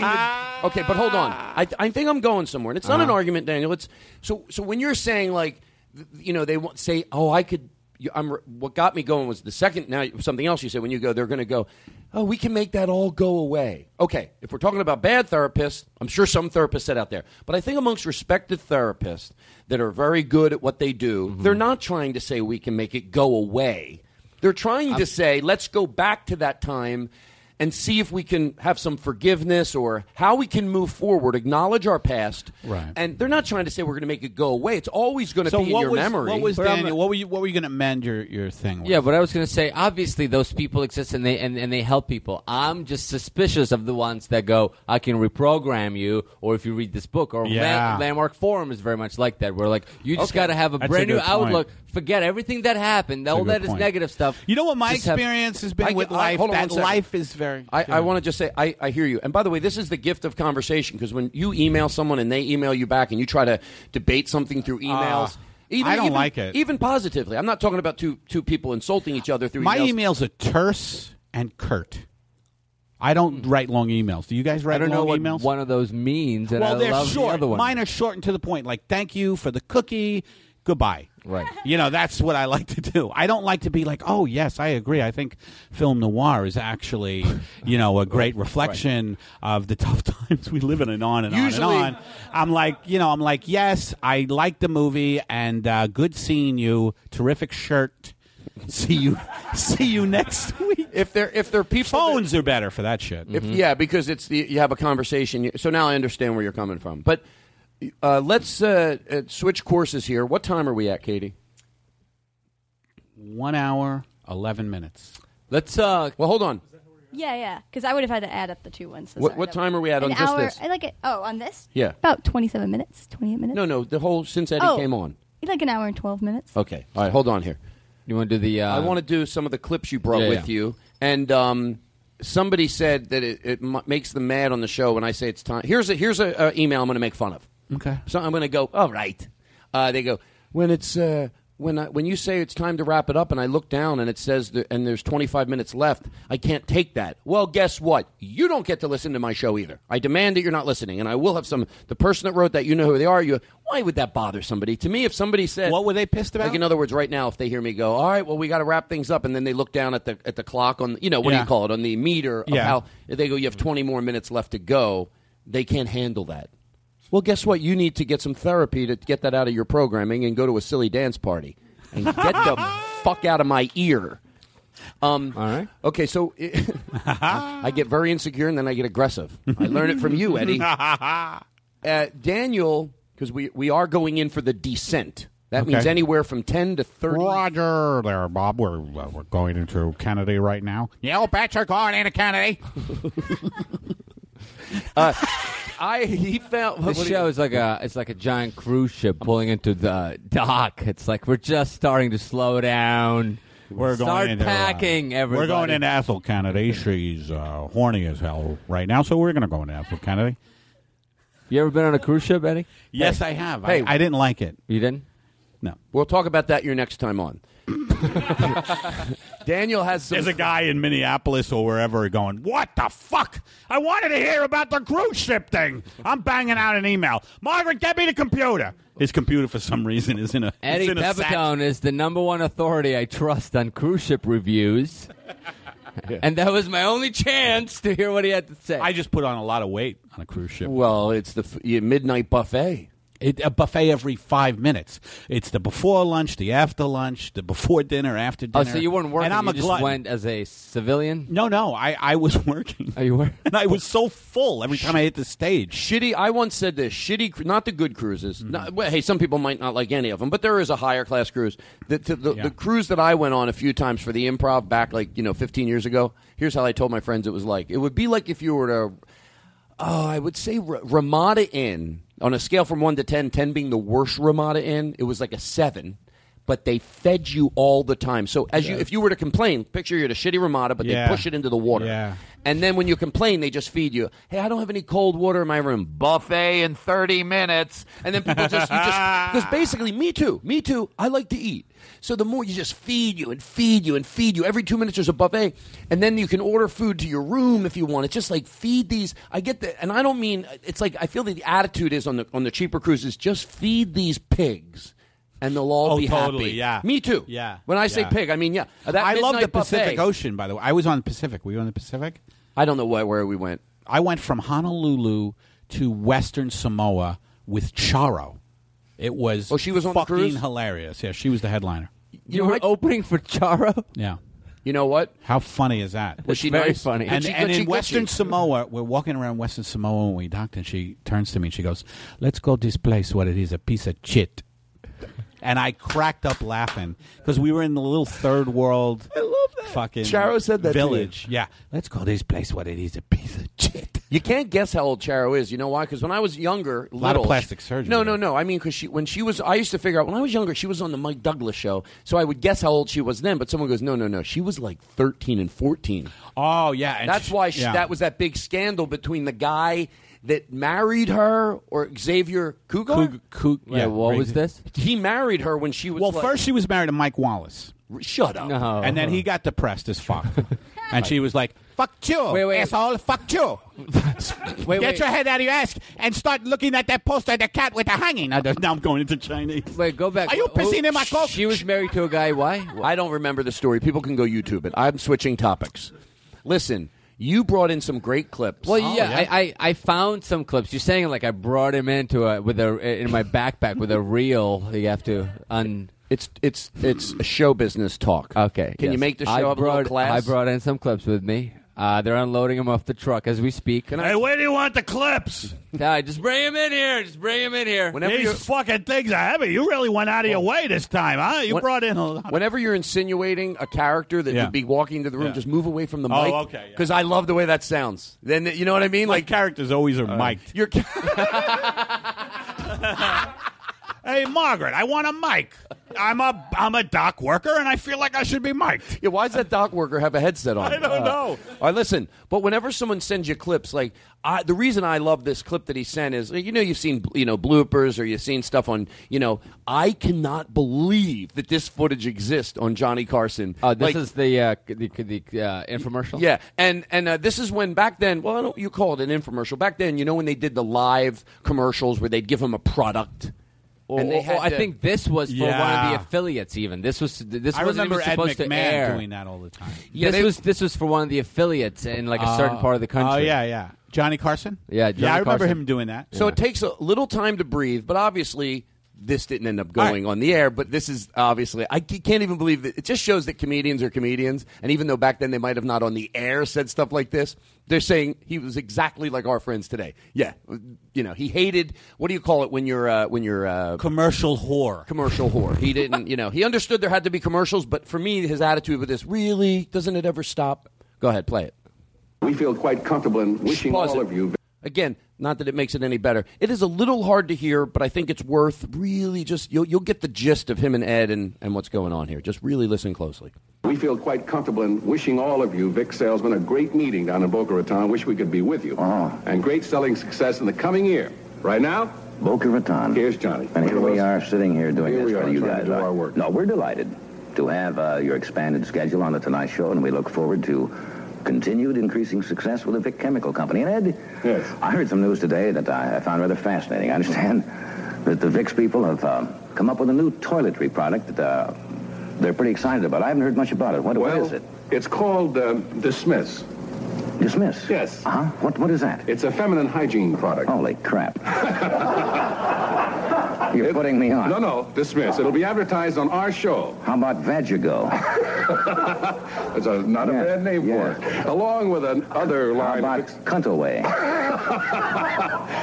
[SPEAKER 2] that- okay, but hold on. I, I think I'm going somewhere, and it's not an argument, Daniel. It's so. So when you're saying like, th- you know, they want say, oh, I could. you- I'm. re- What got me going was the second. Now something else you said when you go, they're going to go. Oh, we can make that all go away. Okay, if we're talking about bad therapists, I'm sure some therapists sit out there, but I think amongst respected therapists that are very good at what they do,
[SPEAKER 10] Mm-hmm.
[SPEAKER 2] they're not trying to say we can make it go away. They're trying to say, let's go back to that time and see if we can have some forgiveness or how we can move forward, acknowledge our past.
[SPEAKER 10] Right.
[SPEAKER 2] And they're not trying to say we're going to make it go away. It's always going to
[SPEAKER 10] So
[SPEAKER 2] be
[SPEAKER 10] what
[SPEAKER 2] in your
[SPEAKER 10] was,
[SPEAKER 2] memory.
[SPEAKER 10] What was Daniel? What were you? What were you going to mend your, your thing? With?
[SPEAKER 3] Yeah, but I was going to say, obviously, those people exist and they and, and they help people. I'm just suspicious of the ones that go, "I can reprogram you," or if you read this book, or
[SPEAKER 10] Yeah.
[SPEAKER 3] Land- Landmark Forum is very much like that. Where like you just
[SPEAKER 10] Okay.
[SPEAKER 3] got to have a
[SPEAKER 10] That's a
[SPEAKER 3] brand new
[SPEAKER 10] good point.
[SPEAKER 3] outlook, forget everything that happened,
[SPEAKER 10] a
[SPEAKER 3] all
[SPEAKER 10] good
[SPEAKER 3] that is
[SPEAKER 10] point.
[SPEAKER 3] negative stuff.
[SPEAKER 10] You know what my
[SPEAKER 3] Just have-
[SPEAKER 10] experience has been
[SPEAKER 2] I-
[SPEAKER 10] with
[SPEAKER 2] I-
[SPEAKER 10] life?
[SPEAKER 2] hold on
[SPEAKER 10] that
[SPEAKER 2] one second.
[SPEAKER 10] life is very.
[SPEAKER 2] I, I want to just say I, I hear you. And by the way, this is the gift of conversation because when you email someone and they email you back and you try to debate something through emails,
[SPEAKER 10] Ah, I don't
[SPEAKER 2] even,
[SPEAKER 10] like it.
[SPEAKER 2] Even positively, I'm not talking about two two people insulting each other through
[SPEAKER 10] My
[SPEAKER 2] emails.
[SPEAKER 10] emails are terse and curt. I don't write long emails. Do you guys write
[SPEAKER 3] Hmm. I don't know
[SPEAKER 10] long
[SPEAKER 3] what
[SPEAKER 10] emails?
[SPEAKER 3] one of those means, and
[SPEAKER 10] well,
[SPEAKER 3] I
[SPEAKER 10] they're
[SPEAKER 3] love
[SPEAKER 10] short.
[SPEAKER 3] the other one.
[SPEAKER 10] Mine are short and to the point. Like, thank you for the cookie. Goodbye.
[SPEAKER 3] Right.
[SPEAKER 10] You know, that's what I like to do. I don't like to be like, oh, yes, I agree. I think film noir is actually, you know, a great reflection of the tough times we live in and on and
[SPEAKER 2] Usually-
[SPEAKER 10] on and on. I'm like, you know, I'm like, yes, I like the movie and uh, good seeing you. Terrific shirt. See you. see you next week.
[SPEAKER 2] If they're if they're people
[SPEAKER 10] phones are better for that shit.
[SPEAKER 3] Mm-hmm.
[SPEAKER 2] If, Yeah, because it's the you have a conversation. You- So now I understand where you're coming from. But uh, let's uh, uh, switch courses here. What time are we at, Katie?
[SPEAKER 10] One hour, eleven minutes.
[SPEAKER 3] Let's. uh
[SPEAKER 2] Well, hold on.
[SPEAKER 13] Yeah, yeah. Because I would have had to add up the two ones. so
[SPEAKER 2] What-
[SPEAKER 13] sorry,
[SPEAKER 2] what
[SPEAKER 13] that
[SPEAKER 2] time
[SPEAKER 13] was-
[SPEAKER 2] are we at
[SPEAKER 13] An
[SPEAKER 2] on just
[SPEAKER 13] hour-
[SPEAKER 2] this?
[SPEAKER 13] I like it. Oh, on this?
[SPEAKER 2] Yeah.
[SPEAKER 13] About 27 minutes, 28 minutes.
[SPEAKER 2] No, no. The whole since Eddie
[SPEAKER 13] Oh.
[SPEAKER 2] came on.
[SPEAKER 13] Like an hour and 12 minutes.
[SPEAKER 2] Okay. All right. Hold on here.
[SPEAKER 3] You want to do the? Uh,
[SPEAKER 2] I want to do some of the clips you brought
[SPEAKER 3] Yeah,
[SPEAKER 2] with
[SPEAKER 3] yeah.
[SPEAKER 2] you. And um, somebody said that it, it m- makes them mad on the show when I say it's time. Here's a here's a, uh email I'm going to make fun of.
[SPEAKER 10] Okay.
[SPEAKER 2] So I'm going to go. All right. Uh, they go when it's uh, when I, when you say it's time to wrap it up, and I look down and it says that, and there's 25 minutes left. I can't take that. Well, guess what? You don't get to listen to my show either. I demand that you're not listening, and I will have some. The person that wrote that, you know who they are. You. Why would that bother somebody? To me, if somebody said,
[SPEAKER 10] What were they pissed about?
[SPEAKER 2] Like in other words, right now, if they hear me go, all right, well, we got to wrap things up, and then they look down at the at the clock on, you know, what do
[SPEAKER 10] Yeah.
[SPEAKER 2] you call it, on the meter of
[SPEAKER 10] Yeah.
[SPEAKER 2] how if they go, you have 20 more minutes left to go. They can't handle that. Well, guess what? You need to get some therapy to get that out of your programming and go to a silly dance party. and get the fuck out of my ear. Um, All right. Okay, so I get very insecure and then I get aggressive. I learn it from you, Eddie. uh, Daniel, because we, we are going in for the descent. That means
[SPEAKER 10] Okay.
[SPEAKER 2] anywhere from 10 to 30.
[SPEAKER 10] Roger, there, Bob. We're uh, we're going into Kennedy right now.
[SPEAKER 14] Yeah, bet you're going into Kennedy.
[SPEAKER 2] Uh, I he found
[SPEAKER 3] The show is like a it's like a giant cruise ship pulling into the dock. It's like we're just starting to slow down.
[SPEAKER 10] We're going
[SPEAKER 3] start
[SPEAKER 10] into, uh,
[SPEAKER 3] packing. everybody.
[SPEAKER 10] We're going into Ethel Kennedy. She's uh, horny as hell right now, so we're going to go into Ethel Kennedy.
[SPEAKER 3] You ever been on a cruise ship, Eddie?
[SPEAKER 10] Yes,
[SPEAKER 2] Hey.
[SPEAKER 10] I have.
[SPEAKER 2] Hey.
[SPEAKER 10] I, I didn't like it.
[SPEAKER 3] You didn't?
[SPEAKER 10] No.
[SPEAKER 2] We'll talk about that your next time on. Daniel has some.
[SPEAKER 10] There's a guy in Minneapolis or wherever going, What the fuck? I wanted to hear about the cruise ship thing. I'm banging out an email. Margaret, get me the computer. His computer, for some reason, is in a.
[SPEAKER 3] Eddie
[SPEAKER 10] is in a satchel.
[SPEAKER 3] Pepitone is the number one authority I trust on cruise ship reviews. And that was my only chance to hear what he had to say. I
[SPEAKER 10] just put on a lot of weight on a cruise ship.
[SPEAKER 2] Well, it's the f- yeah, midnight buffet.
[SPEAKER 10] It, a buffet every five minutes. It's the before lunch, the after lunch, the before dinner, after
[SPEAKER 3] Oh,
[SPEAKER 10] dinner.
[SPEAKER 3] so you weren't working?
[SPEAKER 10] And I'm
[SPEAKER 3] you
[SPEAKER 10] a
[SPEAKER 3] just
[SPEAKER 10] glutton.
[SPEAKER 3] went as a civilian?
[SPEAKER 10] No, no, I, I was working.
[SPEAKER 3] Are you working?
[SPEAKER 10] And I was so full every time I hit the stage. Mm-hmm.
[SPEAKER 2] Shitty. I once said this. Shitty, cru- not the good cruises. Not- well, hey, some people might not like any of them, but there is a higher class cruise. The, the, the, the cruise that I went on a few times for the improv back, like you know, fifteen years ago. Here's how I told my friends it was like. It would be like if you were to, oh, I would say R- Ramada Inn on a scale from one to 10, 10 being the worst Ramada Inn. It was like a seven. But they fed you all the time. So as you,
[SPEAKER 10] Yeah.
[SPEAKER 2] if you were to complain, picture you're at a shitty Ramada, but
[SPEAKER 10] Yeah.
[SPEAKER 2] they push it into the water.
[SPEAKER 10] Yeah.
[SPEAKER 2] And then when you complain, they just feed you. Hey, I don't have any cold water in my room. Buffet in thirty minutes, and then people just you just because basically, me too, me too. I like to eat, so the more you just feed you and feed you and feed you. Every two minutes there's a buffet, and then you can order food to your room if you want. It's just like feed these. I get that, and I don't mean it's like I feel that the attitude is on the on the cheaper cruises. Just feed these pigs. And they'll all
[SPEAKER 10] Oh,
[SPEAKER 2] be
[SPEAKER 10] totally,
[SPEAKER 2] happy.
[SPEAKER 10] yeah.
[SPEAKER 2] me too.
[SPEAKER 10] Yeah,
[SPEAKER 2] When I say
[SPEAKER 10] yeah.
[SPEAKER 2] pig, I mean yeah. That
[SPEAKER 10] I love the
[SPEAKER 2] midnight buffet-
[SPEAKER 10] Pacific Ocean, by the way. I was on the Pacific. Were you on the Pacific?
[SPEAKER 2] I don't know where, where we went.
[SPEAKER 10] I went from Honolulu to Western Samoa with Charo. It was oh, she was
[SPEAKER 2] on the
[SPEAKER 10] fucking
[SPEAKER 2] cruise?
[SPEAKER 10] hilarious. Yeah, she was the headliner.
[SPEAKER 3] You were opening for Charo?
[SPEAKER 10] Yeah.
[SPEAKER 2] You know what?
[SPEAKER 10] How funny is that?
[SPEAKER 2] Was she Very nice? funny.
[SPEAKER 10] And,
[SPEAKER 2] Glitchy,
[SPEAKER 10] and
[SPEAKER 2] glitchy,
[SPEAKER 10] in
[SPEAKER 2] glitchy.
[SPEAKER 10] Western Samoa, we're walking around Western Samoa when we docked, and she turns to me and she goes, "Let's go this place. What it is, a piece of shit." And I cracked up laughing because we were in the little third world. I love that. Fucking
[SPEAKER 2] Charo said that to you.
[SPEAKER 10] village. Yeah, let's call this place what it is, a piece of shit.
[SPEAKER 2] You can't guess how old Charo is. You know why? Because when I was younger,
[SPEAKER 10] lot of
[SPEAKER 2] little,
[SPEAKER 10] plastic surgery.
[SPEAKER 2] No, no, no. I mean, because she, when she was, I used to figure out when I was younger, she was on the Mike Douglas show, so I would guess how old she was then. But someone goes, no, no, no. She was like thirteen and fourteen.
[SPEAKER 10] Oh yeah, and
[SPEAKER 2] That's
[SPEAKER 10] she-
[SPEAKER 2] why she,
[SPEAKER 10] yeah.
[SPEAKER 2] that was that big scandal between the guy that married her or Xavier Cougar.
[SPEAKER 10] Coug- Coug- yeah,
[SPEAKER 3] what was this?
[SPEAKER 2] He married her when she was
[SPEAKER 10] Well,
[SPEAKER 2] like-
[SPEAKER 10] first she was married to Mike Wallace.
[SPEAKER 2] Shut up. No.
[SPEAKER 10] And then he got depressed as fuck, and she was like, "Fuck you,
[SPEAKER 14] Wait, wait.
[SPEAKER 10] asshole! Fuck you!
[SPEAKER 14] Wait,
[SPEAKER 10] Get
[SPEAKER 14] wait.
[SPEAKER 10] your head out of your ass and start looking at that poster of the cat with the hanging." Now, there's- now I'm going into Chinese.
[SPEAKER 3] Wait, go back.
[SPEAKER 10] Are you pissing in my coffee?
[SPEAKER 3] She was married to a guy. Why?
[SPEAKER 2] I don't remember the story. People can go YouTube it. I'm switching topics. Listen, you brought in some great clips. Oh,
[SPEAKER 3] Well, yeah, I, I, I found some clips. You're saying like I brought him into a with a in my backpack with a reel. You have to un.
[SPEAKER 2] It's it's it's a show business talk.
[SPEAKER 3] Okay,
[SPEAKER 2] Can you
[SPEAKER 3] yes.
[SPEAKER 2] make the show
[SPEAKER 3] I
[SPEAKER 2] up a little
[SPEAKER 3] brought,
[SPEAKER 2] class?
[SPEAKER 3] I brought in some clips with me. Uh, they're unloading them off the truck as we speak. Can
[SPEAKER 10] Hey, where do you want the clips?
[SPEAKER 3] I just bring him in here. Just bring him in here.
[SPEAKER 10] These fucking things are heavy. You really went out of
[SPEAKER 3] Oh.
[SPEAKER 10] your way this time, huh? You
[SPEAKER 2] When-
[SPEAKER 10] brought in a lot.
[SPEAKER 2] Whenever you're insinuating a character that
[SPEAKER 10] Yeah.
[SPEAKER 2] would be walking into the room,
[SPEAKER 10] Yeah.
[SPEAKER 2] just move away from the
[SPEAKER 10] Oh,
[SPEAKER 2] mic.
[SPEAKER 10] okay, yeah.
[SPEAKER 2] Because I love the way that sounds. Then you know what I mean. Like uh,
[SPEAKER 10] characters always are mic'd.
[SPEAKER 2] Your ca-
[SPEAKER 10] Hey, Margaret, I want a mic. I'm a I'm a dock worker, and I feel like I should be mic'd.
[SPEAKER 2] Yeah, why does that dock worker have a headset on? Uh,
[SPEAKER 10] I don't know.
[SPEAKER 2] All right, listen. But whenever someone sends you clips, like I, the reason I love this clip that he sent is, you know, you've seen you know bloopers or you've seen stuff on, you know, I cannot believe that this footage exists on Johnny Carson.
[SPEAKER 3] Oh, this
[SPEAKER 2] Like,
[SPEAKER 3] is the uh, the, the uh, infomercial.
[SPEAKER 2] yeah, and and uh, this is when back then. Well, I don't, you call it an infomercial. Back then, you know when they did the live commercials where they'd give them a product.
[SPEAKER 3] Or,
[SPEAKER 2] and they
[SPEAKER 3] or-
[SPEAKER 2] had
[SPEAKER 3] or Oh, I
[SPEAKER 2] to-
[SPEAKER 3] think this was for one
[SPEAKER 10] Yeah.
[SPEAKER 3] of the affiliates. Even this was this
[SPEAKER 10] I
[SPEAKER 3] wasn't
[SPEAKER 10] remember
[SPEAKER 3] even
[SPEAKER 10] Ed
[SPEAKER 3] supposed to
[SPEAKER 10] McMahon
[SPEAKER 3] air.
[SPEAKER 10] doing that all the time.
[SPEAKER 3] this was this was for one of the affiliates in like a certain
[SPEAKER 10] Oh.
[SPEAKER 3] part of the country.
[SPEAKER 10] Oh yeah, yeah. Johnny Carson.
[SPEAKER 3] Yeah,
[SPEAKER 10] yeah.
[SPEAKER 3] Johnny
[SPEAKER 10] I remember
[SPEAKER 3] Carson.
[SPEAKER 10] him doing that.
[SPEAKER 2] So it takes a little time to breathe, but obviously this didn't end up going on the air, but this is obviously I c- can't even believe that it just shows that comedians are comedians. And even though back then they might have not on the air said stuff like this, they're saying he was exactly like our friends today. Yeah, you know, he hated what do you call it when you're uh, when you're uh,
[SPEAKER 10] commercial whore.
[SPEAKER 2] Commercial whore. He didn't, you know, he understood there had to be commercials, but for me, his attitude with this really doesn't it ever stop? Go ahead, play it.
[SPEAKER 8] We feel quite comfortable in wishing
[SPEAKER 2] Pause
[SPEAKER 8] all
[SPEAKER 2] it.
[SPEAKER 8] of you.
[SPEAKER 2] Again, not that it makes it any better. It is a little hard to hear, but I think it's worth really just you'll, you'll get the gist of him and Ed and, and what's going on here. Just really listen closely.
[SPEAKER 8] We feel quite comfortable in wishing all of you, Vic Salesman, a great meeting down in Boca Raton. Wish we could be with you.
[SPEAKER 6] Ah.
[SPEAKER 8] And great selling success in the coming year. Right now,
[SPEAKER 6] Boca Raton.
[SPEAKER 8] Here's Johnny.
[SPEAKER 6] And here we are sitting here doing
[SPEAKER 8] Here
[SPEAKER 6] this
[SPEAKER 8] we
[SPEAKER 6] while
[SPEAKER 8] are
[SPEAKER 6] you
[SPEAKER 8] trying to
[SPEAKER 6] guys
[SPEAKER 8] do
[SPEAKER 6] are.
[SPEAKER 8] our work.
[SPEAKER 6] No, we're delighted to have uh, your expanded schedule on the Tonight Show, and we look forward to continued increasing success with the Vic Chemical Company. And Ed, yes. I heard some news today that I, I found rather fascinating. I understand that the Vic's people have uh, come up with a new toiletry product that uh, they're pretty excited about. I haven't heard much about it. What, what
[SPEAKER 8] Well,
[SPEAKER 6] is it?
[SPEAKER 8] It's called uh, Dismiss.
[SPEAKER 6] Dismiss?
[SPEAKER 8] Yes.
[SPEAKER 6] Uh huh. What, what is that?
[SPEAKER 8] It's a feminine hygiene product.
[SPEAKER 6] Holy crap. You're putting me on.
[SPEAKER 8] No, no, Dismiss. It'll be advertised on our show.
[SPEAKER 6] How about Vagigo?
[SPEAKER 8] It's a, not a bad name for it. Along with another line. How about
[SPEAKER 6] Cuntaway?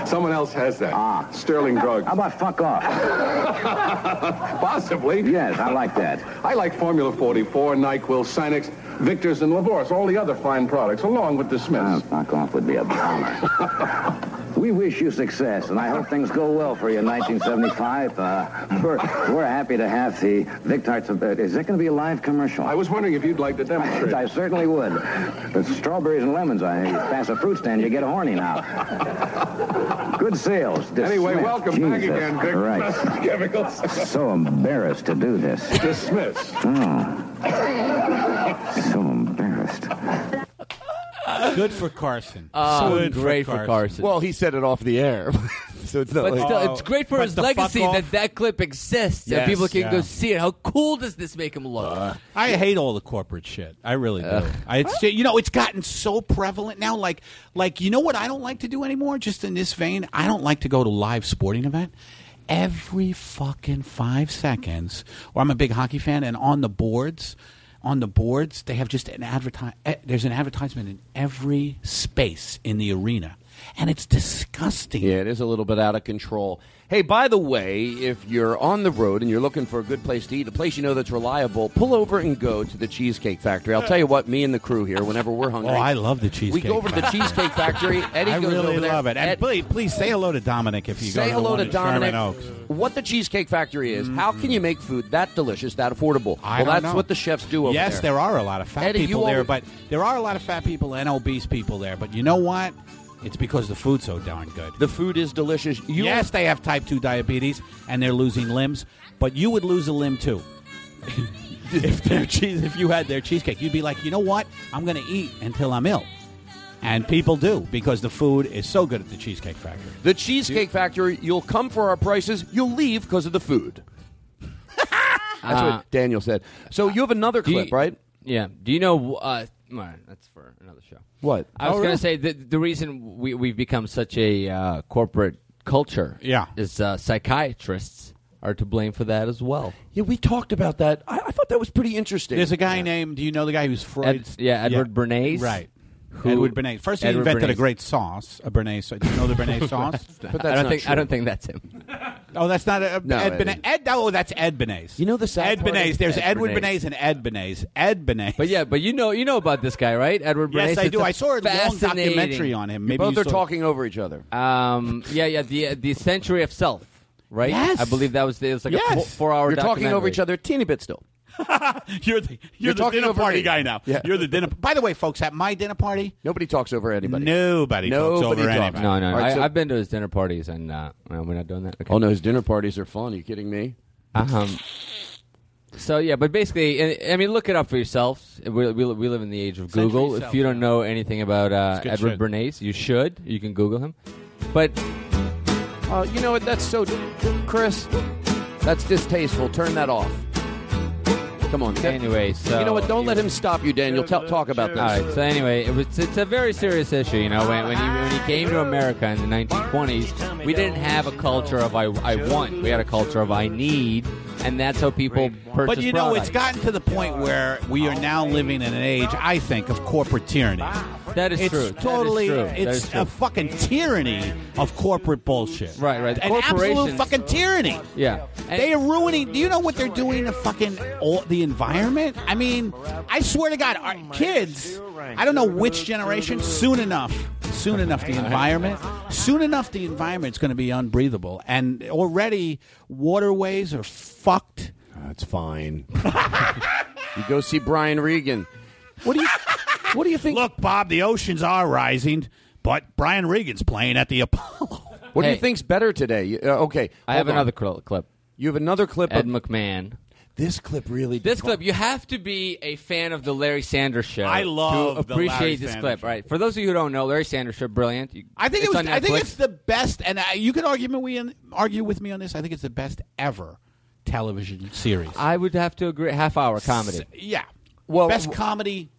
[SPEAKER 8] Someone else has that. Ah. Sterling Drugs. How
[SPEAKER 6] about Fuck Off?
[SPEAKER 8] Possibly.
[SPEAKER 6] Yes, I like that.
[SPEAKER 8] I like Formula 44, NyQuil, Sinex, Victor's, and Lavoris, all the other fine products, along with Dismiss.
[SPEAKER 6] Ah, fuck off would be a bummer. We wish you success, and I hope things go well for you in 1975. Uh, we're, we're happy to have the Victarts. Uh, is that going to be a live commercial? I
[SPEAKER 8] was wondering if you'd like to demonstrate.
[SPEAKER 6] I certainly would. But strawberries and lemons, I you pass a fruit stand, you get horny now. Good sales.
[SPEAKER 8] Anyway,
[SPEAKER 6] Dismissed.
[SPEAKER 8] welcome back
[SPEAKER 6] Jesus
[SPEAKER 8] again, Vic.
[SPEAKER 6] Christ.
[SPEAKER 8] Chemicals.
[SPEAKER 6] So embarrassed to do this. Hmm.
[SPEAKER 8] Dismissed.
[SPEAKER 6] So embarrassed.
[SPEAKER 10] Good for Carson.
[SPEAKER 3] Uh,
[SPEAKER 10] Good
[SPEAKER 3] great for Carson.
[SPEAKER 2] Well, he said it off the air, so it's not
[SPEAKER 3] But
[SPEAKER 2] like-
[SPEAKER 3] still,
[SPEAKER 10] Oh,
[SPEAKER 3] it's great for
[SPEAKER 2] But
[SPEAKER 3] his
[SPEAKER 2] the fuck
[SPEAKER 3] legacy
[SPEAKER 2] off.
[SPEAKER 3] that that clip exists
[SPEAKER 10] Yes,
[SPEAKER 3] and people can
[SPEAKER 10] yeah. Uh,
[SPEAKER 3] go see it. How cool does this make him look?
[SPEAKER 10] I hate all the corporate shit. I really do. I, it's, you know, it's gotten so prevalent now. Like, like you know what I don't like to do anymore. Just in this vein, I don't like to go to live sporting event. Every fucking five seconds, or I'm a big hockey fan, and on the boards, on the boards, they have just an advertise. There's an advertisement in every space in the arena, and it's disgusting.
[SPEAKER 2] Yeah, it is a little bit out of control. Hey, by the way, if you're on the road and you're looking for a good place to eat, a place you know that's reliable, pull over and go to the Cheesecake Factory. I'll tell you what, me and the crew here, whenever we're hungry,
[SPEAKER 10] Oh, I love the cheesecake.
[SPEAKER 2] We go over to the
[SPEAKER 10] Factory.
[SPEAKER 2] Cheesecake Factory. Eddie
[SPEAKER 10] I
[SPEAKER 2] goes
[SPEAKER 10] really
[SPEAKER 2] over there.
[SPEAKER 10] love it. And
[SPEAKER 2] Ed-
[SPEAKER 10] please, please say hello to Dominic if you go
[SPEAKER 2] Say
[SPEAKER 10] to the
[SPEAKER 2] hello
[SPEAKER 10] one
[SPEAKER 2] to
[SPEAKER 10] in Sherman
[SPEAKER 2] Dominic.
[SPEAKER 10] Oaks.
[SPEAKER 2] What the Cheesecake Factory is? How can you make food that delicious, that affordable?
[SPEAKER 10] I
[SPEAKER 2] well,
[SPEAKER 10] don't
[SPEAKER 2] that's
[SPEAKER 10] know.
[SPEAKER 2] what the chefs do over
[SPEAKER 10] yes,
[SPEAKER 2] there.
[SPEAKER 10] there. are a lot of fat
[SPEAKER 2] Eddie,
[SPEAKER 10] people
[SPEAKER 2] you
[SPEAKER 10] there,
[SPEAKER 2] always-
[SPEAKER 10] but there are a lot of fat people and obese people there. But you know what? It's because the food's so darn good.
[SPEAKER 2] The food is delicious.
[SPEAKER 10] yes, they have type two diabetes and they're losing limbs, but you would lose a limb too. if their cheese, if you had their cheesecake, you'd be like, you know what? I'm going to eat until I'm ill, and people do because the food is so good at the Cheesecake Factory.
[SPEAKER 2] The Cheesecake Factory, you'll come for our prices, you'll leave because of the food. Ah. That's
[SPEAKER 3] Uh,
[SPEAKER 2] what Daniel said. So you have another
[SPEAKER 3] do you-
[SPEAKER 2] clip, right?
[SPEAKER 3] Yeah. Do you know? Uh, all right, that's for another show.
[SPEAKER 2] What?
[SPEAKER 3] I
[SPEAKER 2] Oh,
[SPEAKER 3] was going
[SPEAKER 2] really?
[SPEAKER 3] to say the, the reason we, we've become such a uh, corporate culture yeah. is uh, psychiatrists are to blame for that as well.
[SPEAKER 2] Yeah, we talked about that. I, I thought that was pretty interesting.
[SPEAKER 10] There's a guy named. Do you know the guy who's Freud's?
[SPEAKER 3] yeah, Edward Bernays.
[SPEAKER 10] Right.
[SPEAKER 3] Who-
[SPEAKER 10] Edward Bernays. First, he
[SPEAKER 3] Edward
[SPEAKER 10] invented a
[SPEAKER 3] Bernays.
[SPEAKER 10] great sauce, a Bernays. sauce. Do you know the Bernays sauce?
[SPEAKER 3] That's not- But that's I don't not think- I true. don't think that's him.
[SPEAKER 10] Oh, that's not a,
[SPEAKER 3] No,
[SPEAKER 10] Ed
[SPEAKER 3] it
[SPEAKER 10] Bernays. Ed, oh, that's Ed Bernays. You know the Ed
[SPEAKER 3] part
[SPEAKER 10] Bernays.
[SPEAKER 3] is
[SPEAKER 10] There's
[SPEAKER 3] Ed
[SPEAKER 10] Edward
[SPEAKER 3] Bernays.
[SPEAKER 10] Bernays and Ed Bernays. Ed Bernays.
[SPEAKER 3] But yeah, but you know you know about this guy, right? Edward Bernays.
[SPEAKER 10] Yes, I
[SPEAKER 3] It's
[SPEAKER 10] do.
[SPEAKER 3] a
[SPEAKER 10] I saw a long
[SPEAKER 3] fascinating-
[SPEAKER 10] documentary on him. You Maybe both you are saw- talking
[SPEAKER 2] over each other.
[SPEAKER 3] Um, yeah, yeah. The the century of self, right?
[SPEAKER 10] Yes.
[SPEAKER 3] I believe that was the, it was like a four, four hour.
[SPEAKER 2] You're talking over each other a teeny bit still.
[SPEAKER 10] you're the you're, the
[SPEAKER 2] talking
[SPEAKER 10] dinner
[SPEAKER 2] over
[SPEAKER 10] party
[SPEAKER 2] me.
[SPEAKER 10] guy now.
[SPEAKER 2] Yeah.
[SPEAKER 10] You're the dinner. By the way, folks, at my dinner party,
[SPEAKER 2] nobody talks over anybody.
[SPEAKER 10] Nobody, talks over
[SPEAKER 2] Nobody talks.
[SPEAKER 10] anybody.
[SPEAKER 3] No, no. no.
[SPEAKER 2] All right,
[SPEAKER 3] I,
[SPEAKER 2] so-
[SPEAKER 3] I've been to his dinner parties, and uh, no, we're not doing that. Okay.
[SPEAKER 2] Oh no, his dinner parties are fun. Are you kidding me?
[SPEAKER 3] Um, so yeah, but basically, uh, I- I mean, look it up for yourselves. We, we, we live in the age of
[SPEAKER 10] Century
[SPEAKER 3] Google.
[SPEAKER 10] Self,
[SPEAKER 3] If you don't know anything about uh,
[SPEAKER 2] It's good
[SPEAKER 3] Edward
[SPEAKER 2] shit.
[SPEAKER 3] Bernays, you should. You can Google him. But
[SPEAKER 2] Oh, you know what? That's so, Chris. That's distasteful. Turn that off. Come on.
[SPEAKER 3] Anyway, so
[SPEAKER 2] you know what? Don't let him stop you, Daniel. Tell, talk about this.
[SPEAKER 3] All right. So anyway, it was it's a very serious issue. You know, when when he, when he came to America in the 1920s, we didn't have a culture of I, I want. We had a culture of I need, and that's how people purchase.
[SPEAKER 10] But you know,
[SPEAKER 3] products.
[SPEAKER 10] it's gotten to the point where we are now living in an age, I think, of corporate tyranny.
[SPEAKER 3] That is
[SPEAKER 10] it's
[SPEAKER 3] true. That is
[SPEAKER 10] Totally,
[SPEAKER 3] true. That
[SPEAKER 10] it's
[SPEAKER 3] is true.
[SPEAKER 10] a fucking tyranny of corporate bullshit.
[SPEAKER 3] Right, right.
[SPEAKER 10] An absolute
[SPEAKER 3] Corporations-
[SPEAKER 10] fucking tyranny.
[SPEAKER 3] Yeah.
[SPEAKER 10] they are ruining. Do you know what they're doing to fucking all, the environment? I mean, I swear to God, our kids. I don't know which generation. Soon enough, soon enough, the environment. Soon enough, the environment's going to be unbreathable, and already waterways are fucked.
[SPEAKER 2] That's fine. you go see Brian Regan. What do you What do you think?
[SPEAKER 10] Look, Bob, the oceans are rising, but Brian Regan's playing at the Apollo.
[SPEAKER 2] What do
[SPEAKER 10] Hey.
[SPEAKER 2] you think's better today? You- uh, okay,
[SPEAKER 10] I
[SPEAKER 2] hold
[SPEAKER 10] have
[SPEAKER 2] on.
[SPEAKER 10] another
[SPEAKER 3] cl- clip.
[SPEAKER 2] You have another clip
[SPEAKER 3] Ed
[SPEAKER 2] of
[SPEAKER 3] McMahon.
[SPEAKER 2] This clip really.
[SPEAKER 3] This clip, you have to be a fan of the Larry Sanders Show.
[SPEAKER 10] I love
[SPEAKER 3] to
[SPEAKER 10] the Larry
[SPEAKER 3] appreciate this
[SPEAKER 10] Sanders
[SPEAKER 3] clip. Right, for those of you who don't know, Larry Sanders Show, brilliant. You-
[SPEAKER 10] I think
[SPEAKER 3] it's
[SPEAKER 10] it was.
[SPEAKER 3] on
[SPEAKER 10] I think
[SPEAKER 3] Netflix.
[SPEAKER 10] it's the best, and I, you could argue me argue with me on this. I think it's the best ever television series.
[SPEAKER 3] I would have to agree. Half hour comedy.
[SPEAKER 10] Yeah.
[SPEAKER 2] Well,
[SPEAKER 10] best comedy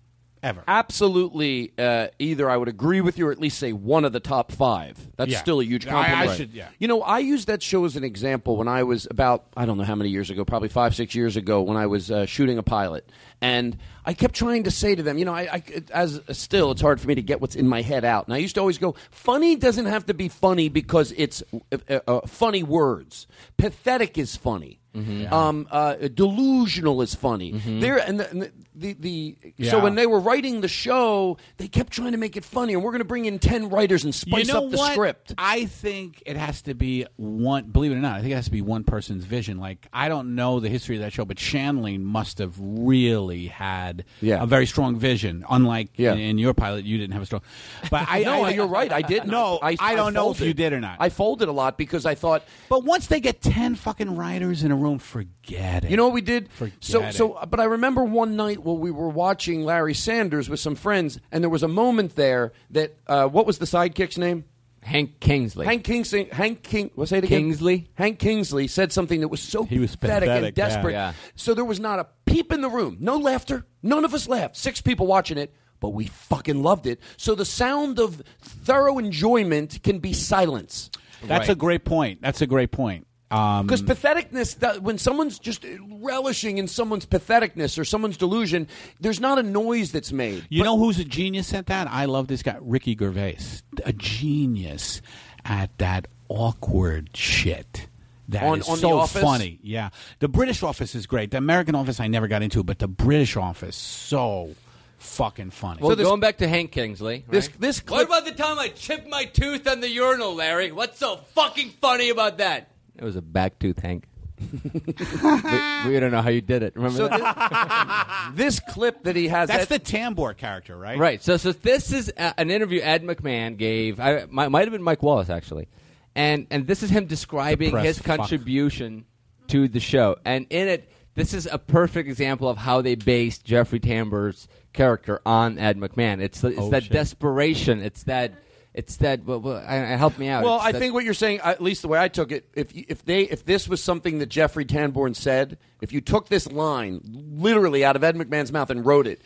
[SPEAKER 10] ever.
[SPEAKER 2] Absolutely. Uh, either I would agree with you, or at least say one of the top five. That's
[SPEAKER 10] Yeah.
[SPEAKER 2] still a huge
[SPEAKER 10] I- I
[SPEAKER 2] compliment.
[SPEAKER 10] should- yeah.
[SPEAKER 2] You know, I used that show as an example when I was about I don't know how many years ago, probably five six years ago, when I was uh, shooting a pilot, and I kept trying to say to them, you know, I, I as still it's hard for me to get what's in my head out, and I used to always go, funny doesn't have to be funny because it's uh, uh, uh, funny words. Pathetic is funny.
[SPEAKER 3] Mm-hmm.
[SPEAKER 2] Um, uh, delusional is funny. There and the, and the, the, the so
[SPEAKER 10] Mm-hmm. Yeah.
[SPEAKER 2] when they were writing the show, they kept trying to make it funny, and we're going to bring in ten writers and spice
[SPEAKER 10] you know
[SPEAKER 2] up the
[SPEAKER 10] what?
[SPEAKER 2] script.
[SPEAKER 10] I think it has to be one. Believe it or not, I think it has to be one person's vision. Like I don't know the history of that show, but Shanley must have really had
[SPEAKER 2] Yeah.
[SPEAKER 10] a very strong vision. Unlike
[SPEAKER 2] Yeah.
[SPEAKER 10] in, in your pilot, you didn't have a strong. But I
[SPEAKER 2] no,
[SPEAKER 10] I-
[SPEAKER 2] you're right. I didn't.
[SPEAKER 10] No,
[SPEAKER 2] I,
[SPEAKER 10] I don't know if
[SPEAKER 2] folded.
[SPEAKER 10] you did or not.
[SPEAKER 2] I folded a lot because I thought.
[SPEAKER 10] But once they get ten fucking writers in a room, forget it.
[SPEAKER 2] You know what we did? so
[SPEAKER 10] it.
[SPEAKER 2] so. But I remember one night while we were watching Larry Sanders with some friends, and there was a moment there that uh, what was the sidekick's name?
[SPEAKER 3] Hank Kingsley.
[SPEAKER 2] Hank Kingsley. Hank King. What's that again?
[SPEAKER 3] Kingsley.
[SPEAKER 2] Hank Kingsley said something that was so he was pathetic,
[SPEAKER 3] pathetic,
[SPEAKER 2] and desperate.
[SPEAKER 3] yeah. Yeah.
[SPEAKER 2] So there was not a peep in the room. No laughter. None of us laughed. Six people watching it, but we fucking loved it. So the sound of thorough enjoyment can be silence.
[SPEAKER 10] That's a great point. That's a great point. Um,
[SPEAKER 2] Because patheticness, that, when someone's just relishing in someone's patheticness or someone's delusion, there's not a noise that's made.
[SPEAKER 10] You know who's a genius at that? I love this guy, Ricky Gervais. A genius at that awkward shit. That is
[SPEAKER 2] On- on The
[SPEAKER 10] so
[SPEAKER 2] Office?
[SPEAKER 10] funny. Yeah. The British office is great. The American office I never got into, but the British office, so fucking funny.
[SPEAKER 3] Well, going back to Hank Kingsley. Right?
[SPEAKER 10] This- this
[SPEAKER 3] What about the time I chipped my tooth on the urinal, Larry? What's so fucking funny about that? It was a back tooth, Hank. we, we don't know how you did it. Remember
[SPEAKER 2] So
[SPEAKER 3] that?
[SPEAKER 2] this clip that he has.
[SPEAKER 10] That's
[SPEAKER 2] that-
[SPEAKER 10] the Tambor character, right?
[SPEAKER 3] Right. So, so this is a, an interview Ed McMahon gave. I might, might have been Mike Wallace actually, and and this is him describing
[SPEAKER 10] Depressed
[SPEAKER 3] his
[SPEAKER 10] fuck.
[SPEAKER 3] contribution to the show. And in it, this is a perfect example of how they based Jeffrey Tambor's character on Ed McMahon. It's it's
[SPEAKER 2] Oh,
[SPEAKER 3] that
[SPEAKER 2] shit.
[SPEAKER 3] desperation. It's that. It's that. Well, well, I, I- help me out.
[SPEAKER 2] Well,
[SPEAKER 3] It's
[SPEAKER 2] I
[SPEAKER 3] that-
[SPEAKER 2] think what you're saying, at least the way I took it, if you- if they if this was something that Jeffrey Tanborn said, if you took this line literally out of Ed McMahon's mouth and wrote it,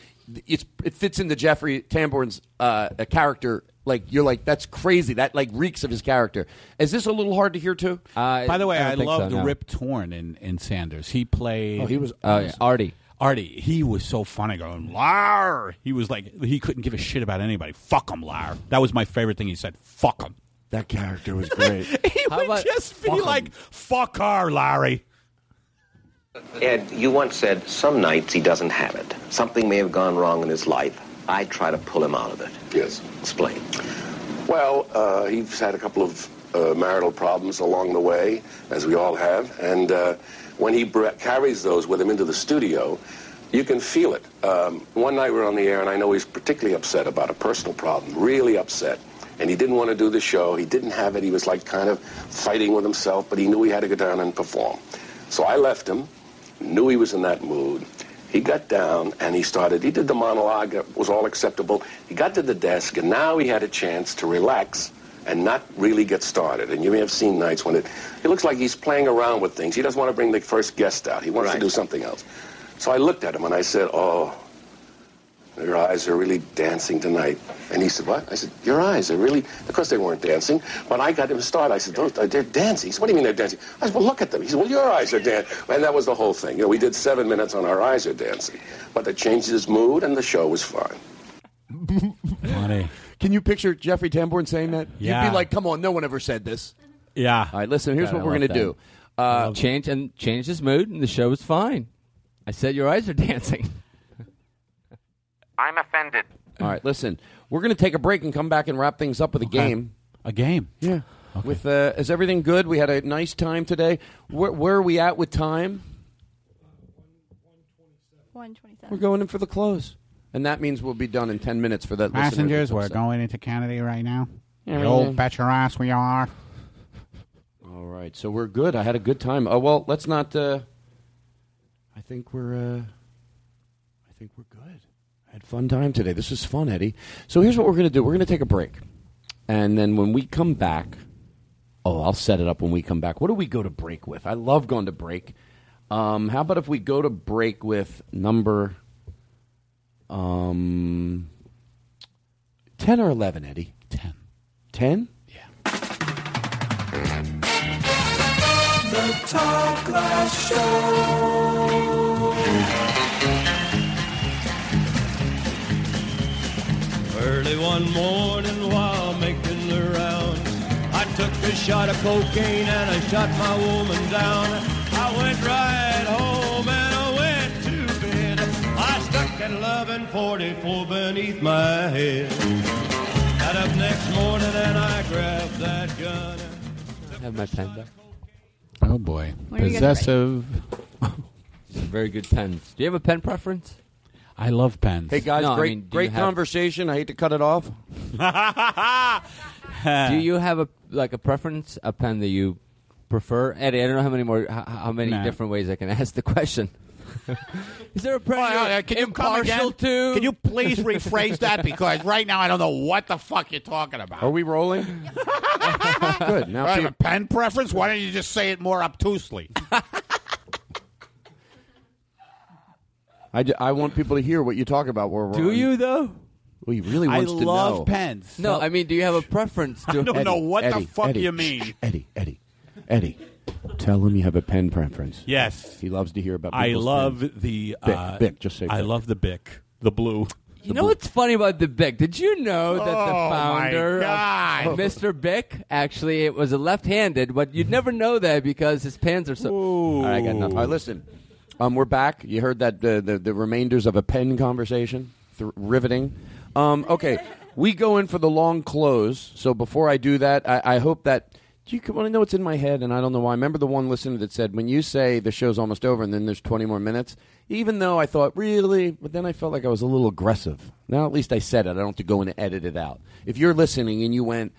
[SPEAKER 2] it's it fits into Jeffrey Tanborn's uh, a character. Like you're like that's crazy. That like reeks of his character. Is this a little hard to hear too?
[SPEAKER 3] Uh,
[SPEAKER 10] By the way, I, love the Rip Torn in, in Sanders. He played.
[SPEAKER 2] Oh, he was-
[SPEAKER 3] Oh, yeah. Artie.
[SPEAKER 10] Artie. He was so funny going, Lar! He was like, he couldn't give a shit about anybody. Fuck him, Lar. That was my favorite thing he said. Fuck him.
[SPEAKER 2] That character was great.
[SPEAKER 10] he would just be like, fuck her, Larry.
[SPEAKER 21] Ed, you once said some nights he doesn't have it. Something may have gone wrong in his life. I try to pull him out of it.
[SPEAKER 22] Yes.
[SPEAKER 21] Explain.
[SPEAKER 22] Well, uh, he's had a couple of uh, marital problems along the way, as we all have, and uh, when he br- carries those with him into the studio, you can feel it. Um, one night we were on the air, and I know he's particularly upset about a personal problem, really upset. And he didn't want to do the show. He didn't have it. He was like kind of fighting with himself, but he knew he had to go down and perform. So I left him, knew he was in that mood. He got down and he started. He did the monologue, it was all acceptable. He got to the desk, and now he had a chance to relax and not really get started. And you may have seen nights when it, it looks like he's playing around with things. He doesn't want to bring the first guest out, he wants to do something else. So I looked at him and I said, Oh, your eyes are really dancing tonight. And he said, What? I said, Your eyes are really. Of course, they weren't dancing. But I got him started. I said, Those, uh, They're dancing. He said, What do you mean they're dancing? I said, Well, look at them. He said, Well, your eyes are dancing. And that was the whole thing. You know, we did seven minutes on Our Eyes Are Dancing. But that changed his mood, and the show was fine.
[SPEAKER 2] Funny. Can you picture Jeffrey Tamborn saying that? You'd
[SPEAKER 3] Yeah.
[SPEAKER 2] be like, come on, no one ever said this.
[SPEAKER 3] Yeah.
[SPEAKER 2] All right, listen, here's
[SPEAKER 3] God,
[SPEAKER 2] what
[SPEAKER 3] I
[SPEAKER 2] we're
[SPEAKER 3] love
[SPEAKER 2] going to do.
[SPEAKER 3] that. Uh, change and change his mood, and the show is fine. I said your eyes are dancing.
[SPEAKER 20] I'm offended.
[SPEAKER 2] All right, listen, we're going to take a break and come back and wrap things up with a game.
[SPEAKER 10] A game?
[SPEAKER 2] Yeah. With uh, Is everything good? We had a nice time today. Where, where are we at with time?
[SPEAKER 13] One twenty-seven.
[SPEAKER 2] We're going in for the close. And that means we'll be done in 10 minutes for that. listener that's
[SPEAKER 14] Passengers, we're
[SPEAKER 2] upset.
[SPEAKER 14] going into Canada right now.
[SPEAKER 2] Yeah,
[SPEAKER 14] you
[SPEAKER 2] right
[SPEAKER 14] old
[SPEAKER 2] there.
[SPEAKER 14] bet your ass we are.
[SPEAKER 2] All right, so we're good. I had a good time. Oh, well, let's not. Uh, I think we're. Uh, I think we're good. I had fun time today. This was fun, Eddie. So here's what we're going to do. We're going to take a break, and then when we come back, oh, I'll set it up when we come back. What do we go to break with? I love going to break. Um, how about if we go to break with number um, ten or eleven, Eddie? Ten. Ten.
[SPEAKER 12] The Todd Glass Show.
[SPEAKER 23] Early one morning while making the rounds, I took a shot of cocaine and I shot my woman down. I went right home and I went to bed. I stuck at 1144 beneath my head. Got up next morning and I grabbed that gun.
[SPEAKER 3] Have my pen back.
[SPEAKER 14] Oh boy,
[SPEAKER 3] When are you gonna
[SPEAKER 14] possessive.
[SPEAKER 3] Very good pens. Do you have a pen preference?
[SPEAKER 14] I love pens.
[SPEAKER 2] Hey guys,
[SPEAKER 3] No, I
[SPEAKER 2] great
[SPEAKER 3] mean, do you
[SPEAKER 2] great
[SPEAKER 3] have-
[SPEAKER 2] conversation. I hate to cut it off.
[SPEAKER 3] Do you have a like a preference, a pen that you prefer? Eddie, I don't know how many more, how, how many
[SPEAKER 2] Nah.
[SPEAKER 3] different ways I can ask the question. Is there a pen?
[SPEAKER 10] Oh, can you come
[SPEAKER 3] impartial
[SPEAKER 10] again?
[SPEAKER 3] to?
[SPEAKER 10] Can you please rephrase that because right now I don't know what the fuck you're talking about.
[SPEAKER 2] Are we rolling? Good. Now,
[SPEAKER 10] Now, I have
[SPEAKER 2] pe-
[SPEAKER 10] a pen preference. Why don't you just say it more obtusely?
[SPEAKER 2] I, ju- I want people to hear what you talk about. Where we're
[SPEAKER 3] Do
[SPEAKER 2] on.
[SPEAKER 3] you though?
[SPEAKER 2] Well, he really wants to know.
[SPEAKER 3] No, I mean, do you have a preference? To
[SPEAKER 2] Eddie, Eddie, Eddie, shh, Eddie, Eddie, Eddie, tell him you have a pen preference.
[SPEAKER 10] Yes.
[SPEAKER 2] he loves to hear about.
[SPEAKER 10] I
[SPEAKER 2] people's
[SPEAKER 10] love
[SPEAKER 2] pens.
[SPEAKER 10] the,
[SPEAKER 2] Bic,
[SPEAKER 10] uh,
[SPEAKER 2] Bic, Just say
[SPEAKER 10] I
[SPEAKER 2] Bic.
[SPEAKER 10] love the Bic, the blue.
[SPEAKER 3] You know what's funny about the Bic? Did you know that the
[SPEAKER 10] Oh, my
[SPEAKER 3] founder
[SPEAKER 10] God. Mm-hmm.
[SPEAKER 3] of Mr. Bic actually it was a left-handed, but you'd never know that because his pans are so. All right, I got nothing.
[SPEAKER 2] All right, listen. Um, we're back. You heard that uh, the the remainders of a pen conversation, Th- riveting. Um, okay, we go in for the long close. So before I do that, I, I hope that do you want to know what's in my head, and I don't know why. Remember the one listener that said, "When you say the show's almost over, and then there's 20 more minutes," even though I thought really, but then I felt like I was a little aggressive. Now at least I said it. I don't have to go in and edit it out. If you're listening and you went,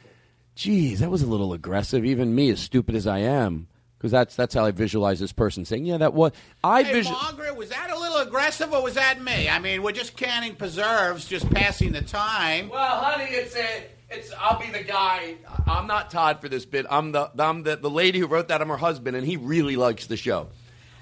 [SPEAKER 2] geez, that was a little aggressive. Even me, as stupid as I am, because that's that's how I visualize this person saying, yeah, that was I
[SPEAKER 10] Hey,
[SPEAKER 2] visual.
[SPEAKER 10] Margaret, was that a little aggressive or was that me? I mean, we're just canning preserves, just passing the time.
[SPEAKER 2] Well, honey, it's a, it's. I'll be the guy. I'm not Todd for this bit. I'm the I'm the, the lady who wrote that. I'm her husband, and he really likes the show.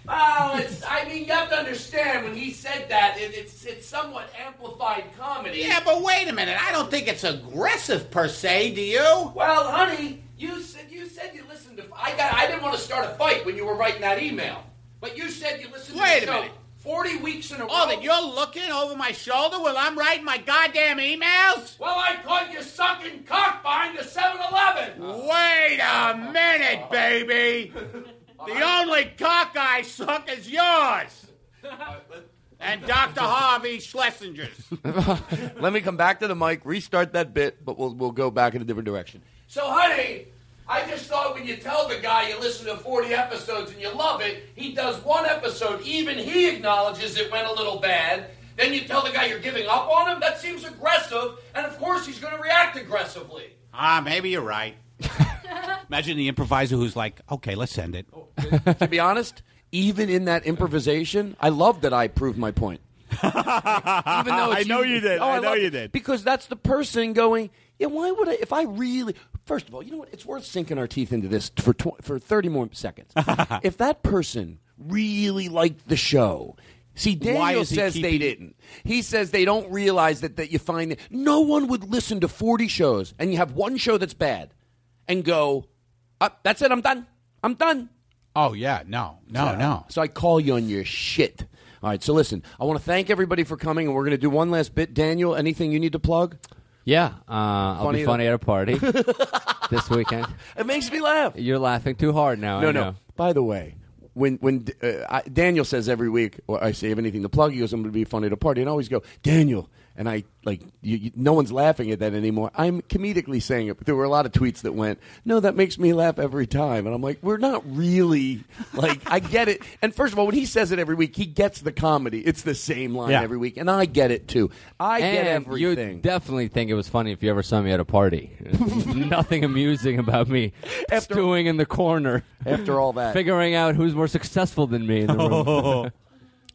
[SPEAKER 4] Oh, it's. I mean, you have to understand when he said that, it, it's it's somewhat amplified comedy.
[SPEAKER 10] Yeah, but wait a minute. I don't think it's aggressive per se. Do you?
[SPEAKER 4] Well, honey, you said you said you listened to. I got. I didn't want to start a fight when you were writing that email, but you said you listened.
[SPEAKER 10] Wait
[SPEAKER 4] to
[SPEAKER 10] a
[SPEAKER 4] the show
[SPEAKER 10] minute.
[SPEAKER 4] Forty weeks in a row.
[SPEAKER 10] Oh, that you're looking over my shoulder while I'm writing my goddamn emails?
[SPEAKER 4] Well, I caught you sucking cock behind the 7-Eleven.
[SPEAKER 10] Wait a minute, baby. The only cock I suck is yours. And Dr. Harvey Schlesinger's.
[SPEAKER 2] Let me come back to the mic, restart that bit, but we'll we'll go back in a different direction.
[SPEAKER 4] So, honey, I just thought when you tell the guy you listen to 40 episodes and you love it, he does one episode, even he acknowledges it went a little bad. Then you tell the guy you're giving up on him? That seems aggressive, and of course he's going to react aggressively.
[SPEAKER 10] Ah, maybe you're right. Imagine the improviser who's like, okay, let's end it.
[SPEAKER 4] Oh,
[SPEAKER 2] to be honest, even in that improvisation, I love that I proved my point. even though it's Oh,
[SPEAKER 12] I know you did. I know
[SPEAKER 2] love
[SPEAKER 12] you
[SPEAKER 2] it.
[SPEAKER 12] did.
[SPEAKER 2] Because that's the person going, yeah, why would I, if I really, first of all, you know what? It's worth sinking our teeth into this for, tw- for 30 more seconds. if that person really liked the show, See, Daniel
[SPEAKER 24] Why is he
[SPEAKER 2] says they
[SPEAKER 24] keeping-
[SPEAKER 2] didn't. He says they don't realize that, that you find that no one would listen to 40 shows and you have one show that's bad and go, "Uh, that's it, I'm done. I'm done.
[SPEAKER 10] Oh, yeah, no, no, no.
[SPEAKER 2] So I call you on your shit. All right, so listen, I want to thank everybody for coming and we're going to do one last bit. Daniel, anything you need to plug?
[SPEAKER 3] Yeah, uh, I'll
[SPEAKER 2] Funny
[SPEAKER 3] be
[SPEAKER 2] that-
[SPEAKER 3] funny at a party this weekend.
[SPEAKER 2] It makes me laugh.
[SPEAKER 3] You're laughing too hard now.
[SPEAKER 2] no,
[SPEAKER 3] I
[SPEAKER 2] no.
[SPEAKER 3] know.
[SPEAKER 2] By the way, when when uh, I, Daniel says every week, or I say have anything to plug, he goes, "I'm going to be funny at a party," and I always go, "Daniel." And I like you, you, no one's laughing at that anymore. I'm comedically saying it, but there were a lot of tweets that went, "No, that makes me laugh every time." And I'm like, "We're not really like I get it." And first of all, when he says it every week, he gets the comedy. It's the same line
[SPEAKER 3] Yeah.
[SPEAKER 2] every week, and I get it too. I get
[SPEAKER 3] And
[SPEAKER 2] everything.
[SPEAKER 3] You definitely think it was funny if you ever saw me at a party. Nothing amusing about me stewing in the corner.
[SPEAKER 2] After all that.
[SPEAKER 3] figuring out who's more successful than me in the room.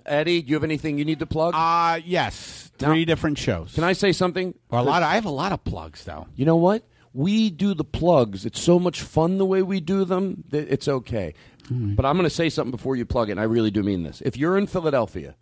[SPEAKER 2] Eddie, do you have anything you need to plug?
[SPEAKER 10] Uh, yes. Three different shows. Can
[SPEAKER 2] I say something?
[SPEAKER 10] Or a lot of, I have a lot of plugs, though.
[SPEAKER 2] You know what? We do the plugs. It's so much fun the way we do them that it's okay. But I'm going to say something before you plug it, and I really do mean this. If you're in Philadelphia,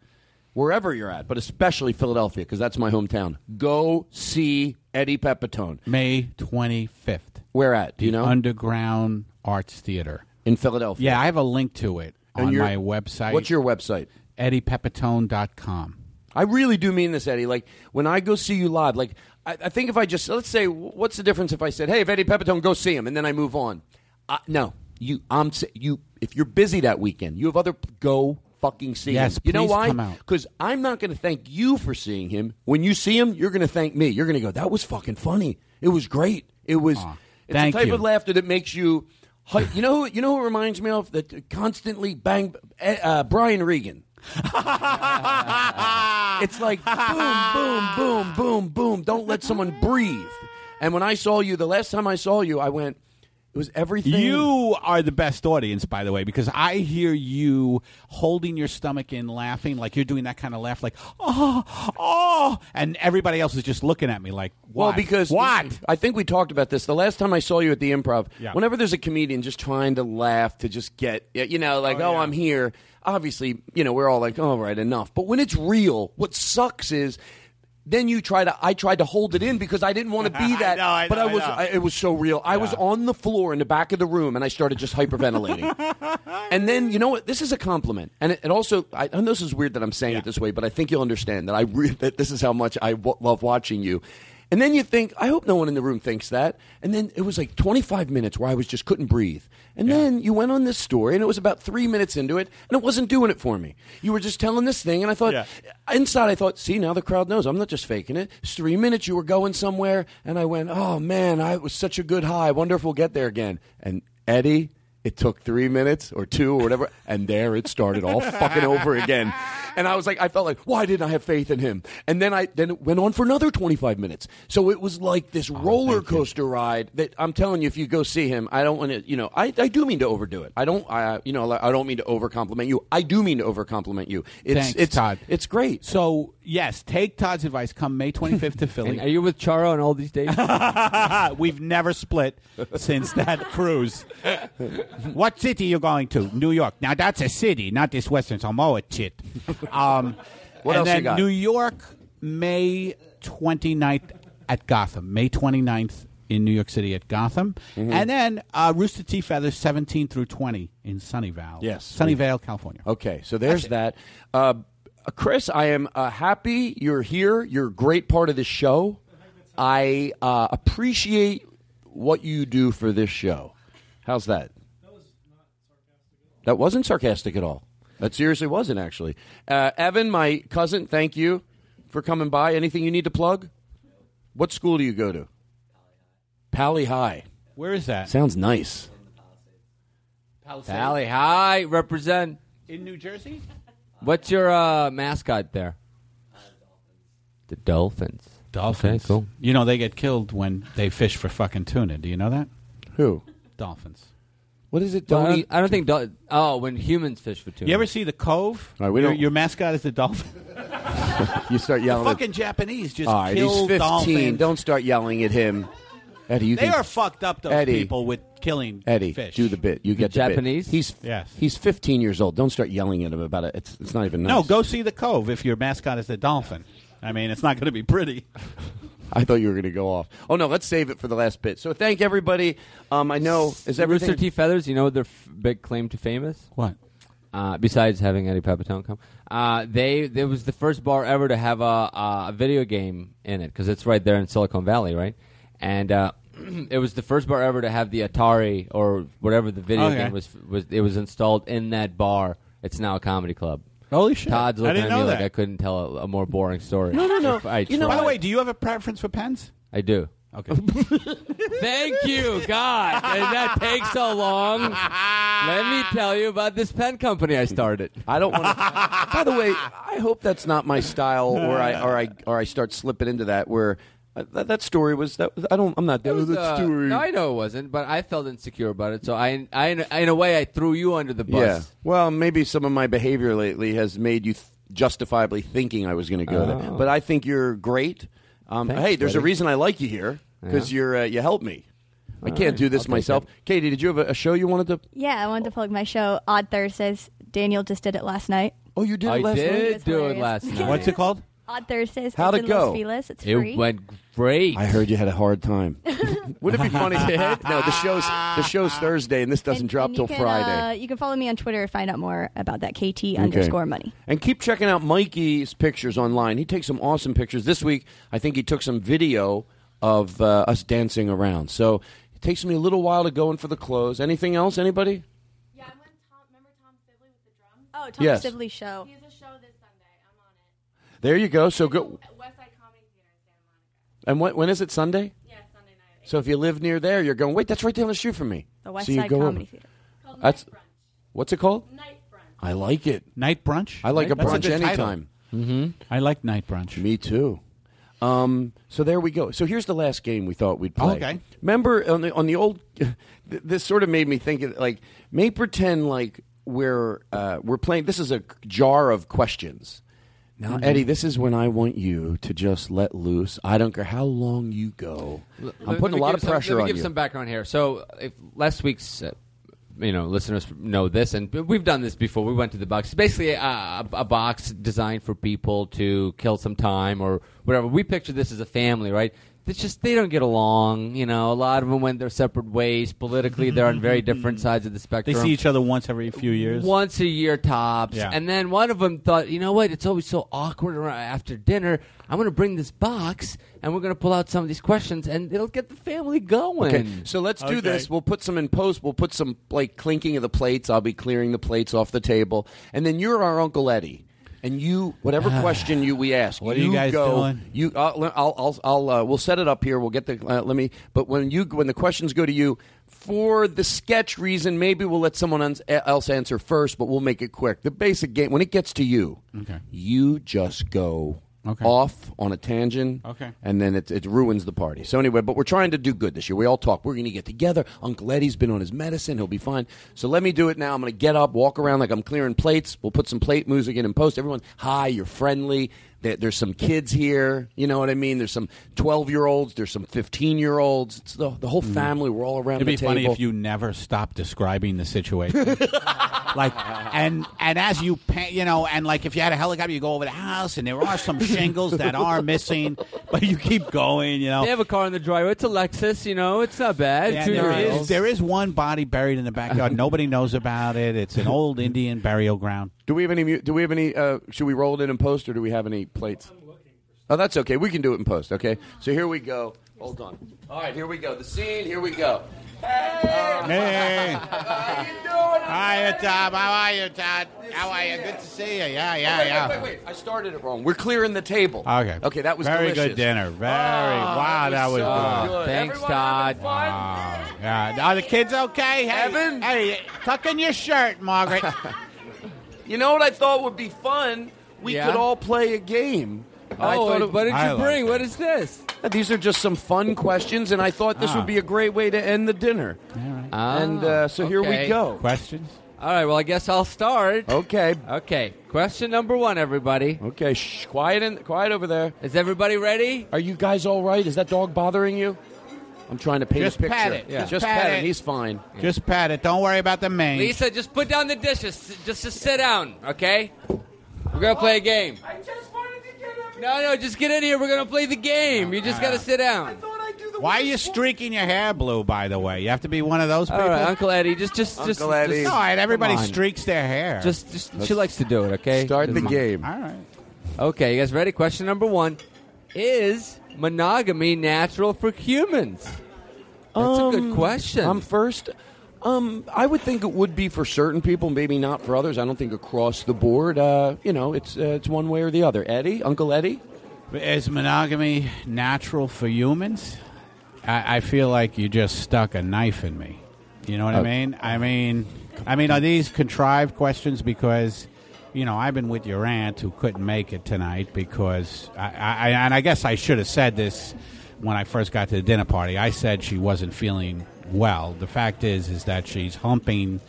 [SPEAKER 2] wherever you're at, but especially Philadelphia, because that's my hometown, go see Eddie Pepitone.
[SPEAKER 10] May 25th.
[SPEAKER 2] Where at? Do you know?
[SPEAKER 10] Underground Arts Theater.
[SPEAKER 2] In Philadelphia.
[SPEAKER 10] Yeah, I have a link to it
[SPEAKER 2] And
[SPEAKER 10] on
[SPEAKER 2] your-
[SPEAKER 10] my website.
[SPEAKER 2] What's your website?
[SPEAKER 10] EddiePepitone.com.
[SPEAKER 2] I really do mean this, Eddie. Like when I go see you live, like I, I think if I just let's say, wh- what's the difference if I said, "Hey, if Eddie Pepitone, go see him," and then I move on? Uh, no, you, I'm s- you. If you're busy that weekend, you have other go fucking see
[SPEAKER 10] Yes,
[SPEAKER 2] him. You know
[SPEAKER 10] please come
[SPEAKER 2] why?
[SPEAKER 10] out.
[SPEAKER 2] Because I'm not going to thank you for seeing him. When you see him, you're going to thank me. You're going to go, "That was fucking funny. It was great. It was." it's
[SPEAKER 10] thank
[SPEAKER 2] the type
[SPEAKER 10] you.
[SPEAKER 2] of laughter that makes you. hy- You know who? You know who it reminds me of that constantly bang eh, uh, Brian Regan. It's like boom, boom, boom, boom, boom. Don't let someone breathe. And when I saw you, the last time I saw you, I went, it was everything.
[SPEAKER 10] You are the best audience, by the way, because I hear you holding your stomach in laughing, like you're doing that kind of laugh, like, oh, oh, and everybody else is just looking at me like, what?
[SPEAKER 2] Well, because what? I think we talked about this the last time I saw you at the improv.
[SPEAKER 10] Yeah.
[SPEAKER 2] Whenever there's a comedian just trying to laugh to just get, yeah, you know, like, oh, I'm here. Obviously, you know, we're all like, all right, enough. But when it's real, what sucks is then you try to. I tried to hold it in because I didn't want to be that.
[SPEAKER 10] know, I
[SPEAKER 2] but
[SPEAKER 10] know,
[SPEAKER 2] I
[SPEAKER 10] I
[SPEAKER 2] was.
[SPEAKER 10] know.
[SPEAKER 2] it was so real. I was on the floor in the back of the room and I started just hyperventilating. And then you know what? This is a compliment, and it, it also I, I know this is weird that I'm saying it this way, but I think you'll understand that I re- that this is how much I w- love watching you. And then you think, I hope no one in the room thinks that. And then it was like 25 minutes where I was just couldn't breathe. And then you went on this story, and it was about three minutes into it, and it wasn't doing it for me. You were just telling this thing, and I thought, inside, I thought, see, now the crowd knows. I'm not just faking it. It's three minutes, you were going somewhere, and I went, oh man, I, it was such a good high. I wonder if we'll get there again. And Eddie, it took three minutes or two or whatever, and there it started all fucking over again. And I was like, I felt like, why didn't I have faith in him? And then I then it went on for another twenty five minutes. So it was like this
[SPEAKER 10] Oh,
[SPEAKER 2] roller coaster ride that I'm telling you, if you go see him, I don't want to, you know, I, I do mean to overdo it. I don't, I you know, I don't mean to over compliment you. I do mean to over compliment you. It's
[SPEAKER 10] Thanks,
[SPEAKER 2] it's
[SPEAKER 10] Todd.
[SPEAKER 2] It's great.
[SPEAKER 10] So yes, take Todd's advice. Come May 25th to Philly.
[SPEAKER 3] And are you with Charo on all these dates?
[SPEAKER 10] We've never split since that cruise. What city you going to? New York. Now that's a city, not this Western Samoa shit. Um,
[SPEAKER 2] What
[SPEAKER 10] and
[SPEAKER 2] else you
[SPEAKER 10] then
[SPEAKER 2] got?
[SPEAKER 10] New York, May 29th at Gotham. May 29th in New York City at Gotham,
[SPEAKER 3] Mm-hmm.
[SPEAKER 10] and then uh, Rooster Teeth Feathers 17 through 20 in Sunnyvale.
[SPEAKER 2] Yes.
[SPEAKER 10] Sunnyvale, California.
[SPEAKER 2] Okay, so there's that. Uh, Chris, I am uh, happy you're here. You're a great part of this show. I uh, appreciate what you do for this show. How's that? That wasn't sarcastic at all. That seriously wasn't, actually. Uh, Evan, my cousin, thank you for coming by. Anything you need to plug? What school do you go to? Pally High.
[SPEAKER 10] Where is that?
[SPEAKER 2] Sounds nice.
[SPEAKER 3] Pally High represent.
[SPEAKER 10] In New Jersey?
[SPEAKER 3] What's your uh, mascot there? The Dolphins.
[SPEAKER 10] Dolphins.
[SPEAKER 3] cool.
[SPEAKER 10] You know they get killed when they fish for fucking tuna. Do you know that?
[SPEAKER 2] Who?
[SPEAKER 10] Dolphins.
[SPEAKER 2] What is it?
[SPEAKER 3] I, don't, I don't think. Dol- oh, when humans fish for tuna.
[SPEAKER 10] You ever see the Cove?
[SPEAKER 2] All right, we
[SPEAKER 10] your,
[SPEAKER 2] don't-
[SPEAKER 10] your mascot is the dolphin.
[SPEAKER 2] You start yelling. at-
[SPEAKER 10] fucking Japanese just
[SPEAKER 2] All right, he's
[SPEAKER 10] kill
[SPEAKER 2] 15.
[SPEAKER 10] dolphins.
[SPEAKER 2] Don't start yelling at him. Eddie, you
[SPEAKER 10] They
[SPEAKER 2] can-
[SPEAKER 10] are fucked up. Those
[SPEAKER 2] Eddie,
[SPEAKER 10] people with killing
[SPEAKER 2] Eddie,
[SPEAKER 10] fish.
[SPEAKER 2] do the bit. You get the bit.
[SPEAKER 10] Japanese?
[SPEAKER 2] He's
[SPEAKER 10] Yes.
[SPEAKER 2] He's 15 years old. Don't start yelling at him about it. It's, it's not even. Nice.
[SPEAKER 10] No, go see the cove if your mascot is a dolphin. I mean, it's not going to be pretty.
[SPEAKER 2] I thought you were going to go off. Oh no, let's save it for the last bit. So thank everybody. Um, I know is everything.
[SPEAKER 3] Rooster Teeth Feathers, you know their f- big claim to fame is?
[SPEAKER 10] What?
[SPEAKER 3] Uh, besides having Eddie Pepitone come, uh, they it was the first bar ever to have a, a video game in it because it's right there uh, in Silicon Valley, right? And uh, it was the first bar ever to have the Atari or whatever the video
[SPEAKER 10] Okay.
[SPEAKER 3] game was. Was it was installed in that bar? It's now a comedy club.
[SPEAKER 10] Holy shit!
[SPEAKER 3] Todd's
[SPEAKER 10] I
[SPEAKER 3] looking
[SPEAKER 10] didn't
[SPEAKER 3] at me
[SPEAKER 10] know
[SPEAKER 3] like
[SPEAKER 10] that.
[SPEAKER 3] I couldn't tell a, a more boring story.
[SPEAKER 10] No, no, no.
[SPEAKER 3] If I
[SPEAKER 10] you know, by
[SPEAKER 3] tried.
[SPEAKER 10] the way, do you have a preference for pens?
[SPEAKER 3] I do.
[SPEAKER 10] Okay.
[SPEAKER 3] Thank you, God. Did that take so long? Let me tell you about this pen company I started.
[SPEAKER 2] I don't want to. By the way, I hope that's not my style, or I or I or I start slipping into that where. Uh, that, that story was that I don't I'm not doing that
[SPEAKER 3] Uh, No, I know it wasn't, but I felt insecure about it. So I, I, in a way, I threw you under the bus.
[SPEAKER 2] Yeah. Well, maybe some of my behavior lately has made you th- justifiably thinking I was going to go there.
[SPEAKER 3] Oh.
[SPEAKER 2] But I think you're great. Um,
[SPEAKER 3] Thanks,
[SPEAKER 2] hey, there's a
[SPEAKER 3] buddy.
[SPEAKER 2] reason I like you here because
[SPEAKER 3] Yeah.
[SPEAKER 2] you're uh, you help me. I
[SPEAKER 3] All
[SPEAKER 2] can't
[SPEAKER 3] right,
[SPEAKER 2] do
[SPEAKER 3] I'll
[SPEAKER 2] this
[SPEAKER 3] take
[SPEAKER 2] myself. Katie, did you have a, a show you wanted to?
[SPEAKER 13] Yeah, I wanted to plug my show, Odd Thursdays. Daniel just did it last night.
[SPEAKER 2] Oh, you
[SPEAKER 3] I did do it
[SPEAKER 13] hilarious.
[SPEAKER 3] last night.
[SPEAKER 13] What's it
[SPEAKER 10] called?
[SPEAKER 13] Odd Thursdays.
[SPEAKER 2] How'd
[SPEAKER 13] it's
[SPEAKER 2] it
[SPEAKER 13] in Los
[SPEAKER 2] go?
[SPEAKER 13] Feliz. It's
[SPEAKER 2] It
[SPEAKER 13] free.
[SPEAKER 3] went great.
[SPEAKER 2] I heard you had a hard time. Would it be funny? no, the show's the show's Thursday, and this doesn't drop
[SPEAKER 13] And
[SPEAKER 2] till
[SPEAKER 13] you can,
[SPEAKER 2] Friday.
[SPEAKER 13] Uh, you can follow me on Twitter to find out more about that. KT
[SPEAKER 2] Okay.
[SPEAKER 13] underscore money.
[SPEAKER 2] And keep checking out Mikey's pictures online. He takes some awesome pictures. This week, I think he took some video of uh, us dancing around. So it takes me a little while to go in for the clothes. Anything else, anybody?
[SPEAKER 13] Oh,
[SPEAKER 2] Tom Yes.
[SPEAKER 13] Sibley show.
[SPEAKER 2] There you go. So go. And when, when is it Sunday? Yeah, Sunday night. So if you live near there, you're going. Wait, that's right down the street from me.
[SPEAKER 13] The West
[SPEAKER 2] so you
[SPEAKER 13] Side
[SPEAKER 2] go
[SPEAKER 13] Comedy
[SPEAKER 2] over.
[SPEAKER 13] Theater.
[SPEAKER 2] That's what's it called? Night brunch. I like it.
[SPEAKER 10] Night brunch.
[SPEAKER 2] I like
[SPEAKER 10] Night
[SPEAKER 2] a
[SPEAKER 10] brunch.
[SPEAKER 2] brunch
[SPEAKER 10] That's a good
[SPEAKER 2] anytime. Mm-hmm.
[SPEAKER 10] I like night brunch.
[SPEAKER 2] Me too. Um, so there we go. So here's the last game we thought we'd play.
[SPEAKER 10] Okay.
[SPEAKER 2] Remember on the on the old, th- this sort of made me think of like may pretend like we're uh, we're playing. This is a jar of questions. Now,
[SPEAKER 10] Mm-hmm.
[SPEAKER 3] Mhm.
[SPEAKER 2] Eddie, this is when I want you to just let loose. I don't care how long you go. I'm putting a lot of pressure
[SPEAKER 3] some,
[SPEAKER 2] on
[SPEAKER 3] Let me give
[SPEAKER 2] you.
[SPEAKER 3] some background here. So, if last week's, uh, you know, listeners know this, and we've done this before. We went to the box. It's basically uh, a, a box designed for people to kill some time or whatever. We picture this as a family, right? It's just they don't get along. You know, a lot of them went their separate ways. Politically, they're on very different sides of the
[SPEAKER 10] They
[SPEAKER 3] spectrum.
[SPEAKER 10] see each other once every few years.
[SPEAKER 3] Once a year tops.
[SPEAKER 10] Yeah.
[SPEAKER 3] And then one of them thought, you know what? It's always so awkward around- after dinner. I'm going to bring this box and we're going to pull out some of these questions and it'll get the family going.
[SPEAKER 2] Okay, so let's do this. We'll put some in post. We'll put some like clinking of the plates. I'll be clearing the plates off the table, and then you're our Uncle Eddie, and you whatever question you we ask.
[SPEAKER 10] Ah. What are you guys
[SPEAKER 2] go,
[SPEAKER 10] doing?
[SPEAKER 2] You, I'll, I'll, I'll, I'll uh, we'll set it up here. We'll get the uh, let me. But when you when the questions go to you for the sketch reason, maybe we'll let someone else- else answer first, but we'll make it quick. The basic game when it gets to you,
[SPEAKER 10] Okay.
[SPEAKER 2] you just go.
[SPEAKER 10] Okay.
[SPEAKER 2] Off on a tangent,
[SPEAKER 10] Okay.
[SPEAKER 2] and then it, it ruins the party. So anyway, but we're trying to do good this year. We all talk. We're going to get together. Uncle Eddie's been on his medicine. He'll be fine. So let me do it now. I'm going to get up, walk around like I'm clearing plates. We'll put some plate music in and post. Everyone, hi, you're friendly. There, there's some kids here. You know what I mean? There's some 12 year olds. There's some 15 year olds. It's the, the whole family. We're all around
[SPEAKER 10] Mm-hmm. It'd be
[SPEAKER 2] the table.
[SPEAKER 10] funny if you never stopped describing the situation. like and and as you pa- you know and like if you had a helicopter you go over the house and there are some shingles that are missing but you keep going you know
[SPEAKER 3] They have a car in the driveway. It's a Lexus, you know. It's not bad.
[SPEAKER 10] Yeah,
[SPEAKER 3] Two
[SPEAKER 10] there
[SPEAKER 3] miles.
[SPEAKER 10] is there is one body buried in the backyard nobody knows about it it's an old indian burial ground
[SPEAKER 2] do we have any? mu- Do we have any? Uh, should we roll it in and post, or do we have any plates? Oh, that's okay. We can do it in post. Okay. So here we go. Hold on. All right, here we go. The scene. Here we go.
[SPEAKER 10] hey
[SPEAKER 2] How you doing?
[SPEAKER 10] hi Tom how are you Todd how are you good to see you yeah
[SPEAKER 2] Oh, wait, Wait, wait, wait. I started it wrong. We're clearing the table.
[SPEAKER 10] Okay.
[SPEAKER 2] Okay, that was
[SPEAKER 10] very
[SPEAKER 2] delicious.
[SPEAKER 10] good dinner. Very wow, Oh, that was,
[SPEAKER 2] so
[SPEAKER 10] good.
[SPEAKER 2] good. Thanks, Everyone
[SPEAKER 10] Todd. Wow. Ah, Yeah. Are the kids okay? Hey, Evan, hey, tuck in your shirt, Margaret.
[SPEAKER 2] You know what I thought would be fun? We
[SPEAKER 10] Yeah?
[SPEAKER 2] could all play a game. I
[SPEAKER 3] Oh,
[SPEAKER 2] thought
[SPEAKER 3] what did you I like bring?
[SPEAKER 2] what is this? These are just some fun questions, and I thought this
[SPEAKER 3] Ah.
[SPEAKER 2] would be a great way to end the dinner. and uh, so here we
[SPEAKER 3] okay.
[SPEAKER 2] go.
[SPEAKER 10] Questions?
[SPEAKER 3] All right. Well, I guess I'll start.
[SPEAKER 2] Okay.
[SPEAKER 3] Okay. Question number one, everybody.
[SPEAKER 2] Okay. Shh, quiet in, quiet over there.
[SPEAKER 3] Is everybody ready?
[SPEAKER 2] Are you guys all right? Is that dog bothering you? I'm trying to paint
[SPEAKER 10] Just
[SPEAKER 2] a picture.
[SPEAKER 10] pat it. Just
[SPEAKER 2] Just
[SPEAKER 10] pat
[SPEAKER 2] pat him.
[SPEAKER 10] it.
[SPEAKER 2] He's fine.
[SPEAKER 10] Just pat it. Don't worry about the mange.
[SPEAKER 24] Lisa, just put down the dishes. Just to sit down, okay? We're gonna play a game. I just wanted to get No, no, just get in here. We're gonna play the game. You just
[SPEAKER 10] Uh-huh.
[SPEAKER 24] gotta sit down.
[SPEAKER 10] Why are you streaking your hair blue? By the way, you have to be one of those
[SPEAKER 24] All
[SPEAKER 10] people.
[SPEAKER 24] right, Uncle Eddie, just, just, just.
[SPEAKER 10] Uncle Eddie. All right, everybody
[SPEAKER 24] Come on.
[SPEAKER 10] streaks their hair.
[SPEAKER 24] Just, just. she likes to do it. Okay.
[SPEAKER 3] start the
[SPEAKER 24] Come on.
[SPEAKER 3] game.
[SPEAKER 10] All right.
[SPEAKER 24] Okay, you guys ready? Question number one: Is monogamy natural for humans? That's a
[SPEAKER 10] Um,
[SPEAKER 24] good question.
[SPEAKER 2] I'm first. Um, I would think it would be for certain people, maybe not for others. I don't think across the board. Uh, you know, it's uh, it's one way or the other. Eddie, Uncle Eddie.
[SPEAKER 10] Is monogamy natural for humans? I, I feel like you just stuck a knife in me. You know what I
[SPEAKER 14] Oh.
[SPEAKER 10] mean? I mean, I mean, are these contrived questions? Because you know, I've been with your aunt who couldn't make it tonight because I, I and I guess I should have said this when I first got to the dinner party. I said she wasn't feeling well. The fact is, is that she's humping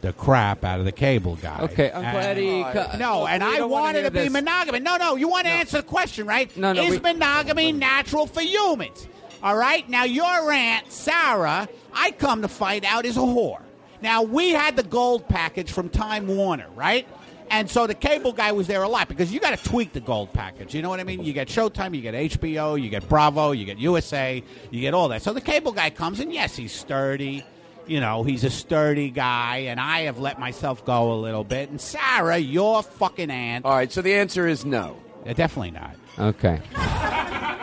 [SPEAKER 10] the crap out of the cable guy.
[SPEAKER 24] Okay, Uncle
[SPEAKER 10] And-
[SPEAKER 24] Eddie. co-
[SPEAKER 10] no, and
[SPEAKER 24] we
[SPEAKER 10] I
[SPEAKER 24] don't wanna
[SPEAKER 10] wanted
[SPEAKER 24] hear
[SPEAKER 10] to be
[SPEAKER 24] this.
[SPEAKER 10] monogamous. No, no, you want to answer the question, right?
[SPEAKER 24] No, no,
[SPEAKER 10] Is
[SPEAKER 24] we-
[SPEAKER 10] monogamy natural for humans? All right. Now your aunt Sarah, I come to find out, is a whore. Now we had the gold package from Time Warner, right? And so the cable guy was there a lot because you got to tweak the gold package. You know what I mean? You get Showtime, you get HBO, you get Bravo, you get USA, you get all that. So the cable guy comes and yes, he's sturdy you know, he's a sturdy guy, and I have let myself go a little bit. And Sarah, your fucking aunt. All
[SPEAKER 2] right, so the answer is no.
[SPEAKER 10] definitely not.
[SPEAKER 24] Okay.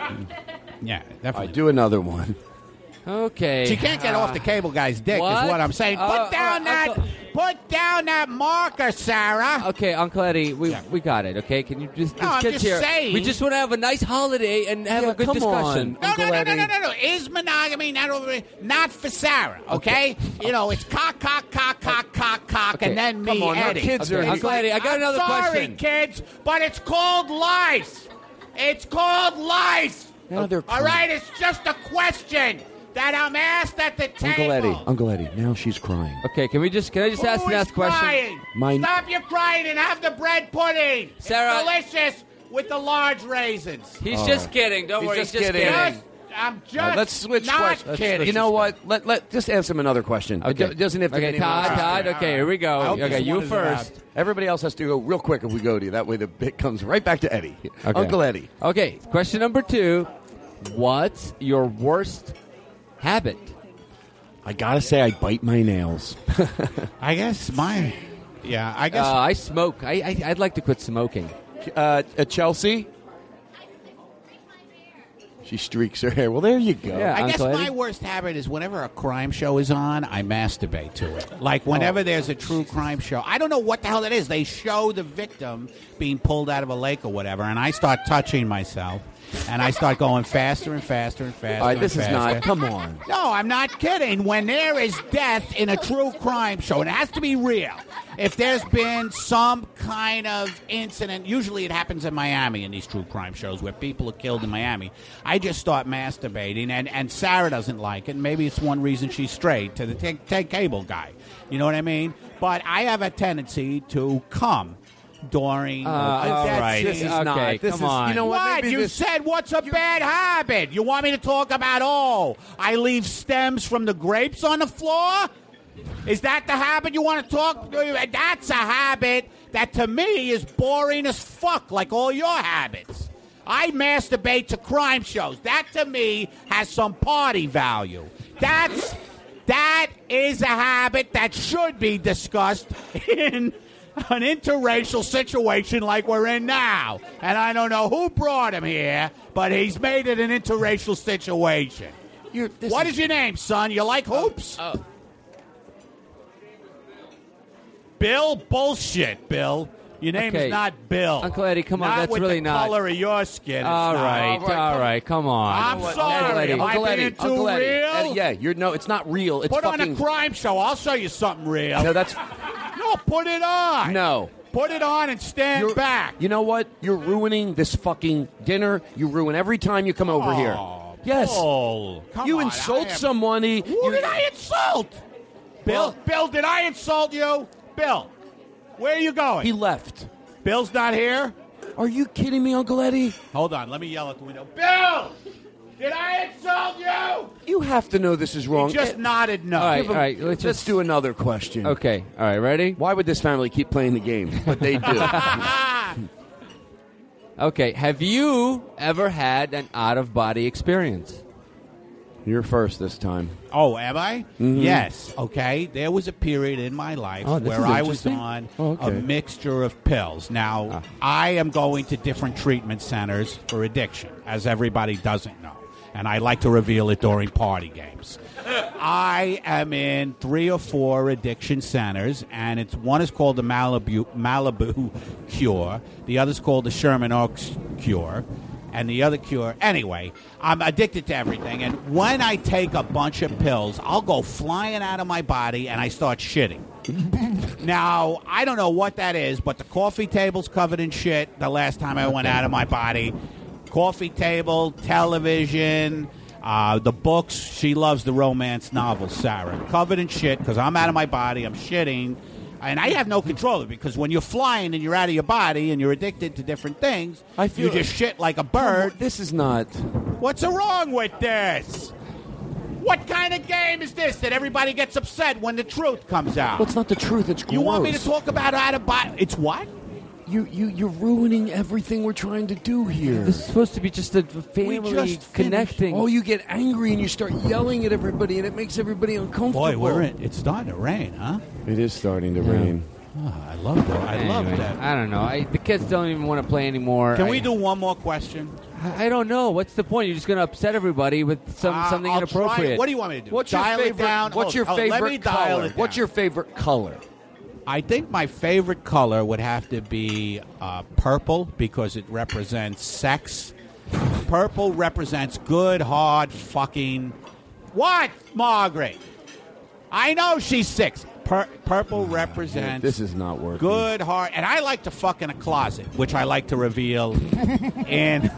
[SPEAKER 10] Yeah, definitely.
[SPEAKER 2] do another one.
[SPEAKER 24] Okay.
[SPEAKER 10] She can't get off the cable guy's dick, is
[SPEAKER 24] what?
[SPEAKER 10] what I'm saying.
[SPEAKER 24] Uh,
[SPEAKER 10] put down that, put down that marker, Sarah.
[SPEAKER 24] Okay, Uncle Eddie, we, we got it. Okay, can you just,
[SPEAKER 10] No, I'm
[SPEAKER 24] get
[SPEAKER 10] just
[SPEAKER 24] uh, here?
[SPEAKER 10] saying-
[SPEAKER 24] We just want to have a nice holiday and have a good
[SPEAKER 10] come
[SPEAKER 24] discussion.
[SPEAKER 10] No, no, no, no, no, no, no. Is monogamy not over? Not for Sarah, okay? you know, it's cock, cock, cock, cock, cock, cock,
[SPEAKER 24] Okay,
[SPEAKER 10] and then
[SPEAKER 24] come
[SPEAKER 10] me,
[SPEAKER 24] on, our
[SPEAKER 10] Eddie.
[SPEAKER 24] kids are- Okay,
[SPEAKER 10] It's
[SPEAKER 24] Uncle
[SPEAKER 10] like,
[SPEAKER 24] Eddie, I got
[SPEAKER 10] I'm
[SPEAKER 24] another
[SPEAKER 10] sorry,
[SPEAKER 24] question.
[SPEAKER 10] kids, but it's called life. It's called life.
[SPEAKER 2] Now they're
[SPEAKER 10] All right, it's just a question that I'm asked at the table.
[SPEAKER 2] Uncle Eddie. Uncle Eddie. Now she's crying.
[SPEAKER 24] Okay, can we just can I just ask
[SPEAKER 10] Who
[SPEAKER 24] the
[SPEAKER 10] is
[SPEAKER 24] last question?
[SPEAKER 10] crying?
[SPEAKER 2] My-
[SPEAKER 10] Stop your crying and have the bread pudding.
[SPEAKER 24] Sarah-
[SPEAKER 10] it's delicious with the large raisins.
[SPEAKER 24] He's just kidding. Don't
[SPEAKER 10] He's
[SPEAKER 24] worry.
[SPEAKER 10] just
[SPEAKER 24] he's just
[SPEAKER 2] kidding.
[SPEAKER 24] kidding.
[SPEAKER 10] Just- I'm just
[SPEAKER 2] Uh, let's switch
[SPEAKER 10] not
[SPEAKER 2] questions.
[SPEAKER 10] kidding.
[SPEAKER 2] You know what? Let let just ask him another question. It
[SPEAKER 24] Okay.
[SPEAKER 2] do- doesn't have to
[SPEAKER 24] Okay,
[SPEAKER 2] be anyone
[SPEAKER 24] Todd,
[SPEAKER 2] else.
[SPEAKER 24] Todd, okay, here we go.
[SPEAKER 2] I hope
[SPEAKER 24] Okay,
[SPEAKER 2] this
[SPEAKER 24] you
[SPEAKER 2] one is
[SPEAKER 24] first.
[SPEAKER 2] about- Everybody else has to go real quick if we go to you. That way the bit comes right back to Eddie.
[SPEAKER 24] Okay.
[SPEAKER 2] Uncle Eddie.
[SPEAKER 24] Okay, question number two. What's your worst habit?
[SPEAKER 2] I gotta say, I bite my nails.
[SPEAKER 10] I guess my. Yeah, I
[SPEAKER 24] guess. Uh, I smoke. I, I I'd like to quit smoking.
[SPEAKER 2] Uh, at Chelsea. She streaks her hair. Well, there you go.
[SPEAKER 10] I guess my worst habit is whenever a crime show is on, I masturbate to it. Like
[SPEAKER 2] Oh.
[SPEAKER 10] whenever there's a true crime show, I don't know what the hell that is. They show the victim being pulled out of a lake or whatever, and I start touching myself, and I start going faster and faster and faster.
[SPEAKER 2] All right,
[SPEAKER 10] and
[SPEAKER 2] this is
[SPEAKER 10] faster.
[SPEAKER 2] not. Come on.
[SPEAKER 10] No, I'm not kidding. When there is death in a true crime show, and it has to be real. If there's been some kind of incident, usually it happens in Miami in these true crime shows where people are killed in Miami. I just start masturbating, and, and Sarah doesn't like it. and Maybe it's one reason she's straight to the tech tech cable guy. You know what I mean? But I have a tendency to come during.
[SPEAKER 24] Uh,
[SPEAKER 10] a death
[SPEAKER 24] all right.
[SPEAKER 10] scene.
[SPEAKER 24] This is Okay, not- this come is- on. you know what?
[SPEAKER 10] What?
[SPEAKER 24] Maybe
[SPEAKER 10] You
[SPEAKER 24] this-
[SPEAKER 10] said what's a bad habit? You want me to talk about oh, I leave stems from the grapes on the floor? Is that the habit you want to talk? uh, That's a habit that to me is boring as fuck, like all your habits. I masturbate to crime shows. That to me has some party value. That's that is a habit that should be discussed in an interracial situation like we're in now. And I don't know who brought him here, but he's made it an interracial situation. What is your name, son? You like
[SPEAKER 24] Oh,
[SPEAKER 10] hoops? Bill, bullshit, Bill. Your name
[SPEAKER 24] Okay.
[SPEAKER 10] is not Bill.
[SPEAKER 24] Uncle Eddie, come on,
[SPEAKER 10] Not
[SPEAKER 24] that's
[SPEAKER 10] with
[SPEAKER 24] really
[SPEAKER 10] the
[SPEAKER 24] not-
[SPEAKER 10] color of your skin. it's
[SPEAKER 24] All
[SPEAKER 10] not.
[SPEAKER 24] right, all right, come on.
[SPEAKER 10] I'm sorry. Am I
[SPEAKER 2] Uncle
[SPEAKER 10] being
[SPEAKER 2] Eddie.
[SPEAKER 10] too
[SPEAKER 2] Uncle Eddie.
[SPEAKER 10] real?
[SPEAKER 2] Eddie, yeah, you're no. It's not real. It's
[SPEAKER 10] Put
[SPEAKER 2] fucking.
[SPEAKER 10] on a crime show. I'll show you something real.
[SPEAKER 2] No, that's
[SPEAKER 10] no. Put it on.
[SPEAKER 2] no.
[SPEAKER 10] Put it on and stand
[SPEAKER 2] You're-
[SPEAKER 10] back.
[SPEAKER 2] You know what? You're ruining this fucking dinner. You ruin every time you come over here. Yes.
[SPEAKER 10] Paul. Come
[SPEAKER 2] you
[SPEAKER 10] on,
[SPEAKER 2] insult
[SPEAKER 10] I am-
[SPEAKER 2] somebody.
[SPEAKER 10] Who did I insult? Bill, Bill, did I insult you? Bill, where are you going?
[SPEAKER 2] He left.
[SPEAKER 10] Bill's not here.
[SPEAKER 2] Are you kidding me, Uncle Eddie? Mm.
[SPEAKER 10] Hold on, let me yell at the window. Bill,
[SPEAKER 11] Did I insult you?
[SPEAKER 2] You have to know this is wrong. Eh,
[SPEAKER 11] just
[SPEAKER 10] nodded no.
[SPEAKER 2] All right,
[SPEAKER 11] Give him-
[SPEAKER 2] all right, let's,
[SPEAKER 11] let's
[SPEAKER 2] do another question. Okay, all right, ready? Why would this family keep playing the game? But they do.
[SPEAKER 3] Okay, have you ever had an out of body experience?
[SPEAKER 2] You're first this time.
[SPEAKER 10] Oh, am I?
[SPEAKER 3] Mm-hmm.
[SPEAKER 2] Mhm.
[SPEAKER 10] Yes. Okay. There was a period in my life
[SPEAKER 2] Oh, this
[SPEAKER 10] where
[SPEAKER 2] is
[SPEAKER 10] I was
[SPEAKER 2] interesting.
[SPEAKER 10] on
[SPEAKER 2] Oh, okay. Ah.
[SPEAKER 10] a mixture of pills. Now, I am going to different treatment centers for addiction, as everybody doesn't know. And I like to reveal it during party games. I am in three or four addiction centers, and it's one is called the Malibu, Malibu Cure, the other is called the Sherman Oaks Cure, and the other cure. Anyway, I'm addicted to everything, and when I take a bunch of pills, I'll go flying out of my body and I start shitting. now, I don't know what that is, but the coffee table's covered in shit the last time I went out of my body. Coffee table, television, uh, the books. She loves the romance novels, Sarah. Covered in shit because I'm out of my body, I'm shitting. And I have no control of it because when you're flying and you're out of your body and you're addicted to different things, I
[SPEAKER 2] feel-
[SPEAKER 10] you just shit like a bird.
[SPEAKER 2] This is not.
[SPEAKER 10] What's wrong with this? What kind of game is this that everybody gets upset when the truth comes out?
[SPEAKER 2] Well, it's not the truth. It's gross.
[SPEAKER 10] You want me to talk about out of body? It's what?
[SPEAKER 2] You you you're ruining everything we're trying to do here.
[SPEAKER 3] This is supposed to be just a family connecting.
[SPEAKER 2] Oh, you get angry and you start yelling at everybody, and it makes everybody uncomfortable.
[SPEAKER 10] Boy, we're in. It's starting to rain, huh?
[SPEAKER 2] It is starting to rain.
[SPEAKER 10] I love that. I love
[SPEAKER 3] Anyway,
[SPEAKER 10] that.
[SPEAKER 3] I don't know. I, the kids don't even want to play anymore.
[SPEAKER 10] Can
[SPEAKER 3] I,
[SPEAKER 10] we do one more question?
[SPEAKER 3] I I don't know. What's the point? You're just going to upset everybody with some
[SPEAKER 10] Uh,
[SPEAKER 3] something
[SPEAKER 10] I'll
[SPEAKER 3] inappropriate.
[SPEAKER 10] try- what do you want me to do?
[SPEAKER 3] What's
[SPEAKER 10] Dial
[SPEAKER 3] your
[SPEAKER 10] it
[SPEAKER 3] favorite?
[SPEAKER 10] down?
[SPEAKER 3] What's
[SPEAKER 10] Oh,
[SPEAKER 3] your
[SPEAKER 10] oh,
[SPEAKER 3] favorite
[SPEAKER 10] let me dial
[SPEAKER 3] color?
[SPEAKER 10] it
[SPEAKER 3] What's
[SPEAKER 10] down.
[SPEAKER 3] your favorite color?
[SPEAKER 10] I think my favorite color would have to be uh, purple because it represents sex. Purple represents good, hard fucking. What, Margaret? I know she's six. Pur- purple represents
[SPEAKER 2] This is not working.
[SPEAKER 10] good, hard, and I like to fuck in a closet, which I like to reveal. and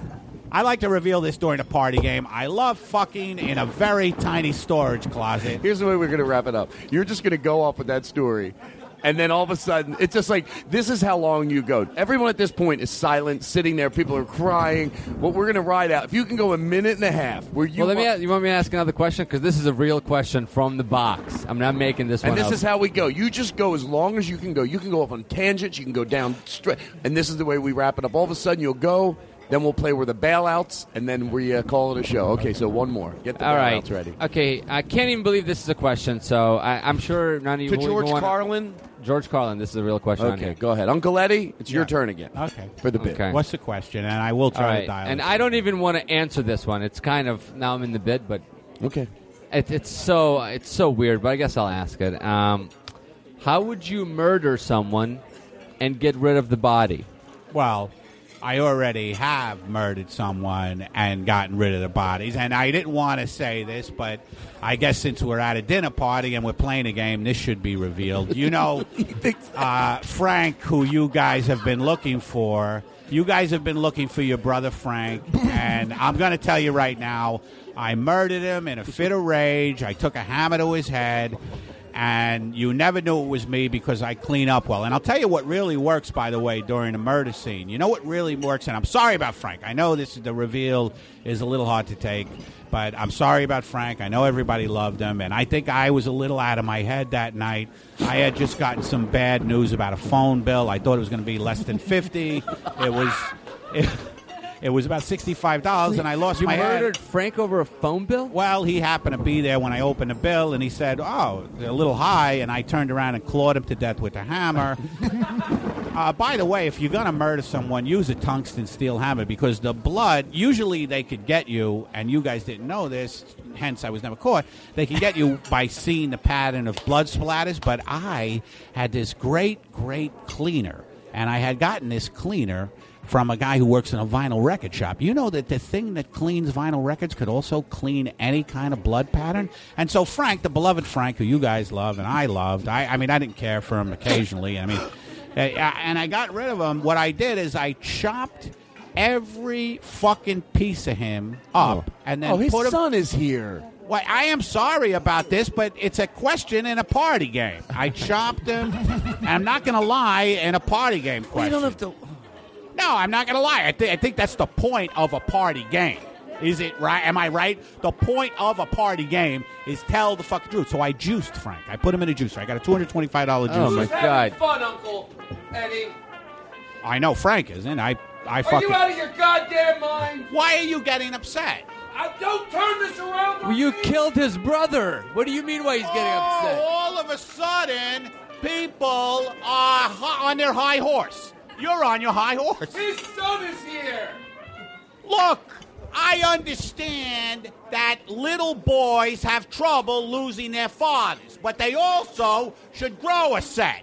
[SPEAKER 10] I like to reveal this during a party game. I love fucking in a very tiny storage closet.
[SPEAKER 2] Here's the way we're going to wrap it up. You're just going to go off with that story. And then all of a sudden, it's just like, this is how long you go. Everyone at this point is silent, sitting there. People are crying. What we're going to ride out, if you can go a minute and a half, where you
[SPEAKER 3] well, let me.
[SPEAKER 2] are-
[SPEAKER 3] ask- You want me to ask another question? Because this is a real question from the box. I'm not making this
[SPEAKER 2] and
[SPEAKER 3] one.
[SPEAKER 2] this
[SPEAKER 3] up.
[SPEAKER 2] is how we go. You just go as long as you can go. You can go off on tangents. You can go down straight. And this is the way we wrap it up. All of a sudden, you'll go. Then we'll play with the bailouts, and then we uh, call it a show. Okay, so one more. Get the
[SPEAKER 3] All
[SPEAKER 2] bailouts
[SPEAKER 3] right.
[SPEAKER 2] ready.
[SPEAKER 3] Okay, I can't even believe this is a question. So I, I'm sure none of you
[SPEAKER 2] To
[SPEAKER 3] will
[SPEAKER 2] George
[SPEAKER 3] even wanna-
[SPEAKER 2] Carlin?
[SPEAKER 3] George Carlin. This is a real question. on
[SPEAKER 2] Okay,
[SPEAKER 3] here.
[SPEAKER 2] go ahead, Uncle Eddie. It's your
[SPEAKER 3] Yeah.
[SPEAKER 2] turn again.
[SPEAKER 10] Okay,
[SPEAKER 2] for the bit.
[SPEAKER 3] Okay.
[SPEAKER 10] What's the question? And I will try
[SPEAKER 3] All
[SPEAKER 10] to
[SPEAKER 3] right.
[SPEAKER 10] dial.
[SPEAKER 3] And
[SPEAKER 10] it.
[SPEAKER 3] I don't even want to answer this one. It's kind of now I'm in the bid, but
[SPEAKER 2] okay.
[SPEAKER 3] It, it's so it's so weird, but I guess I'll ask it. Um, how would you murder someone and get rid of the body?
[SPEAKER 10] Well, I already have murdered someone and gotten rid of the bodies. And I didn't want to say this, but I guess since we're at a dinner party and we're playing a game, this should be revealed. You know, uh, Frank, who you guys have been looking for, you guys have been looking for your brother Frank. And I'm going to tell you right now, I murdered him in a fit of rage. I took a hammer to his head and you never knew it was me because I clean up well. And I'll tell you what really works, by the way, during a murder scene. You know what really works, and I'm sorry about Frank. I know this the reveal is a little hard to take, but I'm sorry about Frank. I know everybody loved him, and I think I was a little out of my head that night. I had just gotten some bad news about a phone bill. I thought it was going to be less than fifty. It was. It, it was about sixty-five dollars, and I lost
[SPEAKER 3] You
[SPEAKER 10] my head.
[SPEAKER 3] murdered Frank over a phone bill?
[SPEAKER 10] Well, he happened to be there when I opened the bill, and he said, "Oh, they're a little high," and I turned around and clawed him to death with a hammer. uh, by the way, if you're gonna murder someone, use a tungsten steel hammer because the blood. Usually, they could get you, and you guys didn't know this. Hence, I was never caught. They can get you by seeing the pattern of blood splatters. But I had this great, great cleaner, and I had gotten this cleaner from a guy who works in a vinyl record shop. You know that the thing that cleans vinyl records could also clean any kind of blood pattern. And so Frank, the beloved Frank, who you guys love and I loved, I, I mean, I didn't care for him occasionally. I mean, I- I- and I got rid of him. What I did is I chopped every fucking piece of him up, and then
[SPEAKER 2] Oh, his
[SPEAKER 10] put him.
[SPEAKER 2] son is here.
[SPEAKER 10] Well, I am sorry about this, but it's a question in a party game. I chopped him. and I'm not going to lie in a party game question.
[SPEAKER 2] You don't have to.
[SPEAKER 10] No, I'm not going to lie. I, thi- I think that's the point of a party game. Is it right? Am I right? The point of a party game is tell the fucking truth. So I juiced Frank. I put him in a juicer. I got a two hundred twenty-five dollar juicer.
[SPEAKER 3] Oh, my
[SPEAKER 2] Who's having fun, Uncle Eddie?
[SPEAKER 10] I know Frank isn't. I I
[SPEAKER 2] Are
[SPEAKER 10] fucking.
[SPEAKER 2] you out of your goddamn mind?
[SPEAKER 10] Why are you getting upset?
[SPEAKER 2] I don't turn this around.
[SPEAKER 3] Well, you killed his brother. What do you mean? Why he's getting upset?
[SPEAKER 10] Oh, all of a sudden, people are hi- on their high horse. You're on your high horse.
[SPEAKER 2] His son is here.
[SPEAKER 10] Look, I understand that little boys have trouble losing their fathers, but they also should grow a set.